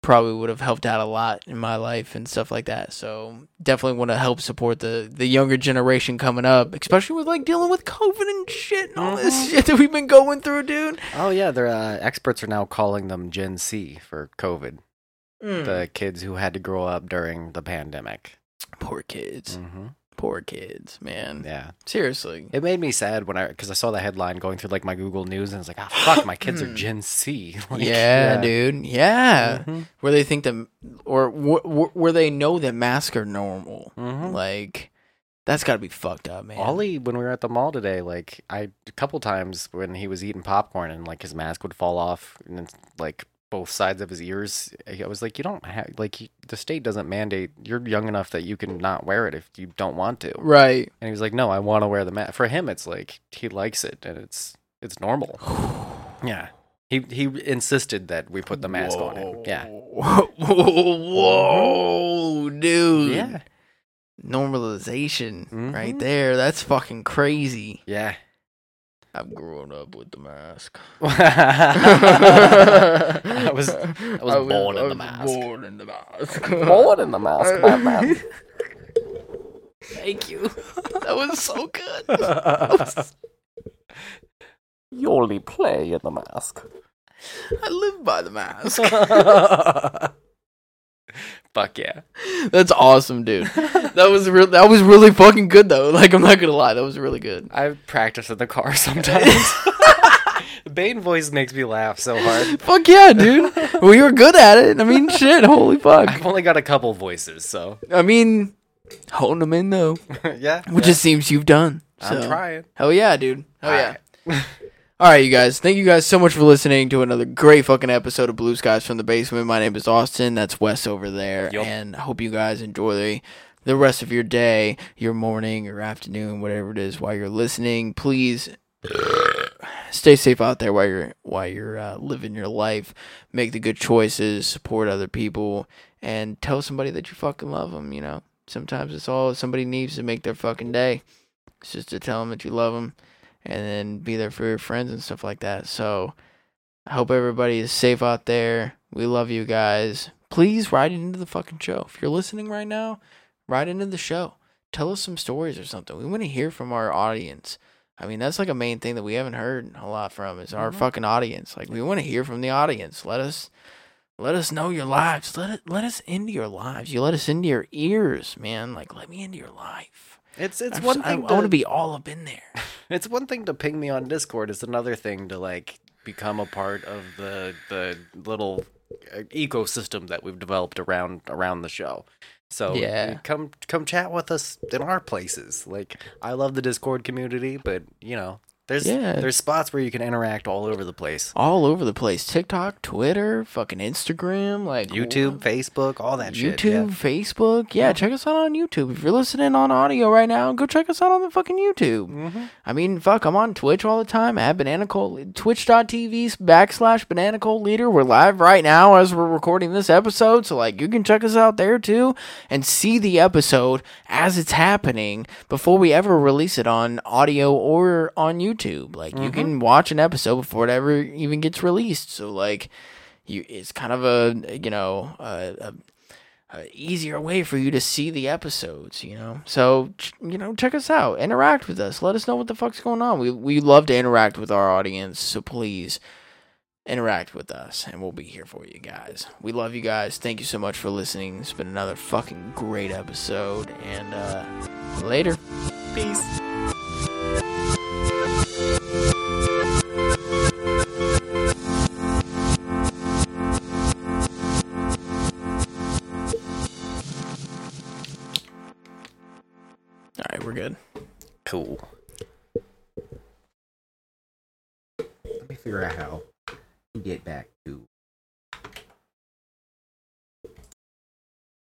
probably would have helped out a lot in my life and stuff like that. So definitely want to help support the the younger generation coming up, especially with like dealing with COVID and shit and all this Mm-hmm. shit that we've been going through, dude. Oh yeah, they're uh, experts are now calling them Gen C for COVID. Mm. The kids who had to grow up during the pandemic. Poor kids, Mm-hmm. poor kids, man. Yeah, Seriously, it made me sad when I because I saw the headline going through like my Google News and it's like, ah, fuck, my kids are Gen C. Like, Hmm. yeah, dude. Mm-hmm. Yeah. Mhm. Where they think that, or wh- wh- where they know that masks are normal. Mm-hmm. Like, that's got to be fucked up, man. Ollie, when we were at the mall today, like I a couple times when he was eating popcorn and like his mask would fall off and it's like both sides of his ears, I was like, you don't have like you, the state doesn't mandate. You're young enough that you can not wear it if you don't want to. Right. And he was like, no, I want to wear the mask. For him, it's like he likes it and it's it's normal. yeah. He he insisted that we put the mask on him. Yeah. Whoa, dude. Yeah. Normalization Mm-hmm. right there. That's fucking crazy. Yeah. I've grown up with the mask. I was I was born in the mask. Born in the mask. Born in the mask, my man. Thank you. That was so good. That was- You only play in the mask. I live by the mask. Fuck yeah. That's awesome, dude. That was real. That was really fucking good, though. Like I'm not gonna lie, that was really good. I practice in the car sometimes. Bane voice makes me laugh so hard. Fuck yeah, dude. well, you were good at it. I mean, shit. Holy fuck. I've only got a couple voices, so I mean, holding them in though. yeah. Which yeah. it seems you've done. I'm so. trying. Hell yeah, dude. Oh, Hell yeah. All right, you guys. Thank you guys so much for listening to another great fucking episode of Blue Skies from the Basement. My name is Austin. That's Wes over there, and I hope you guys enjoy the the rest of your day, your morning, your afternoon, whatever it is while you're listening. Please stay safe out there while you're while you're uh, living your life. Make the good choices, support other people, and tell somebody that you fucking love them. You know, sometimes it's all somebody needs to make their fucking day. It's just to tell them that you love them, and then be there for your friends and stuff like that. So, I hope everybody is safe out there. We love you guys. Please write into the fucking show. If you're listening right now, write into the show. Tell us some stories or something. We want to hear from our audience. I mean, that's like a main thing that we haven't heard a lot from is Mm-hmm. our fucking audience. Like we want to hear from the audience. Let us let us know your lives. Let it let us into your lives. You let us into your ears, man. Like let me into your life. It's it's I'm one just- I- thing. I wanna be all up in there. It's one thing to ping me on Discord. It's another thing to like become a part of the the little uh, ecosystem that we've developed around around the show. So Yeah. come come chat with us in our places. Like I love the Discord community, but you know there's Yeah. there's spots where you can interact all over the place. All over the place. TikTok, Twitter, fucking Instagram, like YouTube, Facebook, all that YouTube, shit. yeah. Facebook. Yeah, check us out on YouTube. If you're listening on audio right now, go check us out on the fucking YouTube. Mm-hmm. I mean, fuck, I'm on Twitch all the time at Banana Cold, twitch.tv backslash Banana Cold Leader. We're live right now as we're recording this episode. So, like, you can check us out there too and see the episode as it's happening before we ever release it on audio or on YouTube. Like, you Mm-hmm. can watch an episode before it ever even gets released. So, like, you, it's kind of a you know a, a a easier way for you to see the episodes, you know. So ch- you know, check us out, interact with us, let us know what the fuck's going on. We we love to interact with our audience, so please interact with us, and we'll be here for you guys. We love you guys. Thank you so much for listening. It's been another fucking great episode, and uh, later. Peace. All right, we're good. Cool. Let me figure out how to get back to